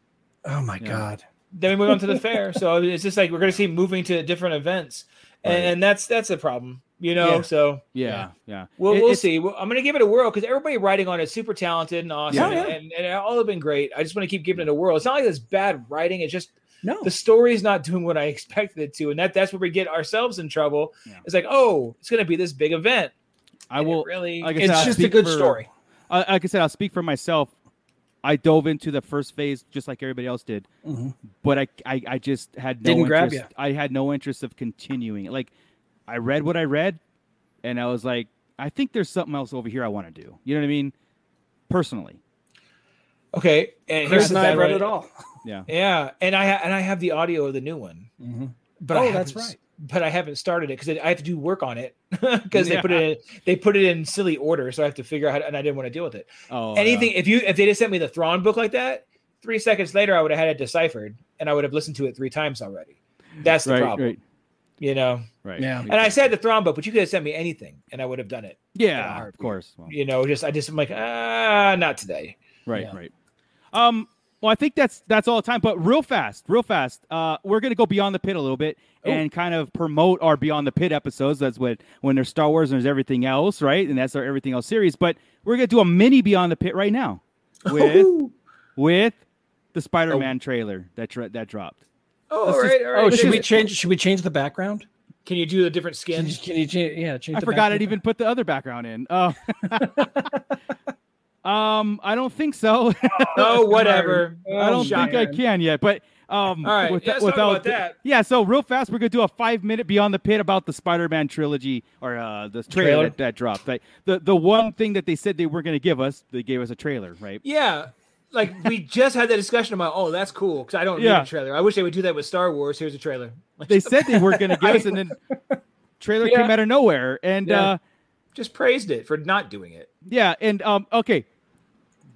[SPEAKER 8] Oh my
[SPEAKER 7] Yeah.
[SPEAKER 8] god.
[SPEAKER 9] Then we move on to the fair. So it's just like we're going to see moving to different events, and,
[SPEAKER 7] Right.
[SPEAKER 9] and that's that's a problem, you know.
[SPEAKER 8] Yeah.
[SPEAKER 9] So
[SPEAKER 7] yeah, yeah.
[SPEAKER 9] We'll,
[SPEAKER 7] It-
[SPEAKER 9] we'll
[SPEAKER 7] it's-
[SPEAKER 9] see. Well, I'm going to give it a whirl because everybody writing on it super talented and awesome,
[SPEAKER 8] Yeah. Yeah.
[SPEAKER 9] and, and it all have been great. I just want to keep giving it a whirl. It's not like it's bad writing; it's just
[SPEAKER 8] No.
[SPEAKER 9] the story's not doing what I expected it to, and that that's where we get ourselves in trouble.
[SPEAKER 7] Yeah.
[SPEAKER 9] It's like, oh, it's going to be this big event.
[SPEAKER 7] I
[SPEAKER 9] and it
[SPEAKER 7] will.
[SPEAKER 9] really.
[SPEAKER 7] like I
[SPEAKER 8] it's
[SPEAKER 7] said, I'll
[SPEAKER 8] just a
[SPEAKER 7] speak
[SPEAKER 8] good
[SPEAKER 7] for-
[SPEAKER 8] story.
[SPEAKER 7] I like I said, I'll speak for myself. I dove into the first phase just like everybody else did,
[SPEAKER 8] Mhm.
[SPEAKER 7] but I, I I just had no
[SPEAKER 8] Didn't grab
[SPEAKER 7] interest. I had no interest of continuing. it. Like I read what I read, and I was like, I think there's something else over here I want to do. You know what I mean? Personally,
[SPEAKER 9] okay, and here's
[SPEAKER 8] Chris
[SPEAKER 9] the
[SPEAKER 8] and I
[SPEAKER 9] bad
[SPEAKER 8] read
[SPEAKER 9] writing-
[SPEAKER 8] it all.
[SPEAKER 7] yeah.
[SPEAKER 9] Yeah, and I ha- and I have the audio of the new one, but I
[SPEAKER 8] Oh, that's
[SPEAKER 9] haven't s-
[SPEAKER 8] right.
[SPEAKER 9] But I haven't started it because I have to do work on it because they put
[SPEAKER 7] Yeah.
[SPEAKER 9] it in, they put it in silly order, so I have to figure out how to, and I didn't want to deal with it.
[SPEAKER 7] Oh, yeah.
[SPEAKER 9] anything if you if they just sent me the Thrawn book like that, three seconds later I would have had it deciphered and I would have listened to it three times already. That's the
[SPEAKER 7] Right,
[SPEAKER 9] problem,
[SPEAKER 7] right,
[SPEAKER 9] you know.
[SPEAKER 7] right.
[SPEAKER 8] Yeah.
[SPEAKER 9] And I said the Thrawn book, but you could have sent me anything and I would have done it. in a
[SPEAKER 7] yeah, of
[SPEAKER 9] heartbeat.
[SPEAKER 7] course. Well,
[SPEAKER 9] You know, just I just am like ah, not today.
[SPEAKER 7] Right,
[SPEAKER 8] Yeah.
[SPEAKER 7] right. Um, well, I think that's that's all the time. But real fast, real fast, uh, we're gonna go beyond the pit a little bit
[SPEAKER 8] Oh.
[SPEAKER 7] and kind of promote our Beyond the Pit episodes. That's what when there's Star Wars and there's everything else, right? And that's our everything else series. But we're gonna do a mini Beyond the Pit right now with with the Spider-Man trailer that dro- that dropped.
[SPEAKER 9] Oh,
[SPEAKER 7] Let's
[SPEAKER 9] all
[SPEAKER 7] just-
[SPEAKER 9] right, all right.
[SPEAKER 8] Oh, should we
[SPEAKER 9] Jason,
[SPEAKER 8] change? Should we change the background?
[SPEAKER 9] Can you do the different
[SPEAKER 8] Can
[SPEAKER 9] skins?
[SPEAKER 8] you, can you change? Yeah, change.
[SPEAKER 7] I
[SPEAKER 8] the
[SPEAKER 7] forgot
[SPEAKER 8] background.
[SPEAKER 7] I'd even put the other background in. Uh, um, I don't think so.
[SPEAKER 9] Oh, whatever. Oh,
[SPEAKER 7] I don't
[SPEAKER 9] Shocking.
[SPEAKER 7] think I can yet, but um,
[SPEAKER 9] All right,
[SPEAKER 7] with-
[SPEAKER 9] let's talk
[SPEAKER 7] without
[SPEAKER 9] about that.
[SPEAKER 7] yeah. So real fast, we're gonna do a five minute beyond the pit about the Spider-Man trilogy or uh, the trailer,
[SPEAKER 9] Trailer.
[SPEAKER 7] That, that dropped. Like the the one thing that they said they were gonna give us, they gave us a trailer, right?
[SPEAKER 9] Yeah. Like we just had that discussion about, oh, that's cool because I don't
[SPEAKER 7] Yeah.
[SPEAKER 9] need a trailer. I wish they would do that with Star Wars. Here's a trailer. Like,
[SPEAKER 7] They said they were gonna give us, and then trailer
[SPEAKER 9] Yeah.
[SPEAKER 7] came out of nowhere, and
[SPEAKER 9] Yeah.
[SPEAKER 7] uh,
[SPEAKER 9] just praised it for not doing it.
[SPEAKER 7] yeah, and um, okay,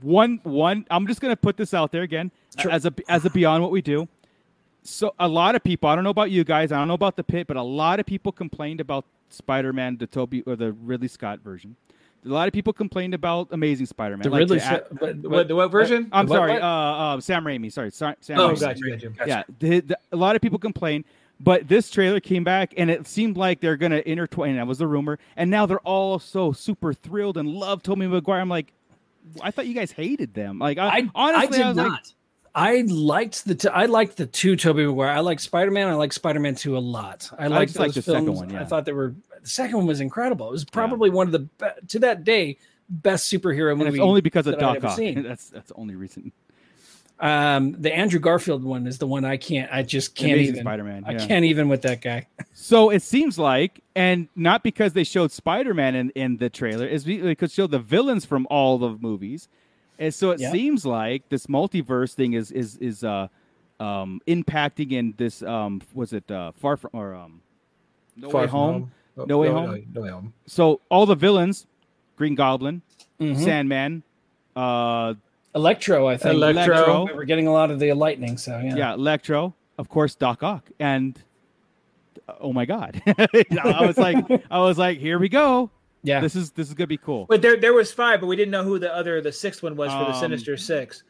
[SPEAKER 7] one one. I'm just gonna put this out there again as a as a beyond what we do. So a lot of people, I don't know about you guys, I don't know about the pit, but a lot of people complained about Spider-Man, the Toby or the Ridley Scott version. A lot of people complained about Amazing Spider-Man.
[SPEAKER 8] the
[SPEAKER 7] like
[SPEAKER 8] Ridley.
[SPEAKER 7] the
[SPEAKER 8] Scott-
[SPEAKER 7] act-
[SPEAKER 8] but-
[SPEAKER 9] The
[SPEAKER 8] but-
[SPEAKER 9] What, the what version?
[SPEAKER 7] I'm
[SPEAKER 9] The what-
[SPEAKER 7] sorry,
[SPEAKER 9] what?
[SPEAKER 7] Uh, uh, Sam Raimi. Sorry, Sa- Sam.
[SPEAKER 9] oh,
[SPEAKER 7] Raimi.
[SPEAKER 9] gotcha, gotcha.
[SPEAKER 7] Yeah, the, the, a lot of people complained, but this trailer came back and it seemed like they're gonna intertwine. That was the rumor, and now they're all so super thrilled and love Tobey Maguire. I'm like, I thought you guys hated them. Like, I,
[SPEAKER 8] I I
[SPEAKER 7] honestly,
[SPEAKER 8] did
[SPEAKER 7] was
[SPEAKER 8] not.
[SPEAKER 7] like,
[SPEAKER 8] I liked the t- I liked the two Toby Maguire. I liked Spider Man. I liked Spider Man Two a lot. I liked
[SPEAKER 7] just liked
[SPEAKER 8] those
[SPEAKER 7] the second
[SPEAKER 8] films.
[SPEAKER 7] one, yeah.
[SPEAKER 8] I thought they were the second one was incredible. It was probably one of the be- to that day best superhero
[SPEAKER 7] and
[SPEAKER 8] movie.
[SPEAKER 7] it's only because of
[SPEAKER 8] that I'd
[SPEAKER 7] Doc
[SPEAKER 8] ever
[SPEAKER 7] Ock.
[SPEAKER 8] seen.
[SPEAKER 7] That's that's the only reason.
[SPEAKER 8] um, the Andrew Garfield one is the one I can't. I just can't
[SPEAKER 7] Amazing
[SPEAKER 8] even.
[SPEAKER 7] Spider-Man,
[SPEAKER 8] I
[SPEAKER 7] yeah.
[SPEAKER 8] can't even with that guy.
[SPEAKER 7] So it seems like, and not because they showed Spider Man in, in the trailer, is be- they could show the villains from all the movies, and so it
[SPEAKER 8] Yeah.
[SPEAKER 7] seems like this multiverse thing is is is uh um impacting in this um was it uh far from or um no way
[SPEAKER 9] Far From
[SPEAKER 7] home.
[SPEAKER 9] Oh,
[SPEAKER 7] No Way Home?
[SPEAKER 9] No Way Home.
[SPEAKER 7] So all the villains, Green Goblin, Mm-hmm.
[SPEAKER 8] Mhm.
[SPEAKER 7] Sandman, uh
[SPEAKER 8] Electro, I think.
[SPEAKER 9] Electro.
[SPEAKER 8] We We're getting a lot of the lightning. So yeah.
[SPEAKER 7] yeah, Electro, of course, Doc Ock, and uh, oh my god, I was like I was like here we go.
[SPEAKER 8] Yeah.
[SPEAKER 7] This is this is gonna be cool.
[SPEAKER 9] But there, there was five, but we didn't know who the other, the sixth one was for the
[SPEAKER 7] Um,
[SPEAKER 9] Sinister Six.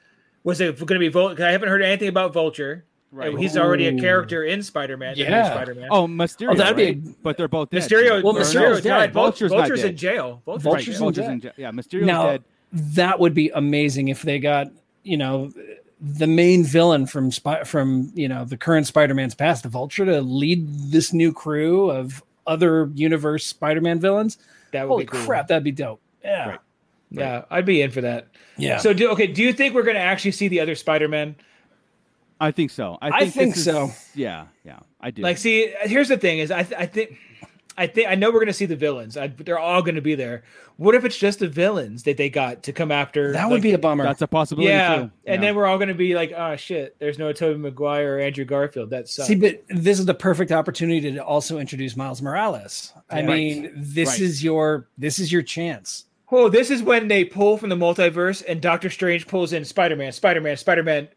[SPEAKER 9] Was it going to be Vulture? I haven't heard anything about Vulture.
[SPEAKER 7] Right.
[SPEAKER 9] Right. He's already a
[SPEAKER 8] Ooh.
[SPEAKER 9] character in Spider Man.
[SPEAKER 8] Yeah.
[SPEAKER 9] Spider Man.
[SPEAKER 7] Oh, Mysterio.
[SPEAKER 8] Oh, that'd be
[SPEAKER 7] right?
[SPEAKER 8] a-
[SPEAKER 7] But they're both dead.
[SPEAKER 9] Mysterio.
[SPEAKER 8] Well,
[SPEAKER 9] Well,
[SPEAKER 8] Mysterio's
[SPEAKER 9] Mysterio's
[SPEAKER 8] dead.
[SPEAKER 9] died. Vul-
[SPEAKER 7] Vulture's
[SPEAKER 9] Vulture's,
[SPEAKER 7] not dead.
[SPEAKER 9] in jail. Vulture's, in
[SPEAKER 7] Right,
[SPEAKER 8] Vulture's
[SPEAKER 9] jail.
[SPEAKER 7] Vulture's
[SPEAKER 8] dead.
[SPEAKER 7] in jail. Yeah, Mysterio's
[SPEAKER 8] now
[SPEAKER 7] dead.
[SPEAKER 8] that would be amazing if they got you know the main villain from Spy- from you know the current Spider-Man's past, the Vulture, to lead this new crew of other universe Spider-Man villains.
[SPEAKER 9] That would
[SPEAKER 8] Holy
[SPEAKER 9] be cool.
[SPEAKER 8] crap, that'd be dope. Yeah,
[SPEAKER 7] Right.
[SPEAKER 9] Yeah, I'd be in for that.
[SPEAKER 8] yeah.
[SPEAKER 9] So, do okay. Do you think we're going to actually see the other Spider Man?
[SPEAKER 7] I think so. I
[SPEAKER 8] I
[SPEAKER 7] think,
[SPEAKER 8] think
[SPEAKER 7] this is-
[SPEAKER 8] so.
[SPEAKER 7] Yeah, yeah, I do.
[SPEAKER 9] Like, see, here's the thing: is I, th- I think, I I think I know we're gonna see the villains. I, they're all gonna be there. What if it's just the villains that they got to come after?
[SPEAKER 8] That would
[SPEAKER 9] like,
[SPEAKER 8] be a bummer.
[SPEAKER 7] That's a possibility.
[SPEAKER 9] yeah.
[SPEAKER 7] too.
[SPEAKER 9] And then we're all gonna be like, oh shit, there's no Toby Maguire or Andrew Garfield. That sucks.
[SPEAKER 8] See, but this is the perfect opportunity to also introduce Miles Morales. I
[SPEAKER 9] Yeah.
[SPEAKER 8] mean, this
[SPEAKER 7] Right.
[SPEAKER 8] is your this is your chance.
[SPEAKER 9] oh, this is when they pull from the multiverse and Doctor Strange pulls in Spider Man, Spider Man, Spider Man.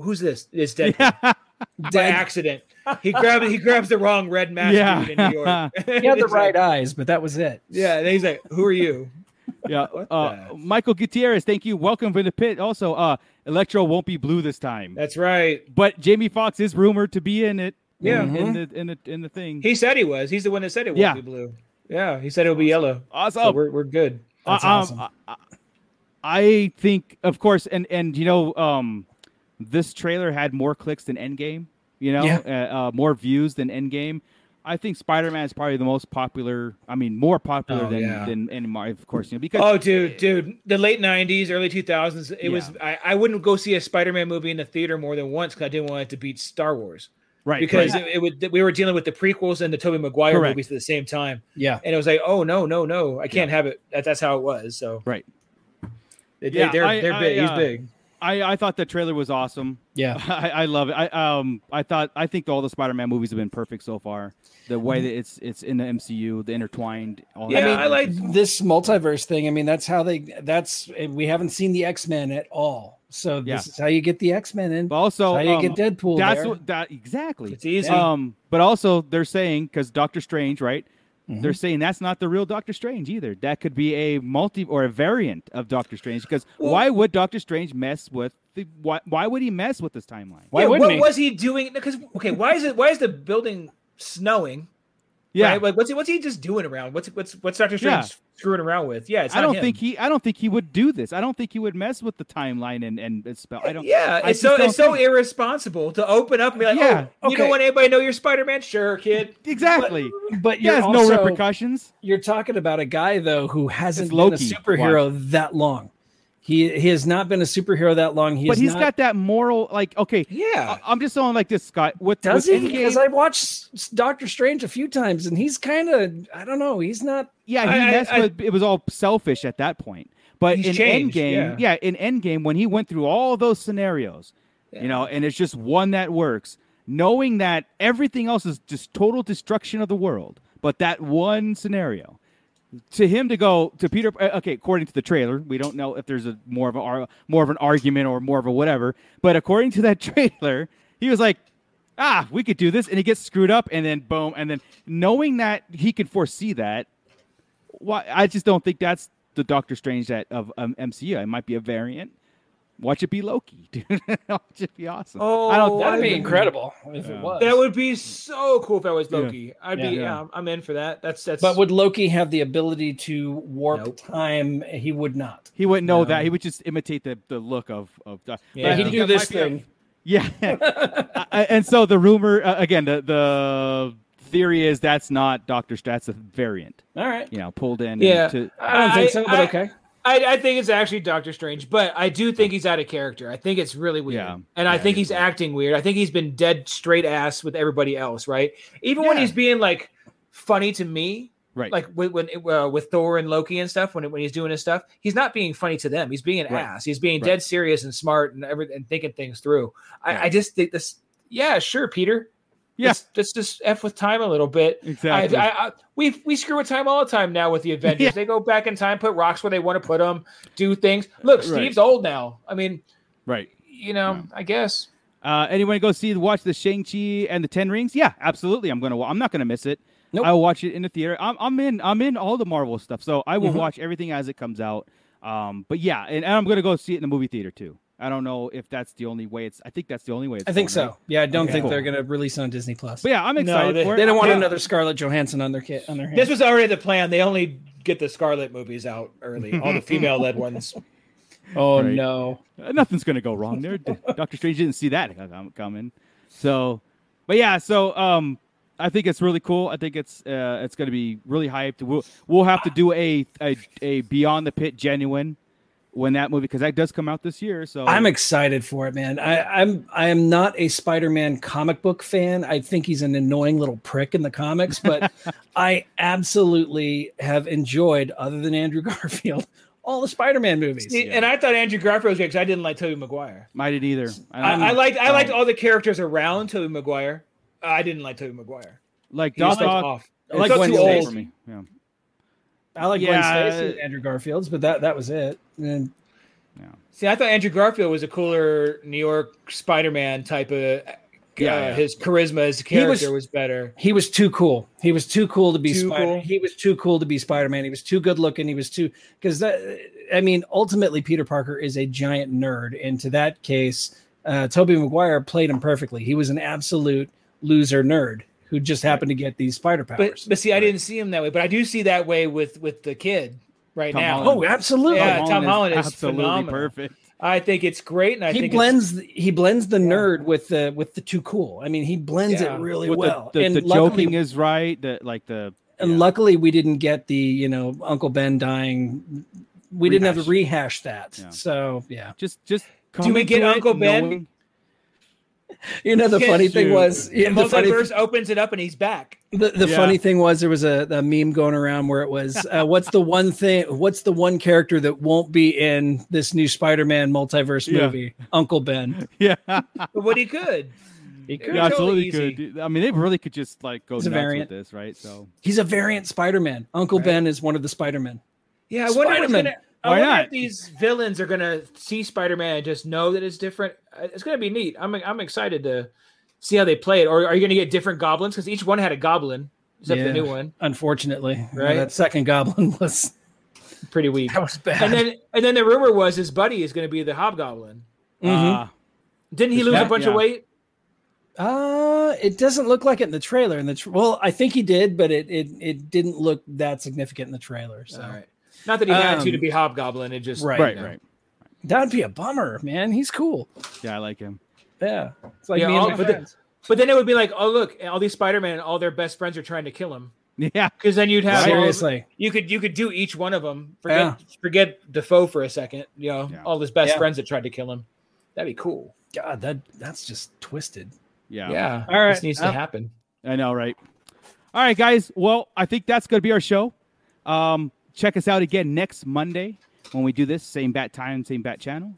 [SPEAKER 9] Who's this? It's Deadpool
[SPEAKER 7] yeah.
[SPEAKER 9] by
[SPEAKER 8] Dead-
[SPEAKER 9] accident. He grabs he grabs the wrong red mask
[SPEAKER 7] Yeah.
[SPEAKER 9] dude in New York.
[SPEAKER 8] he had the
[SPEAKER 9] It's like-
[SPEAKER 8] right eyes, but that was it.
[SPEAKER 9] Yeah, and he's like, "Who are you?"
[SPEAKER 7] yeah.
[SPEAKER 9] What
[SPEAKER 7] Uh,
[SPEAKER 9] the-
[SPEAKER 7] Michael Gutierrez, thank you. Welcome to the pit. Also, uh, Electro won't be blue this time,
[SPEAKER 9] That's right.
[SPEAKER 7] but Jamie Foxx is rumored to be in it.
[SPEAKER 9] Yeah. Mm-hmm.
[SPEAKER 7] in, in the in the in the thing.
[SPEAKER 9] He said he was. He's the one that said it won't
[SPEAKER 7] Yeah.
[SPEAKER 9] be blue. Yeah, he said it'll be yellow.
[SPEAKER 7] awesome. Oh.
[SPEAKER 9] So we're we're good.
[SPEAKER 8] That's
[SPEAKER 7] I- um,
[SPEAKER 8] awesome.
[SPEAKER 7] I- I, I think, of course, and and you know, um, this trailer had more clicks than Endgame. You know, uh, uh, more views than Endgame. I think Spider Man is probably the most popular. I mean, more popular
[SPEAKER 9] Oh,
[SPEAKER 7] than
[SPEAKER 9] yeah.
[SPEAKER 7] than any Mar- of course, you know, because
[SPEAKER 9] Oh, dude, dude, the late '90s, early 2000s. It was. I, I wouldn't go see a Spider-Man movie in the theater more than once because I didn't want it to beat Star Wars.
[SPEAKER 7] right
[SPEAKER 9] because
[SPEAKER 7] right.
[SPEAKER 9] it, it would we were dealing with the prequels and the Tobey Maguire
[SPEAKER 7] Correct.
[SPEAKER 9] movies at the same time,
[SPEAKER 8] Yeah.
[SPEAKER 9] and it was like, oh no, no, no, I can't have it. That, that's how it was. So
[SPEAKER 7] Right.
[SPEAKER 9] They,
[SPEAKER 7] Yeah,
[SPEAKER 9] they, are
[SPEAKER 7] I-
[SPEAKER 9] they're
[SPEAKER 7] I,
[SPEAKER 9] big.
[SPEAKER 7] uh,
[SPEAKER 9] He's big.
[SPEAKER 7] I I thought the trailer was awesome.
[SPEAKER 8] Yeah.
[SPEAKER 7] I, I love it. I um I thought I think all the Spider Man movies have been perfect so far. The way that it's it's in the MCU, the intertwined. All
[SPEAKER 9] Mm-hmm. Yeah,
[SPEAKER 7] that
[SPEAKER 9] I like.
[SPEAKER 8] This multiverse thing, I mean, that's how they that's we haven't seen the X-Men at all. So this
[SPEAKER 7] Yeah.
[SPEAKER 8] is how you get the X-Men in.
[SPEAKER 7] But
[SPEAKER 8] That's
[SPEAKER 7] also,
[SPEAKER 8] how you
[SPEAKER 7] um,
[SPEAKER 8] get Deadpool
[SPEAKER 7] That's
[SPEAKER 8] there.
[SPEAKER 7] what that exactly.
[SPEAKER 9] It's easy.
[SPEAKER 7] Um, but also they're saying because Doctor Strange, right?
[SPEAKER 8] Mm-hmm.
[SPEAKER 7] They're saying that's not the real Doctor Strange either. That could be a multi or a variant of Doctor Strange. Because why would Doctor Strange mess with the why? Why would he mess with this timeline?
[SPEAKER 8] Why
[SPEAKER 9] yeah,
[SPEAKER 8] wouldn't
[SPEAKER 9] what
[SPEAKER 8] he?
[SPEAKER 9] was he doing? Because okay, why is it? Why is the building snowing?
[SPEAKER 7] Yeah,
[SPEAKER 9] right? like what's he? What's he just doing around? What's what's what's Doctor
[SPEAKER 7] Yeah.
[SPEAKER 9] Strange screwing around with? Yeah, it's
[SPEAKER 7] I
[SPEAKER 9] not
[SPEAKER 7] don't
[SPEAKER 9] him.
[SPEAKER 7] think he. I don't think he would do this. I don't think he would mess with the timeline and and spell. I don't.
[SPEAKER 9] Yeah,
[SPEAKER 7] I
[SPEAKER 9] it's
[SPEAKER 7] just
[SPEAKER 9] so
[SPEAKER 7] don't
[SPEAKER 9] it's so
[SPEAKER 7] think-
[SPEAKER 9] irresponsible to open up and be like,
[SPEAKER 7] Yeah,
[SPEAKER 9] oh, you don't
[SPEAKER 8] okay.
[SPEAKER 9] want anybody to know you're Spider Man? Sure, kid.
[SPEAKER 7] exactly.
[SPEAKER 8] But
[SPEAKER 7] He
[SPEAKER 8] you're
[SPEAKER 7] has
[SPEAKER 8] also-
[SPEAKER 7] no repercussions.
[SPEAKER 8] You're talking about a guy though who hasn't
[SPEAKER 7] It's
[SPEAKER 8] been a
[SPEAKER 7] Loki.
[SPEAKER 8] superhero that long. He he has not been a superhero that long. He
[SPEAKER 7] But
[SPEAKER 8] has
[SPEAKER 7] he's
[SPEAKER 8] not,
[SPEAKER 7] got that moral, like okay.
[SPEAKER 9] Yeah.
[SPEAKER 7] I, am just on like this, Scott. With
[SPEAKER 8] does
[SPEAKER 7] with
[SPEAKER 8] he? Because
[SPEAKER 7] Endgame-
[SPEAKER 8] I watched S- Doctor Strange a few times, and he's kind of I don't know. He's not.
[SPEAKER 7] yeah,
[SPEAKER 9] I-
[SPEAKER 7] he
[SPEAKER 9] I-
[SPEAKER 7] messed
[SPEAKER 9] I-
[SPEAKER 7] with. It was all selfish at that point. But
[SPEAKER 9] He's
[SPEAKER 7] in
[SPEAKER 9] changed,
[SPEAKER 7] Endgame, yeah. in Endgame, when he went through all those scenarios, you know, and it's just one that works, knowing that everything else is just total destruction of the world, but that one scenario. To him to go to Peter, uh, okay, according to the trailer, we don't know if there's a more of a ar- more of an argument or more of a whatever, but according to that trailer, he was like, ah, we could do this, and he gets screwed up, and then boom, and then knowing that he could foresee that, why I just don't think that's the Doctor Strange that of um, MCU. It might be a variant. Watch it be Loki, dude. Watch it be awesome. I
[SPEAKER 9] Oh,
[SPEAKER 7] don't.
[SPEAKER 9] That'd be
[SPEAKER 8] incredible if it was.
[SPEAKER 9] That would be so cool if I was Loki. I'd
[SPEAKER 8] Yeah.
[SPEAKER 9] be,
[SPEAKER 7] Yeah.
[SPEAKER 9] yeah, I'm in for that. That's that's.
[SPEAKER 8] but would Loki have the ability to warp
[SPEAKER 9] Nope.
[SPEAKER 8] time? He would not.
[SPEAKER 7] He wouldn't know that. He would just imitate the, the look of of. Doc- but
[SPEAKER 9] Yeah,
[SPEAKER 7] I
[SPEAKER 9] he'd
[SPEAKER 7] think
[SPEAKER 9] do
[SPEAKER 7] that might be a- yeah. I- I- and so the rumor uh, again, the the theory is that's not Doctor. Str- That's a variant.
[SPEAKER 8] All right.
[SPEAKER 7] You know, pulled in.
[SPEAKER 9] Yeah.
[SPEAKER 7] To,
[SPEAKER 8] I don't think so, but
[SPEAKER 9] I-
[SPEAKER 8] okay.
[SPEAKER 9] I, I think it's actually Doctor Strange, but I do think he's out of character. I think it's really weird,
[SPEAKER 7] Yeah.
[SPEAKER 9] and I think he's acting weird. I think he's been dead straight ass with everybody else, right? Even when
[SPEAKER 7] Yeah.
[SPEAKER 9] he's being like funny to me,
[SPEAKER 7] right.
[SPEAKER 9] like when, when uh, with Thor and Loki and stuff, when when he's doing his stuff, he's not being funny to them. He's being an
[SPEAKER 7] Right.
[SPEAKER 9] ass. He's being
[SPEAKER 7] Right.
[SPEAKER 9] dead serious and smart and everything, and thinking things through. I, I just think this. Yeah, sure, Peter.
[SPEAKER 7] Yeah.
[SPEAKER 9] Let's- let's just f with time a little bit.
[SPEAKER 7] exactly.
[SPEAKER 9] I, I, I, we we screw with time all the time now with the Avengers.
[SPEAKER 7] Yeah.
[SPEAKER 9] They go back in time, put rocks where they want to put them, do things. Look,
[SPEAKER 7] Right.
[SPEAKER 9] Steve's old now. I mean,
[SPEAKER 7] right.
[SPEAKER 9] you know, I guess.
[SPEAKER 7] Uh, anyone go see watch the Shang Chi and the Ten Rings? Yeah, absolutely. I'm gonna. wa- I'm not gonna miss it.
[SPEAKER 8] Nope.
[SPEAKER 7] I'll watch it in the theater. I'm, I'm in. I'm in all the Marvel stuff, so I
[SPEAKER 8] Mm-hmm.
[SPEAKER 7] will watch everything as it comes out. Um, but yeah, and, and I'm gonna go see it in the movie theater too. I don't know if that's the only way. It's. I think that's the only way. It's
[SPEAKER 8] I think so.
[SPEAKER 7] going, right?
[SPEAKER 8] Yeah, I don't
[SPEAKER 9] Okay.
[SPEAKER 8] think
[SPEAKER 9] Cool.
[SPEAKER 8] they're going to release it on Disney Plus.
[SPEAKER 7] But yeah, I'm excited.
[SPEAKER 9] they-
[SPEAKER 7] for it.
[SPEAKER 8] They don't want
[SPEAKER 7] Yeah.
[SPEAKER 8] another Scarlett Johansson on their kid on their
[SPEAKER 9] This
[SPEAKER 8] hands.
[SPEAKER 9] was already the plan. They only get the Scarlet movies out early, all the female led ones.
[SPEAKER 8] Oh
[SPEAKER 7] Right.
[SPEAKER 8] no!
[SPEAKER 7] Uh, nothing's gonna go wrong there. D- Doctor Strange didn't see that com- coming. So, but yeah, so um, I think it's really cool. I think it's uh, it's gonna be really hyped. We'll we'll have to do a a, a Beyond the Pit genuine when that movie because that does come out this year. So
[SPEAKER 8] I'm excited for it, man. I, I'm I am not a Spider-Man comic book fan. I think he's an annoying little prick in the comics, but I absolutely have enjoyed, other than Andrew Garfield, all the Spider-Man movies.
[SPEAKER 9] See, And I thought Andrew Garfield was great because I didn't like Tobey Maguire.
[SPEAKER 7] I did either. I, don't-
[SPEAKER 9] I, I liked I
[SPEAKER 7] um,
[SPEAKER 9] liked all the characters around Tobey Maguire. I didn't like Tobey Maguire.
[SPEAKER 7] like
[SPEAKER 9] He just
[SPEAKER 7] Doc
[SPEAKER 9] felt
[SPEAKER 7] Ock.
[SPEAKER 9] off.
[SPEAKER 8] I
[SPEAKER 7] it's
[SPEAKER 8] like
[SPEAKER 7] too
[SPEAKER 8] Gwen
[SPEAKER 7] old
[SPEAKER 8] Stacy.
[SPEAKER 7] for me. Yeah.
[SPEAKER 8] I like
[SPEAKER 7] Yeah.
[SPEAKER 8] Gwen Stacy and Andrew Garfield's, but that that was it. And
[SPEAKER 9] See, I thought Andrew Garfield was a cooler New York Spider-Man type of.
[SPEAKER 7] Yeah,
[SPEAKER 9] Yeah,
[SPEAKER 7] yeah.
[SPEAKER 9] his charisma, his
[SPEAKER 8] He was-
[SPEAKER 9] character was, better.
[SPEAKER 8] he was too cool. He was too cool to be
[SPEAKER 9] Too
[SPEAKER 8] Spider.
[SPEAKER 9] cool?
[SPEAKER 8] He was too cool to be Spider-Man. He was too good looking. He was too because that. I mean, ultimately, Peter Parker is a giant nerd, and to that case, uh, Toby Maguire played him perfectly. He was an absolute loser nerd who just happened to get these spider
[SPEAKER 9] But
[SPEAKER 8] powers.
[SPEAKER 9] but see, I didn't see him that way. But I do see that way with with the kid right
[SPEAKER 7] Tom
[SPEAKER 9] now.
[SPEAKER 7] Holland.
[SPEAKER 8] oh, absolutely.
[SPEAKER 9] Yeah, Tom Holland is
[SPEAKER 7] absolutely
[SPEAKER 9] phenomenal.
[SPEAKER 7] perfect.
[SPEAKER 9] I think it's great, and I
[SPEAKER 8] he
[SPEAKER 9] think
[SPEAKER 8] blends the- he blends the nerd with the with the too cool. I mean, he blends
[SPEAKER 9] Yeah.
[SPEAKER 8] it really
[SPEAKER 7] With the-
[SPEAKER 8] well.
[SPEAKER 7] the,
[SPEAKER 8] and
[SPEAKER 7] the
[SPEAKER 8] luckily,
[SPEAKER 7] joking is right. The like the
[SPEAKER 8] and
[SPEAKER 7] yeah.
[SPEAKER 8] luckily we didn't get the you know Uncle Ben dying. We didn't have to rehash that.
[SPEAKER 7] Yeah.
[SPEAKER 8] So yeah,
[SPEAKER 7] just just.
[SPEAKER 9] Do we
[SPEAKER 7] coming
[SPEAKER 9] get
[SPEAKER 7] to it
[SPEAKER 9] Uncle Ben?
[SPEAKER 7] knowing-
[SPEAKER 8] you know the
[SPEAKER 9] Yes,
[SPEAKER 8] funny thing
[SPEAKER 9] dude.
[SPEAKER 8] was yeah,
[SPEAKER 9] it's
[SPEAKER 8] the funny
[SPEAKER 9] multiverse opens it up, and he's back.
[SPEAKER 8] the, the
[SPEAKER 7] Yeah.
[SPEAKER 8] funny thing was there was a, a meme going around where it was uh, what's the one thing what's the one character that won't be in this new Spider-Man multiverse
[SPEAKER 7] Yeah.
[SPEAKER 8] movie Uncle Ben.
[SPEAKER 7] Yeah.
[SPEAKER 9] But what he could,
[SPEAKER 8] He could.
[SPEAKER 9] They're
[SPEAKER 7] Yeah, absolutely
[SPEAKER 9] totally
[SPEAKER 7] could. I mean, they really could just like go
[SPEAKER 8] It's a
[SPEAKER 7] nuts
[SPEAKER 8] variant.
[SPEAKER 7] with this, right? So
[SPEAKER 8] He's a variant Spider-Man. Uncle
[SPEAKER 9] Right.
[SPEAKER 8] Ben is one of the Spider-Men.
[SPEAKER 9] yeah. I wonder what's
[SPEAKER 8] Spider-Man.
[SPEAKER 9] gonna. I
[SPEAKER 7] Why
[SPEAKER 9] wonder
[SPEAKER 7] not?
[SPEAKER 9] if these villains are gonna see Spider-Man and just know that it's different. Uh, It's gonna be neat. I'm I'm excited to see how they play it. Or are you gonna get different goblins? Because each one had a goblin, except the
[SPEAKER 8] Yeah.
[SPEAKER 9] new one.
[SPEAKER 8] Unfortunately, You know,
[SPEAKER 9] Right.
[SPEAKER 8] that second Goblin was
[SPEAKER 9] Pretty weak.
[SPEAKER 8] that was bad.
[SPEAKER 9] And then and then the rumor was his buddy is gonna be the Hobgoblin.
[SPEAKER 8] Mhm.
[SPEAKER 7] uh,
[SPEAKER 9] Didn't he
[SPEAKER 7] Is
[SPEAKER 9] lose a
[SPEAKER 7] that-
[SPEAKER 9] bunch
[SPEAKER 7] yeah.
[SPEAKER 9] of weight?
[SPEAKER 8] Uh, it doesn't look like it in the trailer. In the tr well, I think he did, but it it it didn't look that significant in the trailer. So
[SPEAKER 9] All right. Not that he had to
[SPEAKER 8] Um,
[SPEAKER 9] to be Hobgoblin. It just
[SPEAKER 8] Right.
[SPEAKER 7] right,
[SPEAKER 9] you know.
[SPEAKER 7] right.
[SPEAKER 8] that'd be a bummer, man. He's cool.
[SPEAKER 7] Yeah, I like him.
[SPEAKER 8] Yeah, it's like
[SPEAKER 9] Yeah,
[SPEAKER 8] me and
[SPEAKER 9] all-
[SPEAKER 8] my
[SPEAKER 9] but the-
[SPEAKER 8] friends.
[SPEAKER 9] But then it would be like, oh look, all these Spider-Man and all their best friends are trying to kill him.
[SPEAKER 7] Yeah,
[SPEAKER 9] Because then you'd have all of-
[SPEAKER 8] Seriously,
[SPEAKER 9] you could you could do each one of them. Forget
[SPEAKER 8] Yeah.
[SPEAKER 9] forget Defoe for a second. You know,
[SPEAKER 7] Yeah.
[SPEAKER 9] all his best
[SPEAKER 8] Yeah.
[SPEAKER 9] friends that tried to kill him. That'd be cool.
[SPEAKER 8] God, that that's just twisted.
[SPEAKER 7] yeah,
[SPEAKER 9] Yeah.
[SPEAKER 8] All right.
[SPEAKER 9] This needs
[SPEAKER 7] Uh,
[SPEAKER 9] to happen.
[SPEAKER 7] I know, right? All right, guys. Well, I think that's going to be our show. Um, check us out again next Monday when we do this. Same bat time, same bat channel,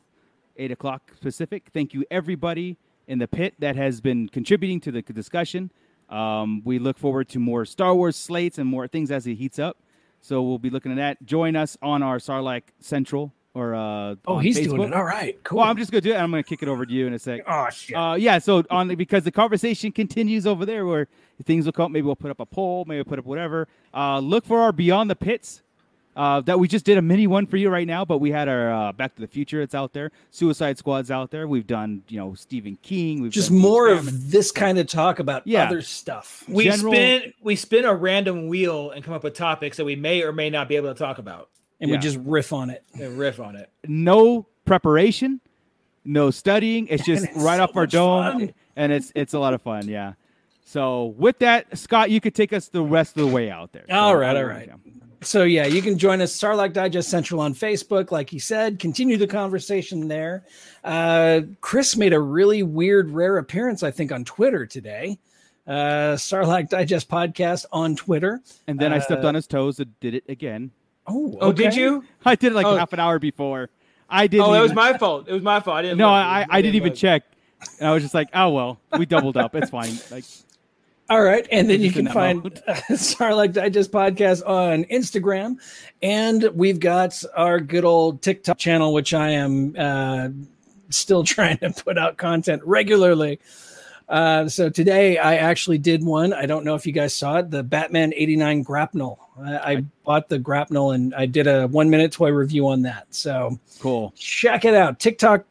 [SPEAKER 7] 8 o'clock Pacific. Thank you, everybody in the pit that has been contributing to the discussion. Um, we look forward to more Star Wars slates and more things as it heats up. So we'll be looking at that. Join us on our Sarlacc Central or uh,
[SPEAKER 8] Oh,
[SPEAKER 7] on
[SPEAKER 8] he's
[SPEAKER 7] Facebook.
[SPEAKER 8] doing it. All right, cool.
[SPEAKER 7] Well, I'm just gonna do it. and I'm gonna kick it over to you in a sec.
[SPEAKER 8] oh shit.
[SPEAKER 7] Uh, yeah. So on because the conversation continues over there where things will come. Maybe we'll put up a poll. Maybe we'll put up whatever. Uh, look for our Beyond the Pits. Uh, that we just did a mini one for you right now, but we had our uh, Back to the Future. It's out there. Suicide Squad's out there. We've done you know Stephen King. We've
[SPEAKER 8] just
[SPEAKER 7] done
[SPEAKER 8] more of this kind of talk about
[SPEAKER 7] Yeah.
[SPEAKER 8] other stuff.
[SPEAKER 9] We
[SPEAKER 7] general-
[SPEAKER 9] spin we spin a random wheel and come up with topics that we may or may not be able to talk about
[SPEAKER 8] And
[SPEAKER 7] Yeah.
[SPEAKER 8] we just riff on it.
[SPEAKER 9] and riff on it.
[SPEAKER 7] no preparation, no studying. It's just
[SPEAKER 8] it's
[SPEAKER 7] right
[SPEAKER 8] so
[SPEAKER 7] off our
[SPEAKER 8] much
[SPEAKER 7] dome,
[SPEAKER 8] fun.
[SPEAKER 7] and it's it's a lot of fun. Yeah. So with that, Scott, you could take us the rest of the way out there. So-
[SPEAKER 8] All right, all right. So yeah, you can join us Sarlacc Digest Central on Facebook, like he said. Continue the conversation there. Uh, Chris made a really weird, rare appearance, I think, on Twitter today. Uh, Sarlacc Digest podcast on Twitter.
[SPEAKER 7] And then I
[SPEAKER 8] Uh,
[SPEAKER 7] stepped on his toes and did it again.
[SPEAKER 8] Oh,
[SPEAKER 9] Oh, did
[SPEAKER 8] okay.
[SPEAKER 9] you?
[SPEAKER 7] I did it like
[SPEAKER 9] Oh.
[SPEAKER 7] half an hour before. I didn't.
[SPEAKER 9] Oh, it was
[SPEAKER 7] even-
[SPEAKER 9] my fault. It was my fault. I didn't
[SPEAKER 7] No,
[SPEAKER 9] look.
[SPEAKER 7] I, I didn't even
[SPEAKER 9] look.
[SPEAKER 7] check. And I was just like, oh well, we doubled up. It's fine. Like,
[SPEAKER 8] All right, and then
[SPEAKER 7] Just
[SPEAKER 8] you can
[SPEAKER 7] in that
[SPEAKER 8] find
[SPEAKER 7] mode.
[SPEAKER 8] uh, Sarlacc Digest podcast on Instagram, and we've got our good old TikTok channel, which I am uh, still trying to put out content regularly. Uh, so today I actually did one. I don't know if you guys saw it, the Batman '89 grapnel. I, I bought the grapnel and I did a one-minute toy review on that. So
[SPEAKER 7] cool.
[SPEAKER 8] check it out. TikTok,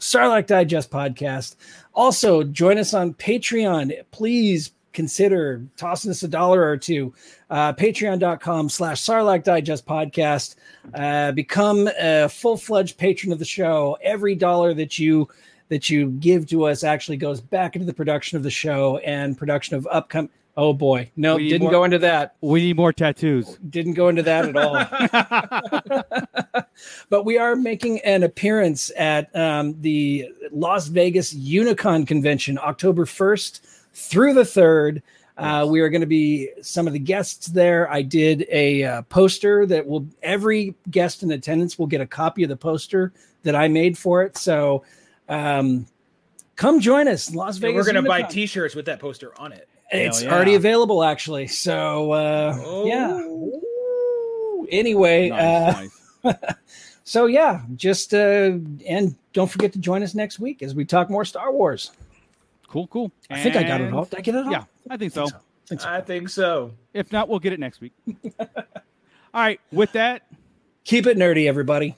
[SPEAKER 8] Sarlacc Digest podcast. Also, join us on Patreon. Please consider tossing us a dollar or two. Uh, Patreon.com slash Sarlacc Digest podcast. Uh, become a full fledged patron of the show. Every dollar that you that you give to us actually goes back into the production of the show and production of upcoming. Oh boy, no,
[SPEAKER 7] We need
[SPEAKER 8] didn't
[SPEAKER 7] more-
[SPEAKER 8] go into that.
[SPEAKER 7] We need more tattoos.
[SPEAKER 8] Didn't go into that at all. But we are making an appearance at um, the Las Vegas Unicon Convention, October 1st through the 3rd. Uh, we are going to be some of the guests there. I did a uh, poster that will every guest in attendance will get a copy of the poster that I made for it. So um, come join us, Las
[SPEAKER 9] And
[SPEAKER 8] Vegas.
[SPEAKER 9] we're gonna buy
[SPEAKER 8] Unicon.
[SPEAKER 9] T-shirts with that poster on it.
[SPEAKER 8] It's
[SPEAKER 7] Hell yeah.
[SPEAKER 8] already available, actually. So uh, yeah. Anyway, uh,
[SPEAKER 7] Oh. Nice, nice.
[SPEAKER 8] so yeah, just uh, and don't forget to join us next week as we talk more Star Wars.
[SPEAKER 7] Cool, cool.
[SPEAKER 8] I think I got it
[SPEAKER 7] And-
[SPEAKER 8] all. Did I get it all?
[SPEAKER 7] Yeah, I think so.
[SPEAKER 8] Think so.
[SPEAKER 9] I think so.
[SPEAKER 7] If not, we'll get it next week. All right. With that,
[SPEAKER 8] Keep it nerdy, everybody.